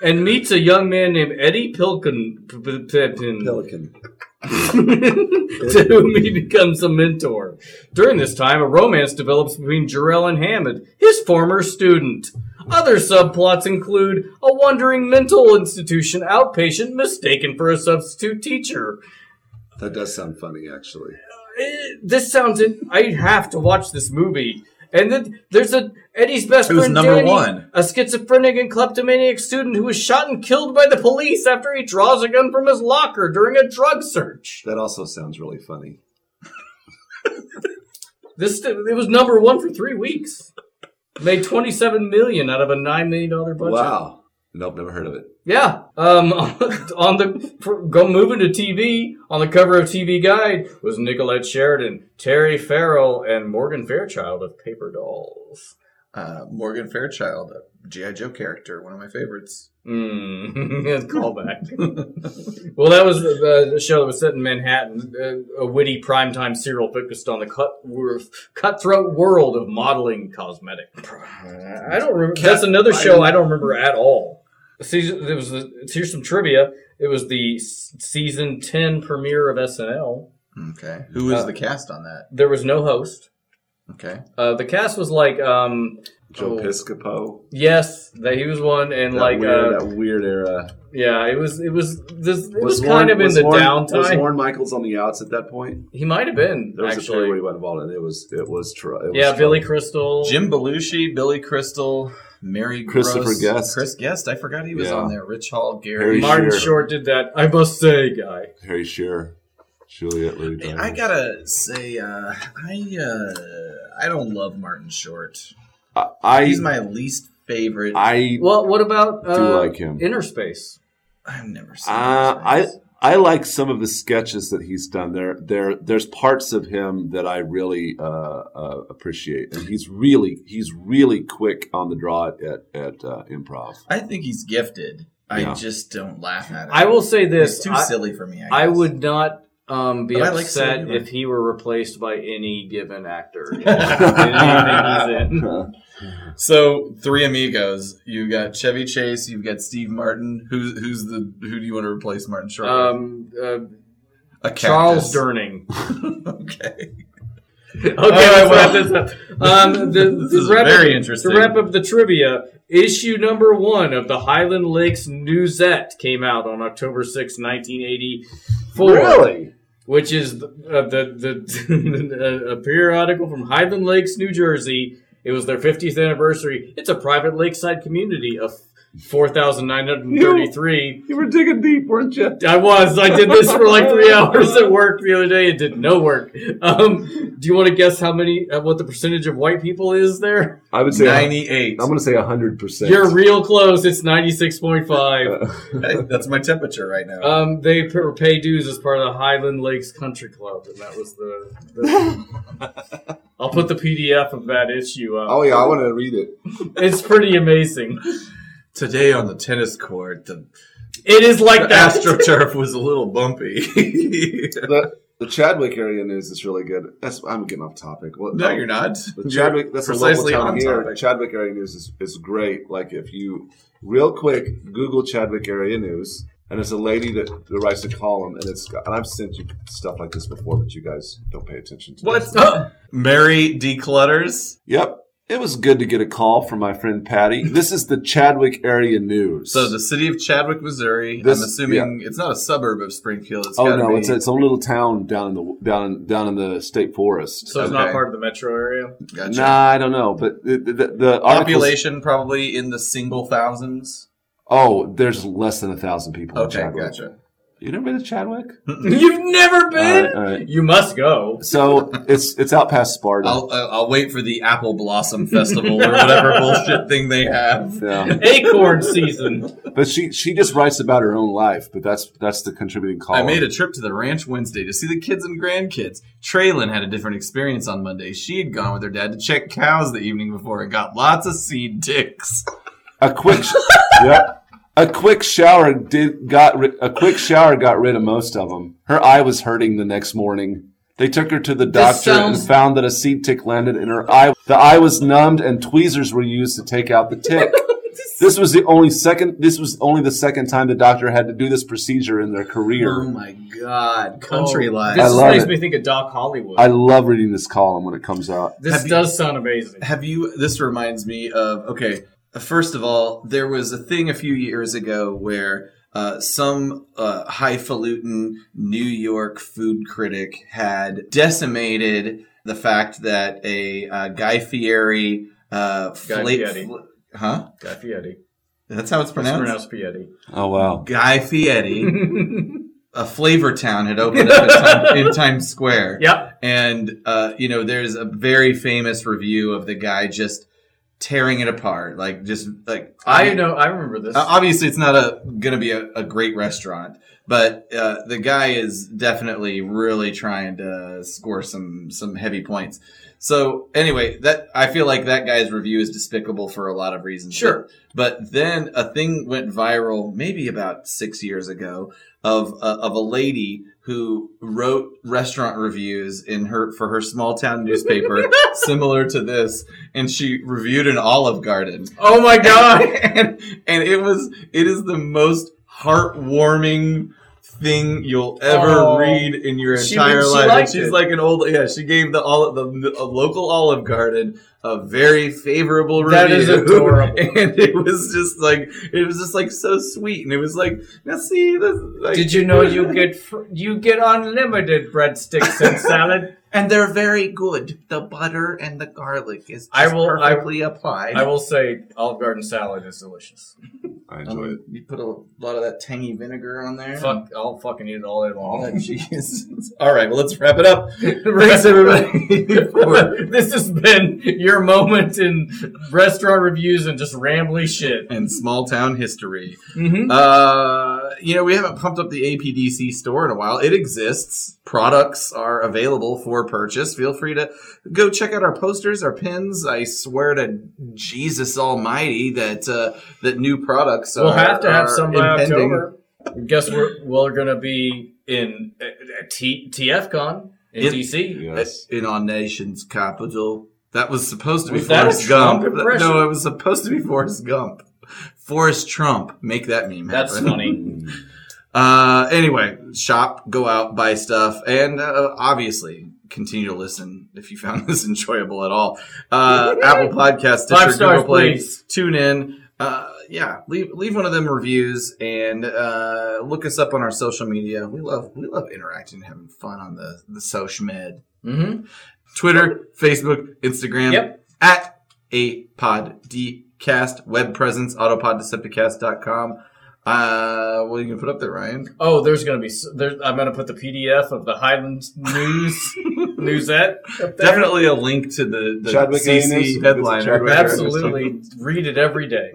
[SPEAKER 2] and meets a young man named Eddie Pilkin, P- P- P- Pin-
[SPEAKER 4] Pelican.
[SPEAKER 2] to whom he becomes a mentor. During this time, a romance develops between Jarrell and Hammond, his former student. Other subplots include a wandering mental institution outpatient mistaken for a substitute teacher.
[SPEAKER 4] That does sound funny, actually.
[SPEAKER 2] Eh, This sounds. In- I have to watch this movie. And then there's a Eddie's best
[SPEAKER 1] Who's
[SPEAKER 2] friend
[SPEAKER 1] number
[SPEAKER 2] Danny,
[SPEAKER 1] one?
[SPEAKER 2] a schizophrenic and kleptomaniac student who was shot and killed by the police after he draws a gun from his locker during a drug search.
[SPEAKER 4] That also sounds really funny.
[SPEAKER 2] This it was number one for three weeks. Made twenty seven million out of a nine million dollar budget.
[SPEAKER 4] Wow. Nope, never heard of it.
[SPEAKER 2] Yeah. Um. On the for, go moving to TV on the cover of TV Guide was Nicolette Sheridan, Terry Farrell, and Morgan Fairchild of Paper Dolls.
[SPEAKER 1] Uh, Morgan Fairchild, a G.I. Joe character, one of my favorites.
[SPEAKER 2] Mm, it's a callback. well, that was the, the show that was set in Manhattan, uh, a witty primetime serial focused on the cut, cutthroat world of modeling cosmetic. I don't remember. That's another show I don't remember at all. Season. It was. The, here's some trivia. It was the s- season ten premiere of SNL.
[SPEAKER 1] Okay. Who was
[SPEAKER 2] Uh,
[SPEAKER 1] the cast on that?
[SPEAKER 2] There was no host.
[SPEAKER 1] Okay.
[SPEAKER 2] Uh, the cast was like, um,
[SPEAKER 4] Joe
[SPEAKER 2] Oh.
[SPEAKER 4] Piscopo.
[SPEAKER 2] yes, that he was one, and
[SPEAKER 4] That
[SPEAKER 2] like,
[SPEAKER 4] weird,
[SPEAKER 2] uh,
[SPEAKER 4] that weird era.
[SPEAKER 2] yeah, it was. It was. This, it was,
[SPEAKER 4] Was
[SPEAKER 2] kind
[SPEAKER 4] Lorne-
[SPEAKER 2] of in
[SPEAKER 4] was
[SPEAKER 2] the
[SPEAKER 4] Lorne- Was
[SPEAKER 2] downtime.
[SPEAKER 4] Lorne Michaels on the outs at that point?
[SPEAKER 2] He might have been
[SPEAKER 4] There was a
[SPEAKER 2] actually.
[SPEAKER 4] period where he went involved, and it was it was, tr- it was
[SPEAKER 2] yeah,
[SPEAKER 4] tr-
[SPEAKER 2] Billy Crystal.
[SPEAKER 1] Jim Belushi, Billy Crystal, Mary
[SPEAKER 4] Christopher
[SPEAKER 1] Gross,
[SPEAKER 4] Guest.
[SPEAKER 1] Chris Guest. I forgot he was
[SPEAKER 4] Yeah.
[SPEAKER 1] on there. Rich Hall, Gary.
[SPEAKER 4] Harry
[SPEAKER 2] Martin
[SPEAKER 4] Shearer.
[SPEAKER 2] Short did that. I must say, guy.
[SPEAKER 4] Harry Shearer, Juliet Louis.
[SPEAKER 1] I gotta say, uh, I uh, I don't love Martin Short.
[SPEAKER 4] I
[SPEAKER 1] He's my least favorite. I,
[SPEAKER 4] I
[SPEAKER 2] Well, what about uh,
[SPEAKER 4] do like him.
[SPEAKER 2] Inner Space?
[SPEAKER 1] have never seen.
[SPEAKER 4] Uh,
[SPEAKER 1] him.
[SPEAKER 4] I I like some of the sketches that he's done. There there there's parts of him that I really uh, uh, appreciate, and he's really he's really quick on the draw at at uh, improv.
[SPEAKER 1] I think he's gifted. I
[SPEAKER 4] Yeah.
[SPEAKER 1] just don't laugh at it.
[SPEAKER 2] I will say
[SPEAKER 1] It's
[SPEAKER 2] this:
[SPEAKER 1] too
[SPEAKER 2] I,
[SPEAKER 1] silly for me.
[SPEAKER 2] I
[SPEAKER 1] guess.
[SPEAKER 2] would not um, be
[SPEAKER 1] But I like
[SPEAKER 2] upset
[SPEAKER 1] Sylvia.
[SPEAKER 2] if he were replaced by any given actor. in anything he's in.
[SPEAKER 1] So three amigos. You've got Chevy Chase. You've got Steve Martin. Who's who's the who do you want to replace Martin Short? with?
[SPEAKER 2] Um, uh,
[SPEAKER 1] a
[SPEAKER 2] Charles
[SPEAKER 1] cactus.
[SPEAKER 2] Durning.
[SPEAKER 1] Okay.
[SPEAKER 2] Okay,
[SPEAKER 1] right,
[SPEAKER 2] let's wrap
[SPEAKER 1] well.
[SPEAKER 2] this up. Um, the,
[SPEAKER 1] This
[SPEAKER 2] to
[SPEAKER 1] is
[SPEAKER 2] wrap
[SPEAKER 1] very
[SPEAKER 2] up,
[SPEAKER 1] interesting.
[SPEAKER 2] To wrap up the trivia, issue number one of the Highland Lakes Newsette came out on October 6, 1984. Which is the, uh, the, the a periodical from Highland Lakes, New Jersey. It was their 50th anniversary. It's a private lakeside community of 4,933.
[SPEAKER 4] You were digging deep, weren't you?
[SPEAKER 2] I was. I did this for like three hours at work the other day. It did no work. Um, do you want to guess how many, uh, what the percentage of white people is there?
[SPEAKER 4] I would say
[SPEAKER 1] Ninety-eight.
[SPEAKER 4] I'm going to say hundred percent.
[SPEAKER 2] You're real close. It's 96.5.
[SPEAKER 1] That's my temperature right now.
[SPEAKER 2] Um, they p- pay dues as part of the Highland Lakes Country Club, and that was the. the I'll put the PDF of that issue up.
[SPEAKER 4] Oh, yeah, I want to read it.
[SPEAKER 2] It's pretty amazing.
[SPEAKER 1] Today on the tennis court, the
[SPEAKER 2] It is like
[SPEAKER 1] the
[SPEAKER 2] that.
[SPEAKER 1] astroturf was a little bumpy.
[SPEAKER 4] The, the Chadwick area news is really good. That's I'm getting off topic. Well,
[SPEAKER 1] no, you're not.
[SPEAKER 4] The Chadwick, that's
[SPEAKER 1] precisely
[SPEAKER 4] a local town
[SPEAKER 1] on
[SPEAKER 4] here.
[SPEAKER 1] topic.
[SPEAKER 4] Chadwick area news is, is great. Like if you real quick Google Chadwick area news, and it's a lady that, that writes a column, and it's got- and I've sent you stuff like this before, but you guys don't pay attention to.
[SPEAKER 1] What?
[SPEAKER 4] this.
[SPEAKER 1] Mary declutters.
[SPEAKER 4] Yep. It was good to get a call from my friend Patty. This is the Chadwick area news.
[SPEAKER 1] So the city of Chadwick, Missouri.
[SPEAKER 4] This-
[SPEAKER 1] I'm assuming it's not a suburb of Springfield. It's
[SPEAKER 4] oh
[SPEAKER 1] gotta
[SPEAKER 4] no,
[SPEAKER 1] be-
[SPEAKER 4] it's a, it's a little town down in the down down in the state forest.
[SPEAKER 2] So it's not
[SPEAKER 1] Okay.
[SPEAKER 2] part of the metro area.
[SPEAKER 1] gotcha.
[SPEAKER 4] Nah, I don't know, but the, the, the articles-
[SPEAKER 1] population probably in the single thousands.
[SPEAKER 4] Oh, there's less than a thousand people. in
[SPEAKER 1] Okay,
[SPEAKER 4] Chadwick.
[SPEAKER 1] gotcha.
[SPEAKER 4] You never been to Chadwick?
[SPEAKER 2] You've never
[SPEAKER 4] All
[SPEAKER 2] been.
[SPEAKER 4] right, all right.
[SPEAKER 2] You must go.
[SPEAKER 4] So it's it's out past Sparta.
[SPEAKER 1] I'll I'll I'll wait for the apple blossom festival or whatever bullshit thing they have.
[SPEAKER 4] yeah.
[SPEAKER 2] Acorn season.
[SPEAKER 4] But she she just writes about her own life, but that's that's the contributing
[SPEAKER 1] I
[SPEAKER 4] column.
[SPEAKER 1] made a trip to the ranch Wednesday to see the kids and grandkids. Traylon had a different experience on Monday. She had gone with her dad to check cows the evening before and got lots of seed ticks.
[SPEAKER 4] a quick sh- yep. A quick shower did got ri- a quick shower got rid of most of them. Her eye was hurting the next morning. They took her to the doctor
[SPEAKER 1] sounds-
[SPEAKER 4] and found that a seed tick landed in her eye. The eye was numbed and tweezers were used to take out the tick. This was the only second. This was only the second time the doctor had to do this procedure in their career.
[SPEAKER 1] Oh my god, country life.
[SPEAKER 4] I
[SPEAKER 2] Oh, This
[SPEAKER 4] love
[SPEAKER 2] makes
[SPEAKER 4] it.
[SPEAKER 2] me think of Doc Hollywood.
[SPEAKER 4] I love reading this column when it comes out.
[SPEAKER 2] this
[SPEAKER 1] Have you-
[SPEAKER 2] does sound amazing.
[SPEAKER 1] Have you? This reminds me of okay. uh, First of all, there was a thing a few years ago where uh, some uh, highfalutin New York food critic had decimated the fact that a uh, Guy Fieri uh,
[SPEAKER 2] Guy Fieri.
[SPEAKER 1] huh?
[SPEAKER 2] Guy Fieri.
[SPEAKER 1] That's how it's
[SPEAKER 2] It's
[SPEAKER 1] pronounced.
[SPEAKER 2] pronounced Fieri.
[SPEAKER 4] Oh wow!
[SPEAKER 1] Guy Fieri. a flavor town had opened up in, time, in Times Square.
[SPEAKER 2] Yep.
[SPEAKER 1] And uh, you know, there's a very famous review of the guy just tearing it apart, like just like
[SPEAKER 2] I
[SPEAKER 1] mean,
[SPEAKER 2] know. I remember this.
[SPEAKER 1] uh, Obviously, it's not a going to be a, a great restaurant, but uh, the guy is definitely really trying to score some some heavy points. So anyway, that I feel like that guy's review is despicable for a lot of reasons.
[SPEAKER 2] Sure.
[SPEAKER 1] but, but then a thing went viral maybe about six years ago of uh, of a lady who wrote restaurant reviews in her for her small town newspaper similar to this, and she reviewed an Olive Garden
[SPEAKER 2] oh my god.
[SPEAKER 1] and, and it was it is the most heartwarming thing you'll ever
[SPEAKER 2] Oh.
[SPEAKER 1] read in your
[SPEAKER 2] She-
[SPEAKER 1] entire
[SPEAKER 2] she
[SPEAKER 1] life. And
[SPEAKER 2] liked
[SPEAKER 1] she's
[SPEAKER 2] it.
[SPEAKER 1] like an old yeah. She gave the all the, a local Olive Garden a very favorable review.
[SPEAKER 2] That is adorable.
[SPEAKER 1] and it was just like it was just like so sweet, and it was like now see this. Like,
[SPEAKER 2] Did you know you get fr- you get unlimited breadsticks and salad?
[SPEAKER 1] And they're very good. The butter and the garlic is
[SPEAKER 2] I will- I-
[SPEAKER 1] applied.
[SPEAKER 2] I will say Olive Garden salad is delicious.
[SPEAKER 4] I
[SPEAKER 1] I
[SPEAKER 4] enjoy it.
[SPEAKER 1] mean, you put a lot of that tangy vinegar on there.
[SPEAKER 2] Fuck, I'll fucking eat it all day
[SPEAKER 1] All
[SPEAKER 2] long.
[SPEAKER 1] that cheese. All right, well, let's wrap it up. Thanks, everybody. for-
[SPEAKER 2] this has been your moment in restaurant reviews and just rambly shit.
[SPEAKER 1] and small town history.
[SPEAKER 2] Mm-hmm.
[SPEAKER 1] Uh, you know, we haven't pumped up the APDC store in a while. It exists. Products are available for purchase. Feel free to go check out our posters, our pins. I swear to Jesus Almighty that uh, that new products
[SPEAKER 2] We'll
[SPEAKER 1] are,
[SPEAKER 2] have to have
[SPEAKER 1] are
[SPEAKER 2] some by
[SPEAKER 1] impending.
[SPEAKER 2] October. Guess we're we're gonna be in uh, uh, T- TFCon in
[SPEAKER 1] It-
[SPEAKER 2] DC.
[SPEAKER 4] Yes.
[SPEAKER 1] in our nation's capital. That was supposed to be
[SPEAKER 2] Was that a
[SPEAKER 1] Forrest
[SPEAKER 2] Trump
[SPEAKER 1] Gump.
[SPEAKER 2] impression?
[SPEAKER 1] No, it was supposed to be Forrest Gump. Forrest Trump. Make that meme
[SPEAKER 2] That's
[SPEAKER 1] happen.
[SPEAKER 2] funny.
[SPEAKER 1] Uh, anyway, shop, go out, buy stuff, and uh, obviously continue to listen if you found this enjoyable at all. Uh, Apple Podcasts, Stitcher,
[SPEAKER 2] Five stars,
[SPEAKER 1] Google Play,
[SPEAKER 2] please.
[SPEAKER 1] tune in. Uh, yeah, leave leave one of them reviews and uh, look us up on our social media. We love we love interacting and having fun on the the social med.
[SPEAKER 2] Mm-hmm.
[SPEAKER 1] Twitter, Facebook, Instagram.
[SPEAKER 2] Yep.
[SPEAKER 1] At a pod dcast web presence autopoddecepticast.com. Uh, what are you gonna put up there, Ryan?
[SPEAKER 2] Oh, there's gonna be. s- There's, I'm gonna put the PDF of the Highlands News Newsette. Up there.
[SPEAKER 1] Definitely a link to the, the
[SPEAKER 4] Chadwick Anus.
[SPEAKER 1] CC headliner.
[SPEAKER 4] Chadwick
[SPEAKER 2] Absolutely, read it every day.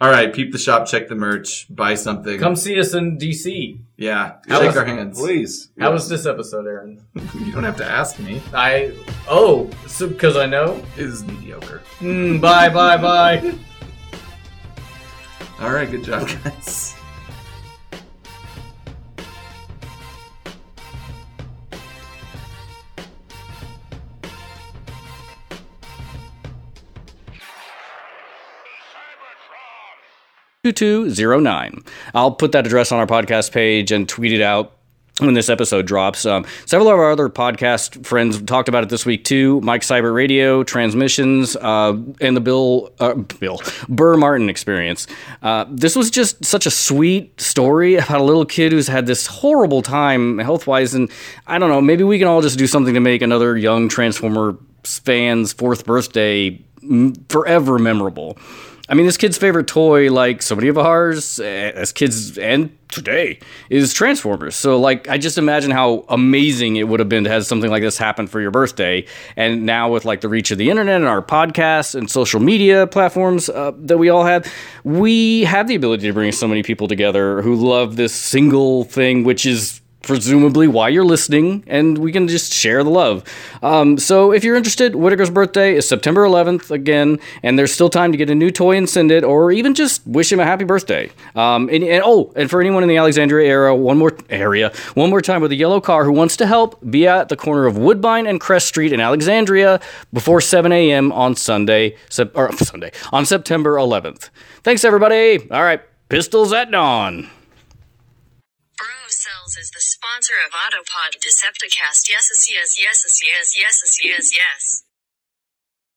[SPEAKER 1] All right, peep the shop, check the merch, buy something.
[SPEAKER 2] Come see us in DC.
[SPEAKER 1] yeah,
[SPEAKER 4] How
[SPEAKER 1] shake
[SPEAKER 4] was-
[SPEAKER 1] our hands.
[SPEAKER 4] Please.
[SPEAKER 2] How was this episode, Aaron?
[SPEAKER 1] You don't have to ask me.
[SPEAKER 2] I oh, because I know.
[SPEAKER 1] It is mediocre.
[SPEAKER 2] Mm, bye, bye, bye.
[SPEAKER 1] All right, good job, guys.
[SPEAKER 5] 2209. I'll put that address on our podcast page and tweet it out when this episode drops. Um, several of our other podcast friends talked about it this week too. Mike Cyber Radio, Transmissions, uh, and the Bill uh, Bill Burr Martin experience. Uh, this was just such a sweet story about a little kid who's had this horrible time health wise, and I don't know. Maybe we can all just do something to make another young Transformer fan's fourth birthday m- forever memorable. I mean, this kid's favorite toy, like so many of ours eh, as kids and today, is Transformers. So, like, I just imagine how amazing it would have been to have something like this happen for your birthday. And now, with like the reach of the internet and our podcasts and social media platforms uh, that we all have, we have the ability to bring so many people together who love this single thing, which is presumably why you're listening, and we can just share the love. Um, so if you're interested, Whitaker's birthday is September 11th again, and there's still time to get a new toy and send it, or even just wish him a happy birthday. Um, and, and oh, and for anyone in the Alexandria area, one more area, one more time with a yellow car who wants to help, be at the corner of Woodbine and Crest Street in Alexandria before 7 a.m. on Sunday, sep- or Sunday on September 11th. Thanks everybody. All right, pistols at dawn.
[SPEAKER 11] Cells is the sponsor of Autopod Decepticast. Yes, yes, yes, yes, yes, yes, yes, yes.